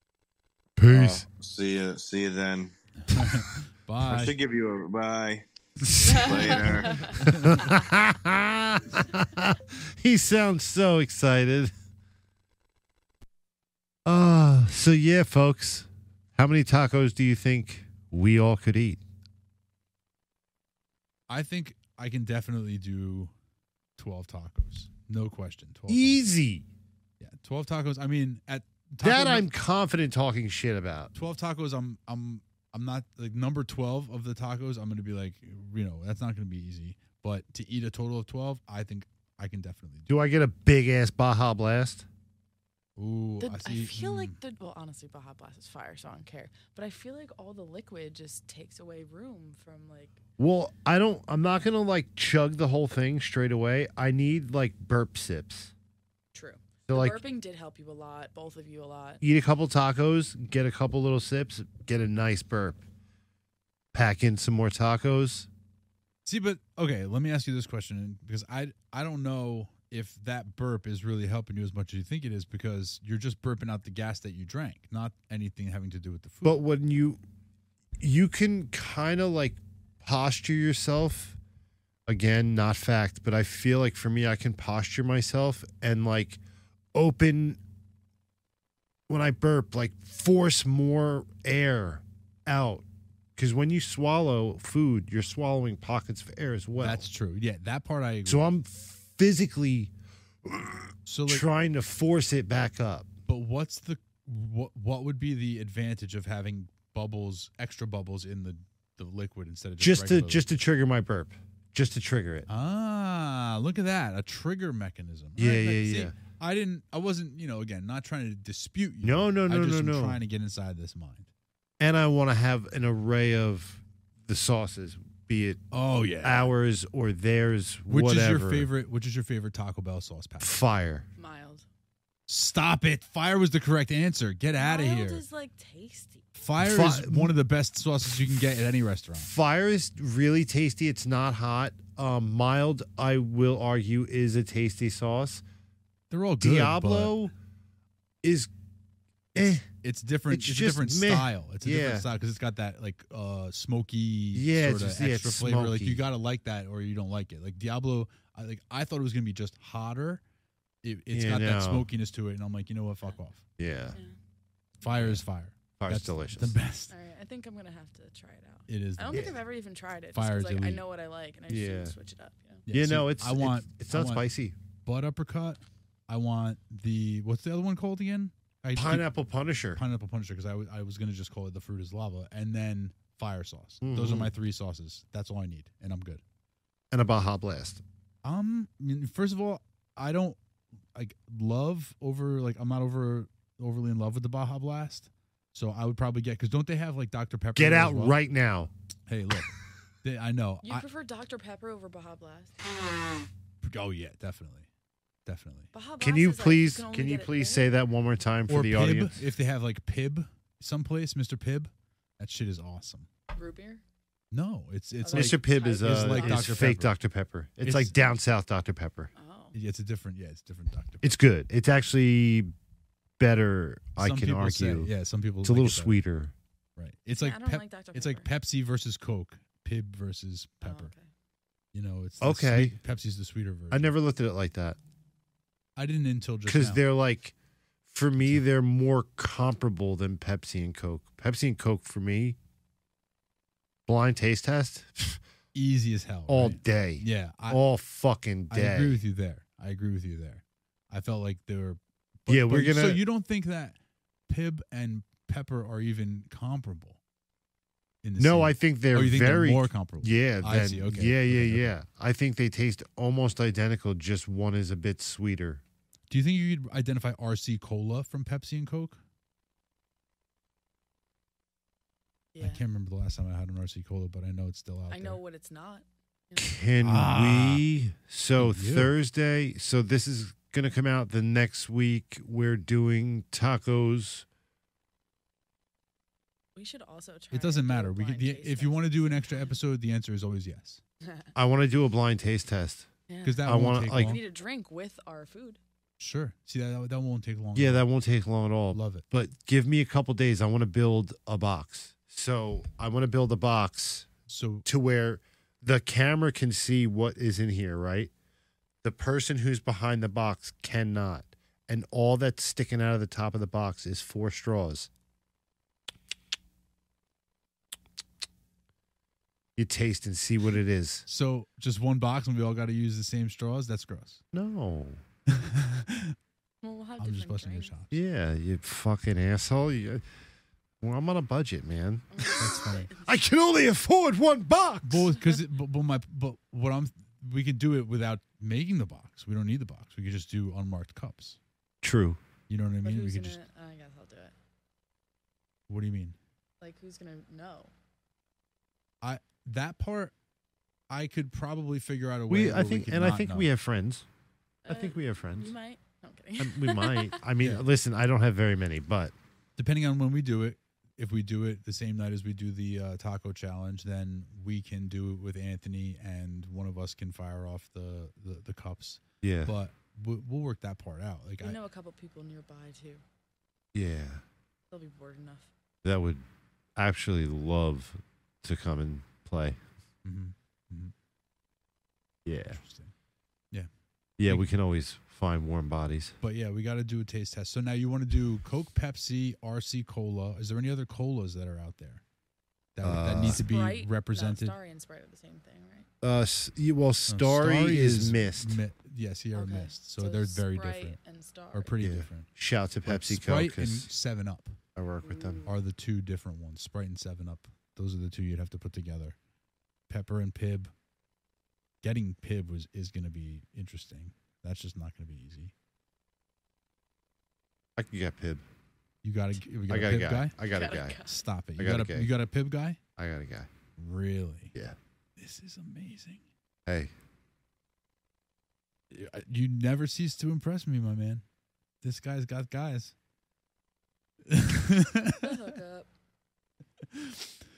[SPEAKER 3] [laughs]
[SPEAKER 1] Peace.
[SPEAKER 5] Uh, see you. See you then. [laughs] I
[SPEAKER 3] Bye.
[SPEAKER 5] should give you a bye Oh.
[SPEAKER 1] [laughs]
[SPEAKER 5] [laughs] later.
[SPEAKER 1] [laughs] he sounds so excited. Uh, so yeah, folks, how many tacos do you think we all could eat?
[SPEAKER 3] I think I can definitely do 12 tacos. No question. 12. tacos.
[SPEAKER 1] Easy.
[SPEAKER 3] Yeah, 12 tacos. I mean, at Taco
[SPEAKER 1] That
[SPEAKER 3] Bell-
[SPEAKER 1] I'm confident talking shit about.
[SPEAKER 3] 12 tacos. I'm I'm I'm not like number 12 of the tacos. I'm going to be like, you know, that's not going to be easy, but to eat a total of 12, I think I can definitely do.
[SPEAKER 1] Do I get a big ass Baja Blast?
[SPEAKER 3] Ooh,
[SPEAKER 2] The-
[SPEAKER 3] I,
[SPEAKER 2] I
[SPEAKER 3] see,
[SPEAKER 2] feel
[SPEAKER 3] mm.
[SPEAKER 2] like the well, honestly, Baja Blast is fire, so I don't care. But I feel like all the liquid just takes away room from like
[SPEAKER 1] Well, I don't. I'm not gonna like chug the whole thing straight away. I need like burp sips.
[SPEAKER 2] true.
[SPEAKER 1] So like
[SPEAKER 2] Burping did help you a lot, both of you a lot.
[SPEAKER 1] eat a couple tacos, get a couple little sips, get a nice burp. Pack in some more tacos.
[SPEAKER 3] See, but okay, let me ask you this question because I I don't know if that burp is really helping you as much as you think it is because you're just burping out the gas that you drank, not anything having to do with the food.
[SPEAKER 1] But when you you can kind of like posture yourself again, not fact, but I feel like for me I can posture myself and like open when I burp, like force more air out. Cause when you swallow food, you're swallowing pockets of air as well.
[SPEAKER 3] that's true. Yeah, that part I agree.
[SPEAKER 1] so I'm physically
[SPEAKER 3] so like,
[SPEAKER 1] trying to force it back up.
[SPEAKER 3] but what's the what what would be the advantage of having bubbles, extra bubbles in the the liquid instead of just
[SPEAKER 1] Just to
[SPEAKER 3] regular
[SPEAKER 1] just to trigger my burp. Just to trigger it.
[SPEAKER 3] Ah, look at that. A trigger mechanism. All
[SPEAKER 1] Yeah,
[SPEAKER 3] like,
[SPEAKER 1] yeah,
[SPEAKER 3] see,
[SPEAKER 1] yeah.
[SPEAKER 3] I didn't I wasn't, you know, again, not trying to dispute you.
[SPEAKER 1] No, no, no,
[SPEAKER 3] I just
[SPEAKER 1] no,
[SPEAKER 3] am
[SPEAKER 1] no.
[SPEAKER 3] trying to get inside this mind.
[SPEAKER 1] and I want to have an array of the sauces, be it
[SPEAKER 3] Oh yeah.
[SPEAKER 1] ours or theirs,
[SPEAKER 3] Which
[SPEAKER 1] whatever.
[SPEAKER 3] is your favorite? Which is your favorite Taco Bell sauce pack?
[SPEAKER 1] Fire.
[SPEAKER 2] Mild.
[SPEAKER 3] Stop it! Fire was the correct answer. Get out of
[SPEAKER 2] Mild
[SPEAKER 3] here.
[SPEAKER 2] is like tasty.
[SPEAKER 3] Fire
[SPEAKER 1] Fi-
[SPEAKER 3] is one of the best sauces you can get at any restaurant.
[SPEAKER 1] Fire is really tasty. It's not hot. Um, mild, I will argue, is a tasty sauce.
[SPEAKER 3] They're all good. but
[SPEAKER 1] Diablo is, eh,
[SPEAKER 3] It's different.
[SPEAKER 1] it's
[SPEAKER 3] It's, a different
[SPEAKER 1] just meh.
[SPEAKER 3] style. It's a
[SPEAKER 1] Yeah.
[SPEAKER 3] different style because it's got that like uh smoky
[SPEAKER 1] Yeah, it's
[SPEAKER 3] sort of
[SPEAKER 1] just- yeah, it's
[SPEAKER 3] extra flavor. Like
[SPEAKER 1] smoky.
[SPEAKER 3] you gotta like that or you don't like it. Like Diablo, I like I thought it was gonna be just hotter. It, has
[SPEAKER 1] Yeah,
[SPEAKER 3] got
[SPEAKER 1] no.
[SPEAKER 3] that smokiness to it, and I'm like, you know what? Fuck off.
[SPEAKER 1] yeah,
[SPEAKER 3] Fire is fire.
[SPEAKER 1] fire's
[SPEAKER 3] That's
[SPEAKER 1] delicious.
[SPEAKER 3] The
[SPEAKER 2] [laughs]
[SPEAKER 3] best.
[SPEAKER 2] All right, I think I'm gonna have to try it out.
[SPEAKER 3] It is.
[SPEAKER 2] I
[SPEAKER 3] the
[SPEAKER 2] don't
[SPEAKER 3] best.
[SPEAKER 2] think I've ever even tried it.
[SPEAKER 3] Fire
[SPEAKER 2] Fire like I
[SPEAKER 3] delete.
[SPEAKER 2] know what I like, and I just
[SPEAKER 1] Yeah.
[SPEAKER 2] yeah. switch it up. You know?
[SPEAKER 3] Yeah,
[SPEAKER 1] you
[SPEAKER 3] see,
[SPEAKER 1] know, it's
[SPEAKER 3] I want.
[SPEAKER 1] it's, it's
[SPEAKER 3] I
[SPEAKER 1] not
[SPEAKER 3] want-
[SPEAKER 1] spicy.
[SPEAKER 3] butt uppercut. I want the what's the other one called again? I keep-
[SPEAKER 1] Pineapple Punisher.
[SPEAKER 3] pineapple punisher because I wa- I was gonna just call it the fruit is lava and then fire sauce. Those are
[SPEAKER 1] Mhm.
[SPEAKER 3] my three sauces. That's all I need and I'm good.
[SPEAKER 1] and a Baja Blast.
[SPEAKER 3] Um, I mean, first of all, I don't like love over like I'm not over overly in love with the Baja Blast, so I would probably get because don't they have like Dr Pepper?
[SPEAKER 1] Get
[SPEAKER 3] as
[SPEAKER 1] out
[SPEAKER 3] well?
[SPEAKER 1] right now. [laughs]
[SPEAKER 3] Hey, look, they, I know.
[SPEAKER 2] You
[SPEAKER 3] I,
[SPEAKER 2] prefer Dr Pepper over Baja Blast?
[SPEAKER 3] oh yeah, definitely, definitely.
[SPEAKER 2] Baja Blast
[SPEAKER 1] Can you
[SPEAKER 2] is like,
[SPEAKER 1] please?
[SPEAKER 2] can, only
[SPEAKER 1] can you
[SPEAKER 2] get it
[SPEAKER 1] please
[SPEAKER 2] there.
[SPEAKER 1] say that one more time for
[SPEAKER 3] or
[SPEAKER 1] the
[SPEAKER 3] Pib,
[SPEAKER 1] audience?
[SPEAKER 3] if they have like Pib someplace, Mr. Pib, that shit is awesome.
[SPEAKER 2] root beer?
[SPEAKER 3] No, it's it's
[SPEAKER 2] like-
[SPEAKER 1] Mr.
[SPEAKER 3] like
[SPEAKER 1] Pibb is, uh,
[SPEAKER 3] It's like
[SPEAKER 1] is
[SPEAKER 3] Dr.
[SPEAKER 1] fake
[SPEAKER 3] Pepper.
[SPEAKER 1] Dr. Pepper. It's,
[SPEAKER 3] It's-
[SPEAKER 1] like down south Dr. Pepper.
[SPEAKER 2] Oh,
[SPEAKER 3] it's a different yeah, it's different Dr.
[SPEAKER 1] It's good. It's actually better. I
[SPEAKER 3] Some
[SPEAKER 1] can
[SPEAKER 3] people
[SPEAKER 1] argue.
[SPEAKER 3] say- yeah, some people
[SPEAKER 1] It's a
[SPEAKER 3] like
[SPEAKER 1] little
[SPEAKER 3] it better.
[SPEAKER 1] sweeter.
[SPEAKER 3] Right. It's
[SPEAKER 2] Yeah,
[SPEAKER 3] like
[SPEAKER 2] I don't
[SPEAKER 3] pep-
[SPEAKER 2] like Dr.
[SPEAKER 3] it's like
[SPEAKER 2] Pepper.
[SPEAKER 3] Pepsi versus Coke, Pib versus
[SPEAKER 2] oh,
[SPEAKER 3] Pepper.
[SPEAKER 2] okay.
[SPEAKER 3] You know, it's the
[SPEAKER 1] Okay.
[SPEAKER 3] sweet- Pepsi's the sweeter version.
[SPEAKER 1] I never looked at it like that
[SPEAKER 3] I didn't until just
[SPEAKER 1] because
[SPEAKER 3] now.
[SPEAKER 1] they're like, for me, they're more comparable than Pepsi and Coke. Pepsi and Coke for me, blind taste test [laughs]
[SPEAKER 3] easy as hell.
[SPEAKER 1] all
[SPEAKER 3] right?
[SPEAKER 1] day,
[SPEAKER 3] Yeah, I,
[SPEAKER 1] all fucking
[SPEAKER 3] I
[SPEAKER 1] day.
[SPEAKER 3] agree with you there. I agree with you there. I felt like they were.
[SPEAKER 1] Yeah, we're
[SPEAKER 3] So
[SPEAKER 1] gonna-
[SPEAKER 3] you don't think that Pib and Pepper are even comparable? In the
[SPEAKER 1] no,
[SPEAKER 3] same-
[SPEAKER 1] I think they're
[SPEAKER 3] oh, you think
[SPEAKER 1] very
[SPEAKER 3] they're more comparable.
[SPEAKER 1] Yeah,
[SPEAKER 3] I
[SPEAKER 1] then-
[SPEAKER 3] see. Okay.
[SPEAKER 1] yeah, yeah,
[SPEAKER 3] Okay, okay.
[SPEAKER 1] yeah. I think they taste almost identical. Just one is a bit sweeter.
[SPEAKER 3] Do you think you could identify RC Cola from Pepsi and Coke?
[SPEAKER 2] Yeah.
[SPEAKER 3] I can't remember the last time I had an RC Cola, but I know it's still out
[SPEAKER 2] I
[SPEAKER 3] there.
[SPEAKER 2] know what it's not.
[SPEAKER 1] Can
[SPEAKER 3] Ah.
[SPEAKER 1] we? So
[SPEAKER 3] Look at you.
[SPEAKER 1] Thursday. So this is gonna come out the next week. We're doing tacos.
[SPEAKER 2] We should also try.
[SPEAKER 3] It doesn't
[SPEAKER 2] and do a
[SPEAKER 3] matter. We could,
[SPEAKER 2] blind
[SPEAKER 3] the,
[SPEAKER 2] taste
[SPEAKER 3] if you
[SPEAKER 2] test.
[SPEAKER 3] want to do an extra
[SPEAKER 2] [laughs]
[SPEAKER 3] episode, the answer is always yes.
[SPEAKER 1] I want to do a blind taste test.
[SPEAKER 2] Yeah.
[SPEAKER 3] Because that
[SPEAKER 1] I
[SPEAKER 3] won't
[SPEAKER 1] wanna,
[SPEAKER 3] take
[SPEAKER 1] like-
[SPEAKER 2] we
[SPEAKER 3] long.
[SPEAKER 2] need a drink with our food.
[SPEAKER 3] sure. See that that won't take long.
[SPEAKER 1] Yeah, that won't take long at all.
[SPEAKER 3] love it.
[SPEAKER 1] But give me a couple days. I want to build a box. So I want to build a box
[SPEAKER 3] So
[SPEAKER 1] to where the camera can see what is in here, right? The person who's behind the box cannot. And all that's sticking out of the top of the box is four straws. You taste and see what it is.
[SPEAKER 3] so just one box and we all got to use the same straws.
[SPEAKER 2] [laughs]
[SPEAKER 3] That's gross.
[SPEAKER 1] No.
[SPEAKER 3] I'm
[SPEAKER 2] Well, we'll have
[SPEAKER 3] just
[SPEAKER 2] different
[SPEAKER 3] busting your
[SPEAKER 2] drinks.
[SPEAKER 3] chops.
[SPEAKER 1] Yeah, you fucking asshole. You, well, I'm on a budget, man.
[SPEAKER 2] [laughs]
[SPEAKER 3] That's funny.
[SPEAKER 1] I can only afford one box.
[SPEAKER 3] Well, because but, but my but what I'm we could do it without making the box. We don't need the box. We could just do unmarked cups.
[SPEAKER 1] True.
[SPEAKER 3] You know what I
[SPEAKER 2] But
[SPEAKER 3] mean? We
[SPEAKER 2] who's
[SPEAKER 3] could
[SPEAKER 2] gonna?
[SPEAKER 3] just.
[SPEAKER 2] I guess I'll do it.
[SPEAKER 3] What do you mean?
[SPEAKER 2] Like, who's gonna know?
[SPEAKER 3] That part, I could probably figure out a way.
[SPEAKER 1] We, I
[SPEAKER 3] where
[SPEAKER 1] think,
[SPEAKER 3] could
[SPEAKER 1] and I
[SPEAKER 3] not
[SPEAKER 1] think
[SPEAKER 3] know.
[SPEAKER 1] we have friends. I
[SPEAKER 2] Uh,
[SPEAKER 1] think we have friends.
[SPEAKER 2] You might. No, I'm kidding.
[SPEAKER 1] Um,
[SPEAKER 2] [laughs]
[SPEAKER 1] we might. I mean,
[SPEAKER 3] Yeah.
[SPEAKER 1] listen, I don't have very many, but
[SPEAKER 3] depending on when we do it. If we do it the same night as we do the uh, taco challenge, then we can do it with Anthony, and one of us can fire off the the, the cups.
[SPEAKER 1] yeah,
[SPEAKER 3] But we, we'll work that part out. Like
[SPEAKER 2] We
[SPEAKER 3] I,
[SPEAKER 2] know a couple people nearby too.
[SPEAKER 1] yeah,
[SPEAKER 2] They'll be bored enough.
[SPEAKER 1] that would actually love to come and play.
[SPEAKER 3] Mhm.
[SPEAKER 1] Yeah,
[SPEAKER 3] Interesting.
[SPEAKER 1] yeah, we can always find warm bodies.
[SPEAKER 3] But yeah, we got to do a taste test. So now you want to do Coke, Pepsi, RC Cola. Is there any other colas that are out there that, that
[SPEAKER 1] Uh,
[SPEAKER 3] need to be
[SPEAKER 2] Sprite, no,
[SPEAKER 3] represented?
[SPEAKER 2] Starry and Sprite are the same thing, right?
[SPEAKER 1] Uh, s- you- well,
[SPEAKER 3] No,
[SPEAKER 1] Starry, is, missed.
[SPEAKER 3] Mi- yeah, Sierra
[SPEAKER 2] Okay.
[SPEAKER 3] missed. So, they're very
[SPEAKER 2] Sprite
[SPEAKER 3] different
[SPEAKER 2] And Starry. [laughs]
[SPEAKER 3] or pretty
[SPEAKER 1] Yeah.
[SPEAKER 3] different.
[SPEAKER 1] Shout to
[SPEAKER 3] Like,
[SPEAKER 1] PepsiCo
[SPEAKER 3] Sprite and
[SPEAKER 1] because
[SPEAKER 3] Seven Up
[SPEAKER 1] I work with them.
[SPEAKER 3] are the two different ones. Sprite and Seven Up. Those are the two you'd have to put together. Pepper and Pib. Getting Pib was is going to be interesting. That's just not going to be easy.
[SPEAKER 1] I can get Pib.
[SPEAKER 3] You got to. We got
[SPEAKER 1] I
[SPEAKER 3] a
[SPEAKER 1] got a
[SPEAKER 3] Pib
[SPEAKER 1] guy.
[SPEAKER 3] guy.
[SPEAKER 1] I got, a guy.
[SPEAKER 3] Stop it.
[SPEAKER 1] I
[SPEAKER 3] You
[SPEAKER 1] got a
[SPEAKER 3] got,
[SPEAKER 1] guy.
[SPEAKER 3] a. You got a Pib guy.
[SPEAKER 1] I got a guy.
[SPEAKER 3] Really?
[SPEAKER 1] Yeah.
[SPEAKER 3] This is amazing.
[SPEAKER 1] Hey,
[SPEAKER 3] You- You never cease to impress me, my man. This guy's got guys. [laughs]
[SPEAKER 2] They'll hook up. I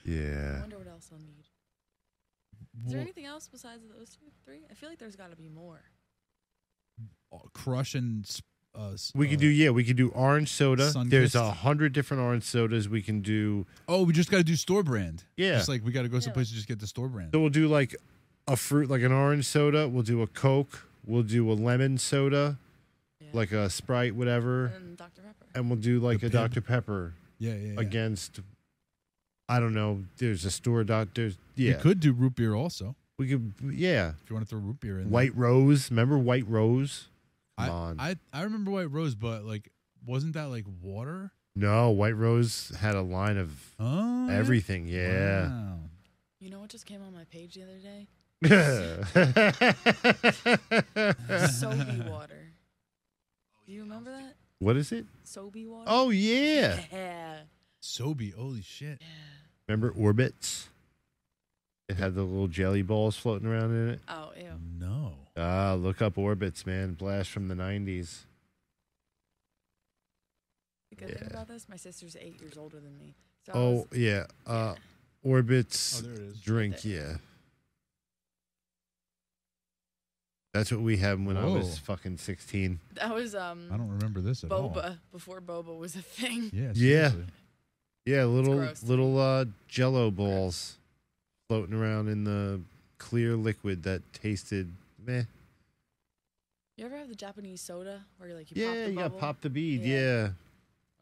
[SPEAKER 1] yeah.
[SPEAKER 2] wonder what else I'll need. Is there
[SPEAKER 3] Well,
[SPEAKER 2] anything else besides those two, three? I feel like there's got to be more.
[SPEAKER 3] uh, Crush and s- uh, s-
[SPEAKER 1] We
[SPEAKER 3] uh,
[SPEAKER 1] could do yeah. We could do orange soda. There's
[SPEAKER 3] Sunkist.
[SPEAKER 1] a hundred different orange sodas we can do.
[SPEAKER 3] Oh, we just got to do store brand.
[SPEAKER 1] Yeah.
[SPEAKER 3] Just like we got to go
[SPEAKER 2] Yeah.
[SPEAKER 3] someplace to just get the store brand.
[SPEAKER 1] So we'll do like a fruit, like an orange soda. We'll do a Coke. We'll do a lemon soda,
[SPEAKER 2] Yeah.
[SPEAKER 1] like a Sprite,
[SPEAKER 2] and
[SPEAKER 1] whatever.
[SPEAKER 2] then Dr Pepper.
[SPEAKER 1] And we'll do like
[SPEAKER 3] The
[SPEAKER 1] a
[SPEAKER 3] Pib.
[SPEAKER 1] Dr. Pepper
[SPEAKER 3] yeah, yeah. yeah.
[SPEAKER 1] against, I don't know, there's a store. Doc, there's,
[SPEAKER 3] You
[SPEAKER 1] yeah.
[SPEAKER 3] could do root beer also
[SPEAKER 1] We could, yeah.
[SPEAKER 3] if you want to throw root beer in. there.
[SPEAKER 1] White Rose. Remember White Rose?
[SPEAKER 3] I,
[SPEAKER 1] Come on.
[SPEAKER 3] I I remember white rose, but like, wasn't that like water?
[SPEAKER 1] no, White Rose had a line of
[SPEAKER 3] Oh, yeah.
[SPEAKER 1] everything.
[SPEAKER 3] [laughs]
[SPEAKER 1] Yeah.
[SPEAKER 3] Wow.
[SPEAKER 2] You know what just came on my page the other day? Sobe water. Do you remember that?
[SPEAKER 1] [laughs] what is it?
[SPEAKER 2] Sobe water.
[SPEAKER 1] Oh, yeah.
[SPEAKER 2] [laughs] Yeah.
[SPEAKER 3] Sobe, holy shit.
[SPEAKER 2] Yeah.
[SPEAKER 1] Remember Orbits? It had the little jelly balls floating around in it.
[SPEAKER 2] Oh ew.
[SPEAKER 3] No.
[SPEAKER 1] Ah, look up Orbits, man. Blast from the 90s.
[SPEAKER 2] The good
[SPEAKER 1] Yeah.
[SPEAKER 2] thing about this, my sister's eight years older than me. So I
[SPEAKER 1] Oh,
[SPEAKER 2] was-
[SPEAKER 1] yeah. Uh, Orbits
[SPEAKER 3] Oh, there it is.
[SPEAKER 1] drink, yeah. That's what we had when I was
[SPEAKER 3] Whoa.
[SPEAKER 1] fucking 16.
[SPEAKER 2] that was um
[SPEAKER 3] I don't remember this at all.
[SPEAKER 2] boba before boba was a thing.
[SPEAKER 1] Yeah.
[SPEAKER 3] Yeah. seriously.
[SPEAKER 1] Yeah, little
[SPEAKER 2] gross.
[SPEAKER 1] little uh, jello balls floating around in the clear liquid that tasted meh.
[SPEAKER 2] You ever have the Japanese soda where you're like you pop
[SPEAKER 1] yeah,
[SPEAKER 2] the
[SPEAKER 1] you
[SPEAKER 2] bubble?
[SPEAKER 1] got pop the bead.
[SPEAKER 2] Yeah.
[SPEAKER 1] Yeah.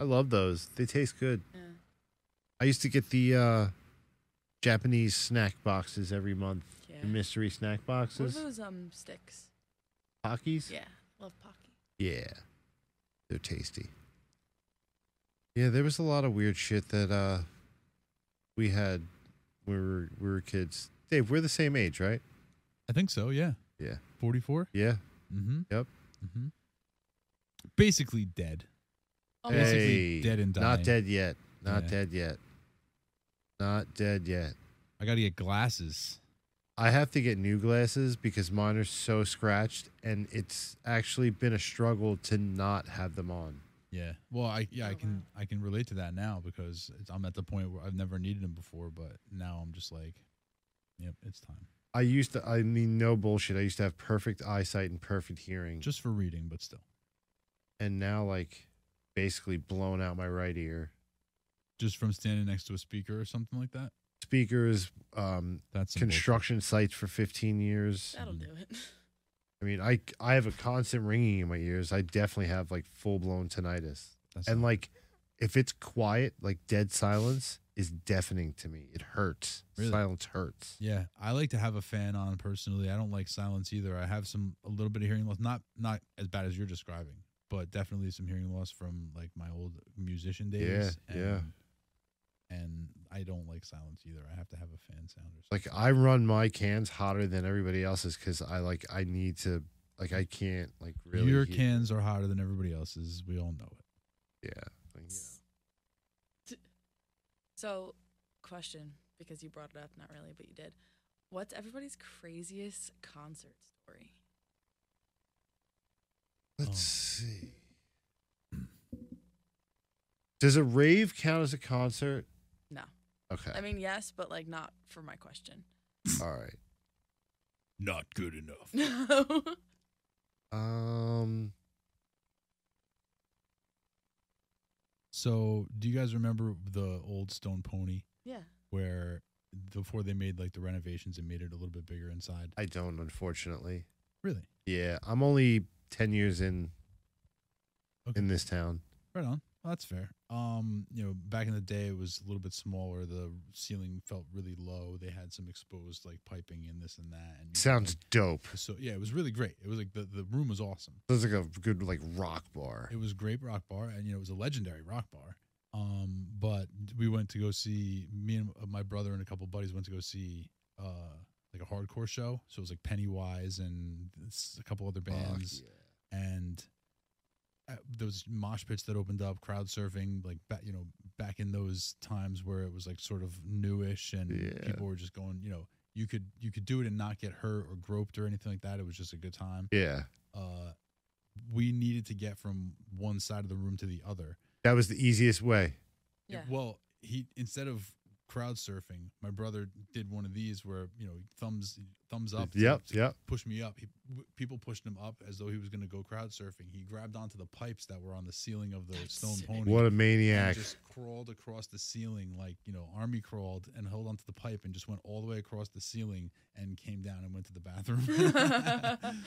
[SPEAKER 1] I love those. They taste good.
[SPEAKER 2] Yeah.
[SPEAKER 1] I used to get the uh, Japanese snack boxes every month.
[SPEAKER 2] yeah.
[SPEAKER 1] The mystery snack
[SPEAKER 2] What are
[SPEAKER 1] boxes.
[SPEAKER 2] those um sticks?
[SPEAKER 1] Pockies?
[SPEAKER 2] Yeah, love Pocky.
[SPEAKER 1] Yeah. They're tasty. Yeah, there was a lot of weird shit that uh we had when we were we were kids. Dave, we're the same age, right?
[SPEAKER 3] I think so. Yeah.
[SPEAKER 1] Yeah.
[SPEAKER 3] 44.
[SPEAKER 1] Yeah.
[SPEAKER 3] Mm-hmm.
[SPEAKER 1] Yep.
[SPEAKER 3] Mm-hmm. Basically dead.
[SPEAKER 2] Almost.
[SPEAKER 3] Hey. basically dead and
[SPEAKER 1] Not
[SPEAKER 3] dying.
[SPEAKER 1] dead yet. Not
[SPEAKER 3] Yeah.
[SPEAKER 1] dead yet. Not dead yet.
[SPEAKER 3] I got to get glasses.
[SPEAKER 1] I have to get new glasses because mine are so scratched, and it's actually been a struggle to not have them on.
[SPEAKER 3] Yeah. Well, I yeah, I
[SPEAKER 2] Oh,
[SPEAKER 3] can
[SPEAKER 2] wow.
[SPEAKER 3] I can relate to that now because it's, I'm at the point where I've never needed them before, but now I'm just like, yep, it's time
[SPEAKER 1] I used to, I mean, no bullshit. I used to have perfect eyesight and perfect hearing,
[SPEAKER 3] just for reading, but still,
[SPEAKER 1] and now like basically blown out my right ear.
[SPEAKER 3] just from standing next to a speaker or something like that.
[SPEAKER 1] Speakers, um,
[SPEAKER 3] That's some bullshit.
[SPEAKER 1] construction sites for 15 years.
[SPEAKER 2] That'll do it. [laughs]
[SPEAKER 1] I mean, I I have a constant ringing in my ears. I definitely have like full blown tinnitus,
[SPEAKER 3] That's
[SPEAKER 1] and
[SPEAKER 3] not-
[SPEAKER 1] like if it's quiet, like dead silence is deafening to me. It hurts.
[SPEAKER 3] Really?
[SPEAKER 1] Silence hurts.
[SPEAKER 3] Yeah, I like to have a fan on personally. I don't like silence either. I have some a little bit of hearing loss, not not as bad as you're describing, but definitely some hearing loss from like my old musician days.
[SPEAKER 1] Yeah, yeah.
[SPEAKER 3] And I don't like silence either. I have to have a fan sound or something.
[SPEAKER 1] Like I run my cans hotter than everybody else's because I like I need to like I can't like really
[SPEAKER 3] your
[SPEAKER 1] hear-
[SPEAKER 3] cans are hotter than everybody else's. We all know it.
[SPEAKER 1] Yeah. Like, yeah.
[SPEAKER 2] So, question because you brought it up, not really, but you did. What's everybody's craziest concert story?
[SPEAKER 1] Let's
[SPEAKER 3] Oh.
[SPEAKER 1] see. Does a rave count as a concert?
[SPEAKER 2] No.
[SPEAKER 1] Okay.
[SPEAKER 2] I mean, yes, but like not for my question. [laughs]
[SPEAKER 1] All right.
[SPEAKER 3] Not good enough.
[SPEAKER 2] No.
[SPEAKER 1] Um
[SPEAKER 3] So, do you guys remember the old Stone Pony
[SPEAKER 2] yeah.
[SPEAKER 3] where before they made like the renovations and made it a little bit bigger inside?
[SPEAKER 1] I don't unfortunately.
[SPEAKER 3] Really?
[SPEAKER 1] Yeah, I'm only 10 years in
[SPEAKER 3] Okay.
[SPEAKER 1] in this town.
[SPEAKER 3] Right on. Well, that's fair. Um, you know, back in the day, it was a little bit smaller. The ceiling felt really low. They had some exposed like piping and this and that. And you could,
[SPEAKER 1] Sounds dope.
[SPEAKER 3] like- so. Yeah, it was really great. It was like the the room was awesome.
[SPEAKER 1] Sounds like a good like rock bar.
[SPEAKER 3] It was great rock bar, and you know, it was a legendary rock bar. Um, but we went to go see me and uh, my brother and a couple buddies went to go see uh like a hardcore show. So it was like Pennywise and s- a couple other
[SPEAKER 1] Fuck
[SPEAKER 3] bands
[SPEAKER 1] yeah.
[SPEAKER 3] and uh, there was mosh pits that opened up, crowd surfing, like back you know back in those times where it was like sort of newish and
[SPEAKER 1] Yeah.
[SPEAKER 3] people were just going, you know, you could you could do it and not get hurt or groped or anything like that. It was just a good time.
[SPEAKER 1] Yeah.
[SPEAKER 3] Uh, we needed to get from one side of the room to the other.
[SPEAKER 1] That was the easiest way.
[SPEAKER 3] It-
[SPEAKER 2] Yeah.
[SPEAKER 3] well, he instead of crowd surfing, my brother did one of these where you know he thumbs thumbs up. to-
[SPEAKER 1] Yep,
[SPEAKER 3] to
[SPEAKER 1] yep.
[SPEAKER 3] push me up. He, w- people pushed him up as though he was going to go crowd surfing. He grabbed onto the pipes that were on the ceiling of the
[SPEAKER 2] That's
[SPEAKER 3] stone
[SPEAKER 2] sick.
[SPEAKER 3] pony.
[SPEAKER 1] What a
[SPEAKER 3] and
[SPEAKER 1] maniac.
[SPEAKER 3] just crawled across the ceiling like you know army crawled and held onto the pipe and just went all the way across the ceiling and came down and went to
[SPEAKER 2] [laughs]
[SPEAKER 3] the bathroom.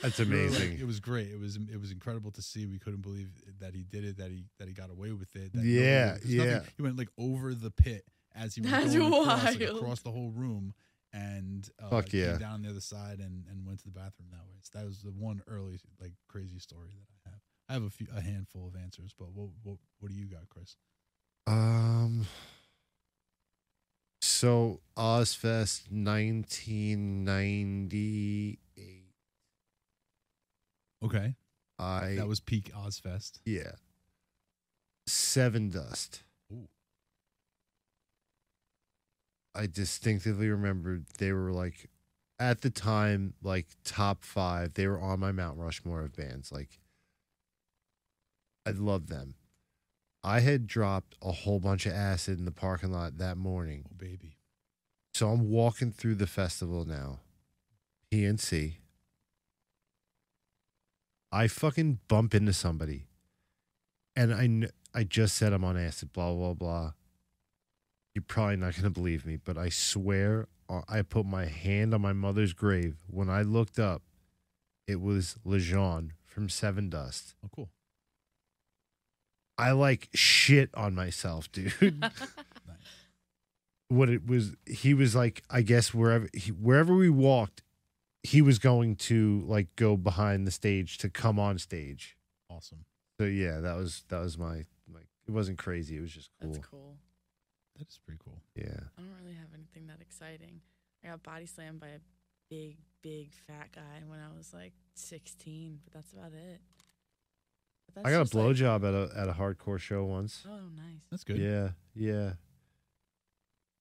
[SPEAKER 3] [laughs]
[SPEAKER 1] That's
[SPEAKER 3] We were like-
[SPEAKER 1] amazing.
[SPEAKER 3] it was great. It was it was incredible to see. We couldn't believe that he did it. That he that he got away with it. that nobody-
[SPEAKER 1] Yeah,
[SPEAKER 3] there's nothing-
[SPEAKER 1] yeah.
[SPEAKER 3] He went like over the pit as he was
[SPEAKER 2] That's
[SPEAKER 3] going across, like,
[SPEAKER 2] wild.
[SPEAKER 3] across the whole room and uh,
[SPEAKER 1] Fuck yeah.
[SPEAKER 3] came down the other side and, and went to the bathroom that way. So that was the one early like crazy story that I have. I have a few a handful of answers, but what what what do you got, Chris?
[SPEAKER 1] Um. So Ozfest 1998.
[SPEAKER 3] Okay,
[SPEAKER 1] I
[SPEAKER 3] that was peak Ozfest.
[SPEAKER 1] yeah. Seven Dust.
[SPEAKER 3] Ooh. oh,
[SPEAKER 1] I distinctively remembered they were like, at the time, like top five. They were on my Mount Rushmore of bands. Like, I love them. I had dropped a whole bunch of acid in the parking lot that morning.
[SPEAKER 3] Oh baby,
[SPEAKER 1] So I'm walking through the festival now, PNC. I fucking bump into somebody, and I kn- I just said I'm on acid. Blah blah blah. You're probably not gonna believe me, but I swear uh, I put my hand on my mother's grave when I looked up. It was Lejean from Seven Dust.
[SPEAKER 3] oh cool,
[SPEAKER 1] I like shit on myself, [laughs] dude.
[SPEAKER 3] nice.
[SPEAKER 1] what it was he was like i guess wherever he, wherever we walked he was going to like go behind the stage to come on stage
[SPEAKER 3] awesome.
[SPEAKER 1] so yeah that was that was my my it wasn't crazy it was just cool,
[SPEAKER 2] That's cool.
[SPEAKER 3] That is pretty cool.
[SPEAKER 1] yeah
[SPEAKER 2] I don't really have anything that exciting. I got body slammed by a big, big fat guy when I was like 16, but that's about it. But
[SPEAKER 1] i
[SPEAKER 2] that's
[SPEAKER 1] got a
[SPEAKER 2] just, like-
[SPEAKER 1] blowjob at a at a hardcore show once
[SPEAKER 2] oh, nice.
[SPEAKER 3] That's good.
[SPEAKER 1] yeah yeah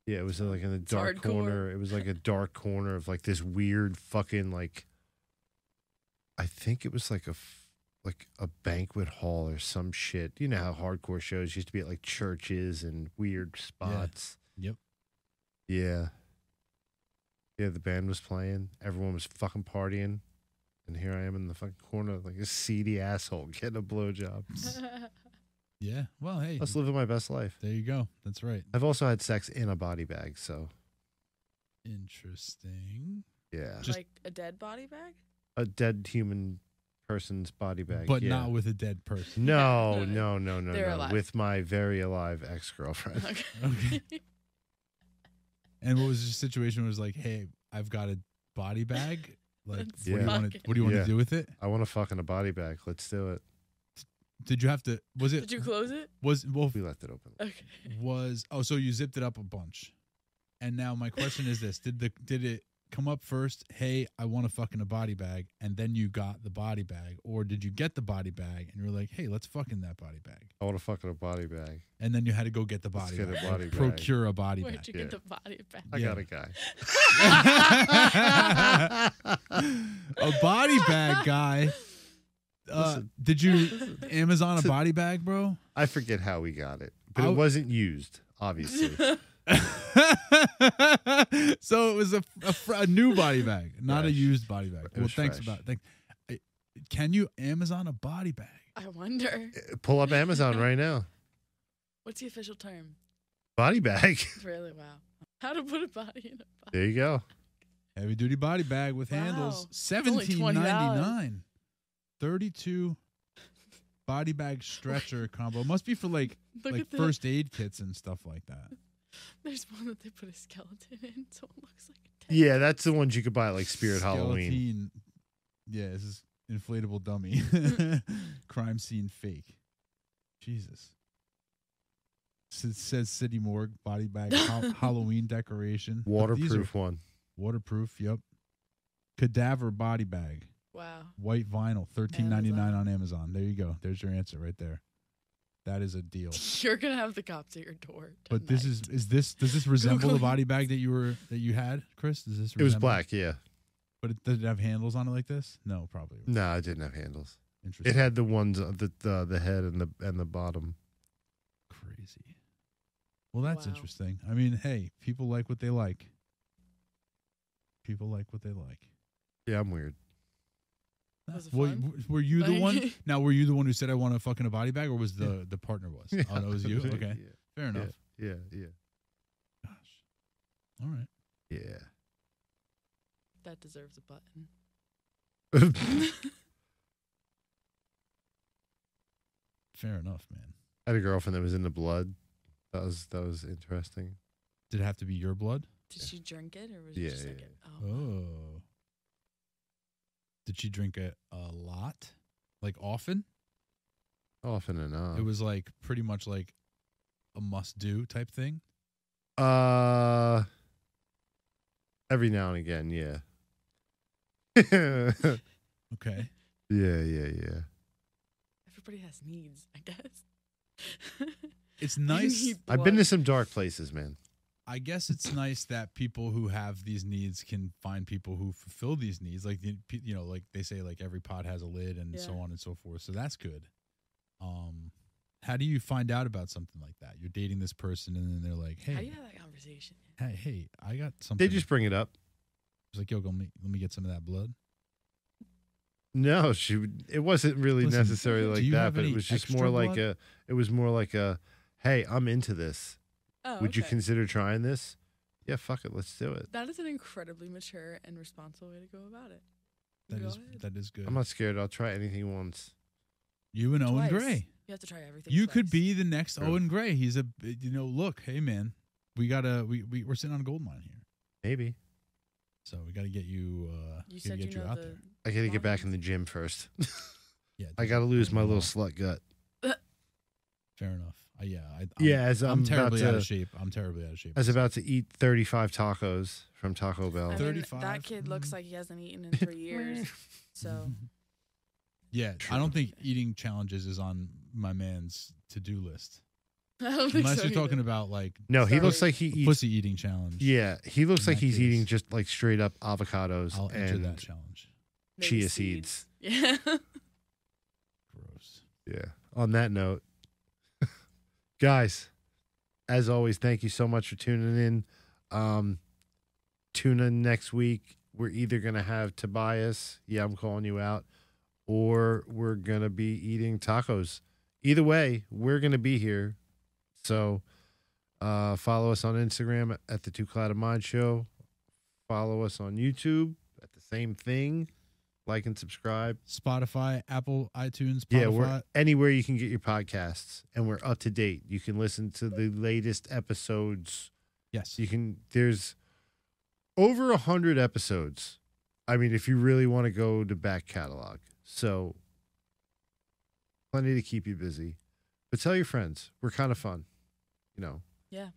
[SPEAKER 1] Yeah, it was uh, like in the dark
[SPEAKER 2] hardcore.
[SPEAKER 1] corner. It was like a dark corner of like this weird fucking like. I think it was like a f- like a banquet hall or some shit. You know how hardcore shows used to be at like churches and weird spots.
[SPEAKER 3] Yep.
[SPEAKER 1] Yeah. Yeah, the band was playing. Everyone was fucking partying. And here I am in the fucking corner, like a seedy asshole [laughs] getting a blowjob.
[SPEAKER 2] [laughs]
[SPEAKER 3] Yeah. Well, hey,
[SPEAKER 1] I was living my best life.
[SPEAKER 3] there you go. That's right.
[SPEAKER 1] I've also had sex in a body bag, so
[SPEAKER 3] Interesting.
[SPEAKER 1] yeah.
[SPEAKER 3] Just-
[SPEAKER 2] like a dead body bag?
[SPEAKER 1] a dead human person's body bag.
[SPEAKER 3] but
[SPEAKER 1] yeah.
[SPEAKER 3] not with a dead person.
[SPEAKER 1] [laughs] No,
[SPEAKER 2] Yeah,
[SPEAKER 3] [laughs]
[SPEAKER 1] no, no, no,
[SPEAKER 2] They're
[SPEAKER 1] no.
[SPEAKER 2] alive.
[SPEAKER 1] With my very alive ex girlfriend.
[SPEAKER 3] Okay. And what was the situation? Was like, hey, I've got a
[SPEAKER 2] [laughs]
[SPEAKER 3] body bag. Like,
[SPEAKER 2] That's
[SPEAKER 3] what do you want to?
[SPEAKER 2] fucking-
[SPEAKER 3] What do you want to
[SPEAKER 1] Yeah.
[SPEAKER 3] do with it?
[SPEAKER 1] [laughs] I want to fuck in a body bag. Let's do it.
[SPEAKER 3] Did you have to? Was
[SPEAKER 2] [laughs]
[SPEAKER 3] it?
[SPEAKER 2] Did you close it?
[SPEAKER 3] was well?
[SPEAKER 1] We left it open.
[SPEAKER 2] Okay.
[SPEAKER 3] Was oh? So you zipped it up a bunch. And now my question is this: Did the did it come up first? Hey, I want to fuck in a body bag, and then you got the body bag, or did you get the body bag and you're like, hey, let's fuck in that body bag,
[SPEAKER 1] I want to fuck in a body bag.
[SPEAKER 3] and then you had to go get the
[SPEAKER 1] Let's
[SPEAKER 3] body,
[SPEAKER 1] get a
[SPEAKER 3] bag,
[SPEAKER 1] body bag.
[SPEAKER 3] procure a body
[SPEAKER 2] Where'd
[SPEAKER 3] bag.
[SPEAKER 2] you
[SPEAKER 1] yeah.
[SPEAKER 2] get the body bag?
[SPEAKER 1] I
[SPEAKER 3] Yeah.
[SPEAKER 1] got a guy.
[SPEAKER 3] [laughs] a body bag guy. Uh,
[SPEAKER 1] Listen.
[SPEAKER 3] did you Amazon a
[SPEAKER 1] Listen.
[SPEAKER 3] body bag, bro? [laughs]
[SPEAKER 1] I forget how we got it, but
[SPEAKER 3] I'll-
[SPEAKER 1] it wasn't used, [laughs]
[SPEAKER 2] [laughs]
[SPEAKER 1] obviously.
[SPEAKER 3] so it was a, a, fr- a new body bag, not a
[SPEAKER 1] Fresh.
[SPEAKER 3] used body bag.
[SPEAKER 1] It
[SPEAKER 3] Well,
[SPEAKER 1] was
[SPEAKER 3] thanks
[SPEAKER 1] fresh.
[SPEAKER 3] about thank. I- Can you Amazon a body bag?
[SPEAKER 2] I wonder.
[SPEAKER 1] Eh, Pull up Amazon right now.
[SPEAKER 2] What's the official term?
[SPEAKER 1] Body bag. [laughs]
[SPEAKER 2] Really? Wow. How to put a body in a body.
[SPEAKER 1] There you go.
[SPEAKER 3] Heavy duty body bag with handles,
[SPEAKER 2] Wow. It's only
[SPEAKER 3] seventeen ninety nine. Thirty two body bag stretcher combo must be for like
[SPEAKER 2] Look
[SPEAKER 3] like
[SPEAKER 2] at the,
[SPEAKER 3] first aid kits and stuff like that.
[SPEAKER 2] There's one that they put a skeleton in, so it looks like a tent.
[SPEAKER 1] Yeah, that's the ones you could buy at like Spirit Halloween.
[SPEAKER 3] Skeleton. Yeah, this is inflatable dummy. Crime scene fake. Jesus. S- It says city morgue body bag ha- Halloween decoration. But these are
[SPEAKER 1] Waterproof one.
[SPEAKER 3] waterproof. Yep. Cadaver body bag,
[SPEAKER 2] Wow. [laughs]
[SPEAKER 3] white vinyl, thirteen ninety nine on Amazon. There you go. There's your answer right there. That is a deal.
[SPEAKER 2] You're gonna have the cops at your door.
[SPEAKER 3] But this
[SPEAKER 2] tonight.
[SPEAKER 3] is is this does this resemble the
[SPEAKER 2] Google.
[SPEAKER 3] body bag that you were that you had, Chris? Does this
[SPEAKER 1] It was
[SPEAKER 3] resemble-
[SPEAKER 1] black, yeah.
[SPEAKER 3] But it did it have handles on it like this? No, probably.
[SPEAKER 1] No, it didn't have handles.
[SPEAKER 3] Interesting.
[SPEAKER 1] It had the ones of the the, the head and the and the bottom.
[SPEAKER 3] Crazy. Well, that's
[SPEAKER 2] Wow.
[SPEAKER 3] interesting. I mean, hey, people like what they like. People like what they like.
[SPEAKER 1] Yeah, I'm weird.
[SPEAKER 2] Was it
[SPEAKER 3] Well,
[SPEAKER 2] fun?
[SPEAKER 3] w- were you the one?
[SPEAKER 2] [laughs] Like-
[SPEAKER 3] Now, were you the one who said I want to fuck in a body bag, or was the the partner was? Oh, that was you.
[SPEAKER 1] [laughs] Yeah,
[SPEAKER 3] Okay, fair
[SPEAKER 1] Yeah,
[SPEAKER 3] enough.
[SPEAKER 1] yeah, yeah,
[SPEAKER 3] Gosh. All right.
[SPEAKER 1] yeah.
[SPEAKER 2] that deserves a button.
[SPEAKER 1] [laughs]
[SPEAKER 2] [laughs]
[SPEAKER 1] I
[SPEAKER 3] Fair enough, man.
[SPEAKER 1] had a girlfriend that was in the blood. That was that was interesting.
[SPEAKER 3] Did it have to be your blood?
[SPEAKER 2] Did
[SPEAKER 1] Yeah.
[SPEAKER 2] she drink it or was
[SPEAKER 1] Yeah,
[SPEAKER 2] it just like
[SPEAKER 1] yeah,
[SPEAKER 2] it? Oh.
[SPEAKER 3] Oh. Did she drink it a lot? Like often?
[SPEAKER 1] Often enough.
[SPEAKER 3] It was like pretty much like a must do type thing.
[SPEAKER 1] uh every now and again, yeah. [laughs] yeah,
[SPEAKER 3] Okay.
[SPEAKER 2] [laughs]
[SPEAKER 1] yeah, yeah.
[SPEAKER 2] Everybody has needs, I guess. [laughs]
[SPEAKER 3] It's
[SPEAKER 2] You
[SPEAKER 3] nice.
[SPEAKER 2] need
[SPEAKER 1] I've been to
[SPEAKER 2] blood.
[SPEAKER 1] some dark places, man.
[SPEAKER 3] I guess it's nice that people who have these needs can find people who fulfill these needs. Like the- pe- you know, like they say, like every pot has a lid, and so
[SPEAKER 2] Yeah.
[SPEAKER 3] on and so forth. So that's good. Um, how do you find out about something like that? You're dating this person, and then they're like,
[SPEAKER 2] How do
[SPEAKER 3] "Hey,
[SPEAKER 2] you have that conversation?
[SPEAKER 3] hey, hey, I got something."
[SPEAKER 1] They just bring it up.
[SPEAKER 3] It's like, "Yo, go me, let me get some of that blood."
[SPEAKER 1] No, she. would- It wasn't really
[SPEAKER 3] Listen,
[SPEAKER 1] necessarily
[SPEAKER 3] do
[SPEAKER 1] like
[SPEAKER 3] you have
[SPEAKER 1] that, but
[SPEAKER 3] any
[SPEAKER 1] it was just
[SPEAKER 3] extra
[SPEAKER 1] more like
[SPEAKER 3] blood?
[SPEAKER 1] a. It was more like a, hey, I'm into this.
[SPEAKER 2] Oh,
[SPEAKER 1] Would you
[SPEAKER 2] okay.
[SPEAKER 1] consider trying this? Yeah, fuck it, let's do it.
[SPEAKER 2] That is an incredibly mature and responsible way to go about it.
[SPEAKER 3] That
[SPEAKER 2] Go
[SPEAKER 3] is
[SPEAKER 2] ahead.
[SPEAKER 3] that is good.
[SPEAKER 1] I'm not scared. I'll try anything once.
[SPEAKER 3] you and Owen
[SPEAKER 2] Twice.
[SPEAKER 3] Gray.
[SPEAKER 2] You have to try everything.
[SPEAKER 3] You could
[SPEAKER 2] twice.
[SPEAKER 3] be the next
[SPEAKER 1] True.
[SPEAKER 3] Owen Gray. He's a you know, look, hey man, we gotta we, we we're sitting on a gold mine here,
[SPEAKER 1] Maybe
[SPEAKER 3] so we gotta get you. uh
[SPEAKER 2] You
[SPEAKER 3] gotta
[SPEAKER 2] said
[SPEAKER 3] get
[SPEAKER 2] you know
[SPEAKER 3] out
[SPEAKER 2] the.
[SPEAKER 3] there.
[SPEAKER 1] I gotta get back in the gym first. [laughs]
[SPEAKER 3] Yeah,
[SPEAKER 1] I gotta lose my little slut gut.
[SPEAKER 3] Fair enough. Uh, yeah, I, I'm,
[SPEAKER 1] Yeah, as
[SPEAKER 3] I'm,
[SPEAKER 1] I'm about
[SPEAKER 3] terribly out of
[SPEAKER 1] to-
[SPEAKER 3] shape. I'm terribly out of shape.
[SPEAKER 1] I was about to eat 35 tacos from Taco
[SPEAKER 2] I
[SPEAKER 1] Bell.
[SPEAKER 2] mean,
[SPEAKER 3] 35.
[SPEAKER 2] that kid looks
[SPEAKER 3] Mm.
[SPEAKER 2] like he hasn't eaten in
[SPEAKER 3] [laughs]
[SPEAKER 2] three years. so
[SPEAKER 3] yeah, I don't think eating challenges is on my man's to do list.
[SPEAKER 2] [laughs] I don't think
[SPEAKER 3] Hmm. Unless
[SPEAKER 2] so
[SPEAKER 3] you're
[SPEAKER 2] either.
[SPEAKER 3] talking about like
[SPEAKER 1] No, he
[SPEAKER 2] Sorry.
[SPEAKER 1] looks like he
[SPEAKER 3] the
[SPEAKER 1] eats.
[SPEAKER 3] pussy eating challenge.
[SPEAKER 1] Yeah, he looks
[SPEAKER 3] In
[SPEAKER 1] like
[SPEAKER 3] that
[SPEAKER 1] he's
[SPEAKER 3] case.
[SPEAKER 1] eating just like straight up avocados
[SPEAKER 3] I'll enter
[SPEAKER 1] and
[SPEAKER 3] that challenge.
[SPEAKER 2] Maybe
[SPEAKER 1] chia seeds.
[SPEAKER 2] [laughs] Yeah.
[SPEAKER 3] Gross.
[SPEAKER 1] Yeah. On that note, [laughs] guys, as always, thank you so much for tuning in. Um, tune in next week. We're either gonna have Tobias, yeah, I'm calling you out, or we're gonna be eating tacos. Either way, we're gonna be here. So uh, follow us on Instagram at the Two Cloud of Mind Show. Follow us on YouTube at the same thing. Like and subscribe.
[SPEAKER 3] Spotify, Apple, iTunes, Spotify.
[SPEAKER 1] Yeah, we're anywhere you can get your podcasts, and we're up to date. You can listen to the latest episodes.
[SPEAKER 3] yes.
[SPEAKER 1] You can there's over a hundred episodes. I mean, if you really want to go to back catalog, so plenty to keep you busy. But tell your friends, we're kind of fun, you know.
[SPEAKER 2] Yeah.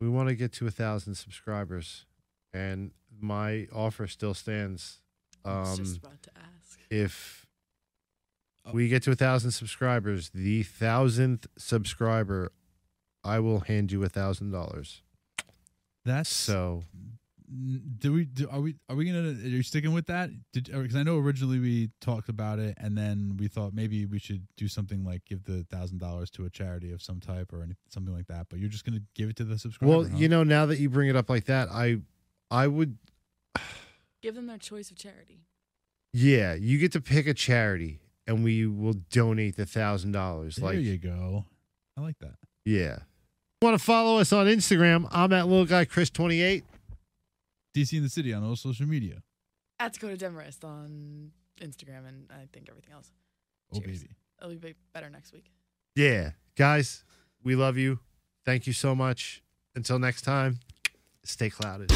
[SPEAKER 1] We want to get to a thousand subscribers, and my offer still stands.
[SPEAKER 2] I was
[SPEAKER 1] Um,
[SPEAKER 2] just about to ask.
[SPEAKER 1] if
[SPEAKER 3] Oh.
[SPEAKER 1] we get to a thousand subscribers, the thousandth subscriber, I will hand you a thousand dollars.
[SPEAKER 3] That's
[SPEAKER 1] So
[SPEAKER 3] N- do we do, are we are we gonna are you sticking with that did because i know originally we talked about it and then we thought maybe we should do something like give the thousand dollars to a charity of some type or any, something like that but you're just gonna give it to the subscriber
[SPEAKER 1] well,
[SPEAKER 3] huh?
[SPEAKER 1] you know, now that you bring it up like that, I I would [sighs]
[SPEAKER 2] Give them their choice of charity.
[SPEAKER 1] yeah, you get to pick a charity and we will donate the thousand dollars.
[SPEAKER 3] there
[SPEAKER 1] Like
[SPEAKER 3] you go i like that
[SPEAKER 1] yeah. Want to follow us on Instagram? I'm at little guy Chris 28.
[SPEAKER 3] dc in the city on all social media
[SPEAKER 2] At Dakota Demarest on Instagram and I think everything else.
[SPEAKER 3] oh
[SPEAKER 2] Cheers.
[SPEAKER 3] baby
[SPEAKER 2] It'll be better next week.
[SPEAKER 1] Yeah, guys, we love you. Thank you so much. Until next time, stay clouded.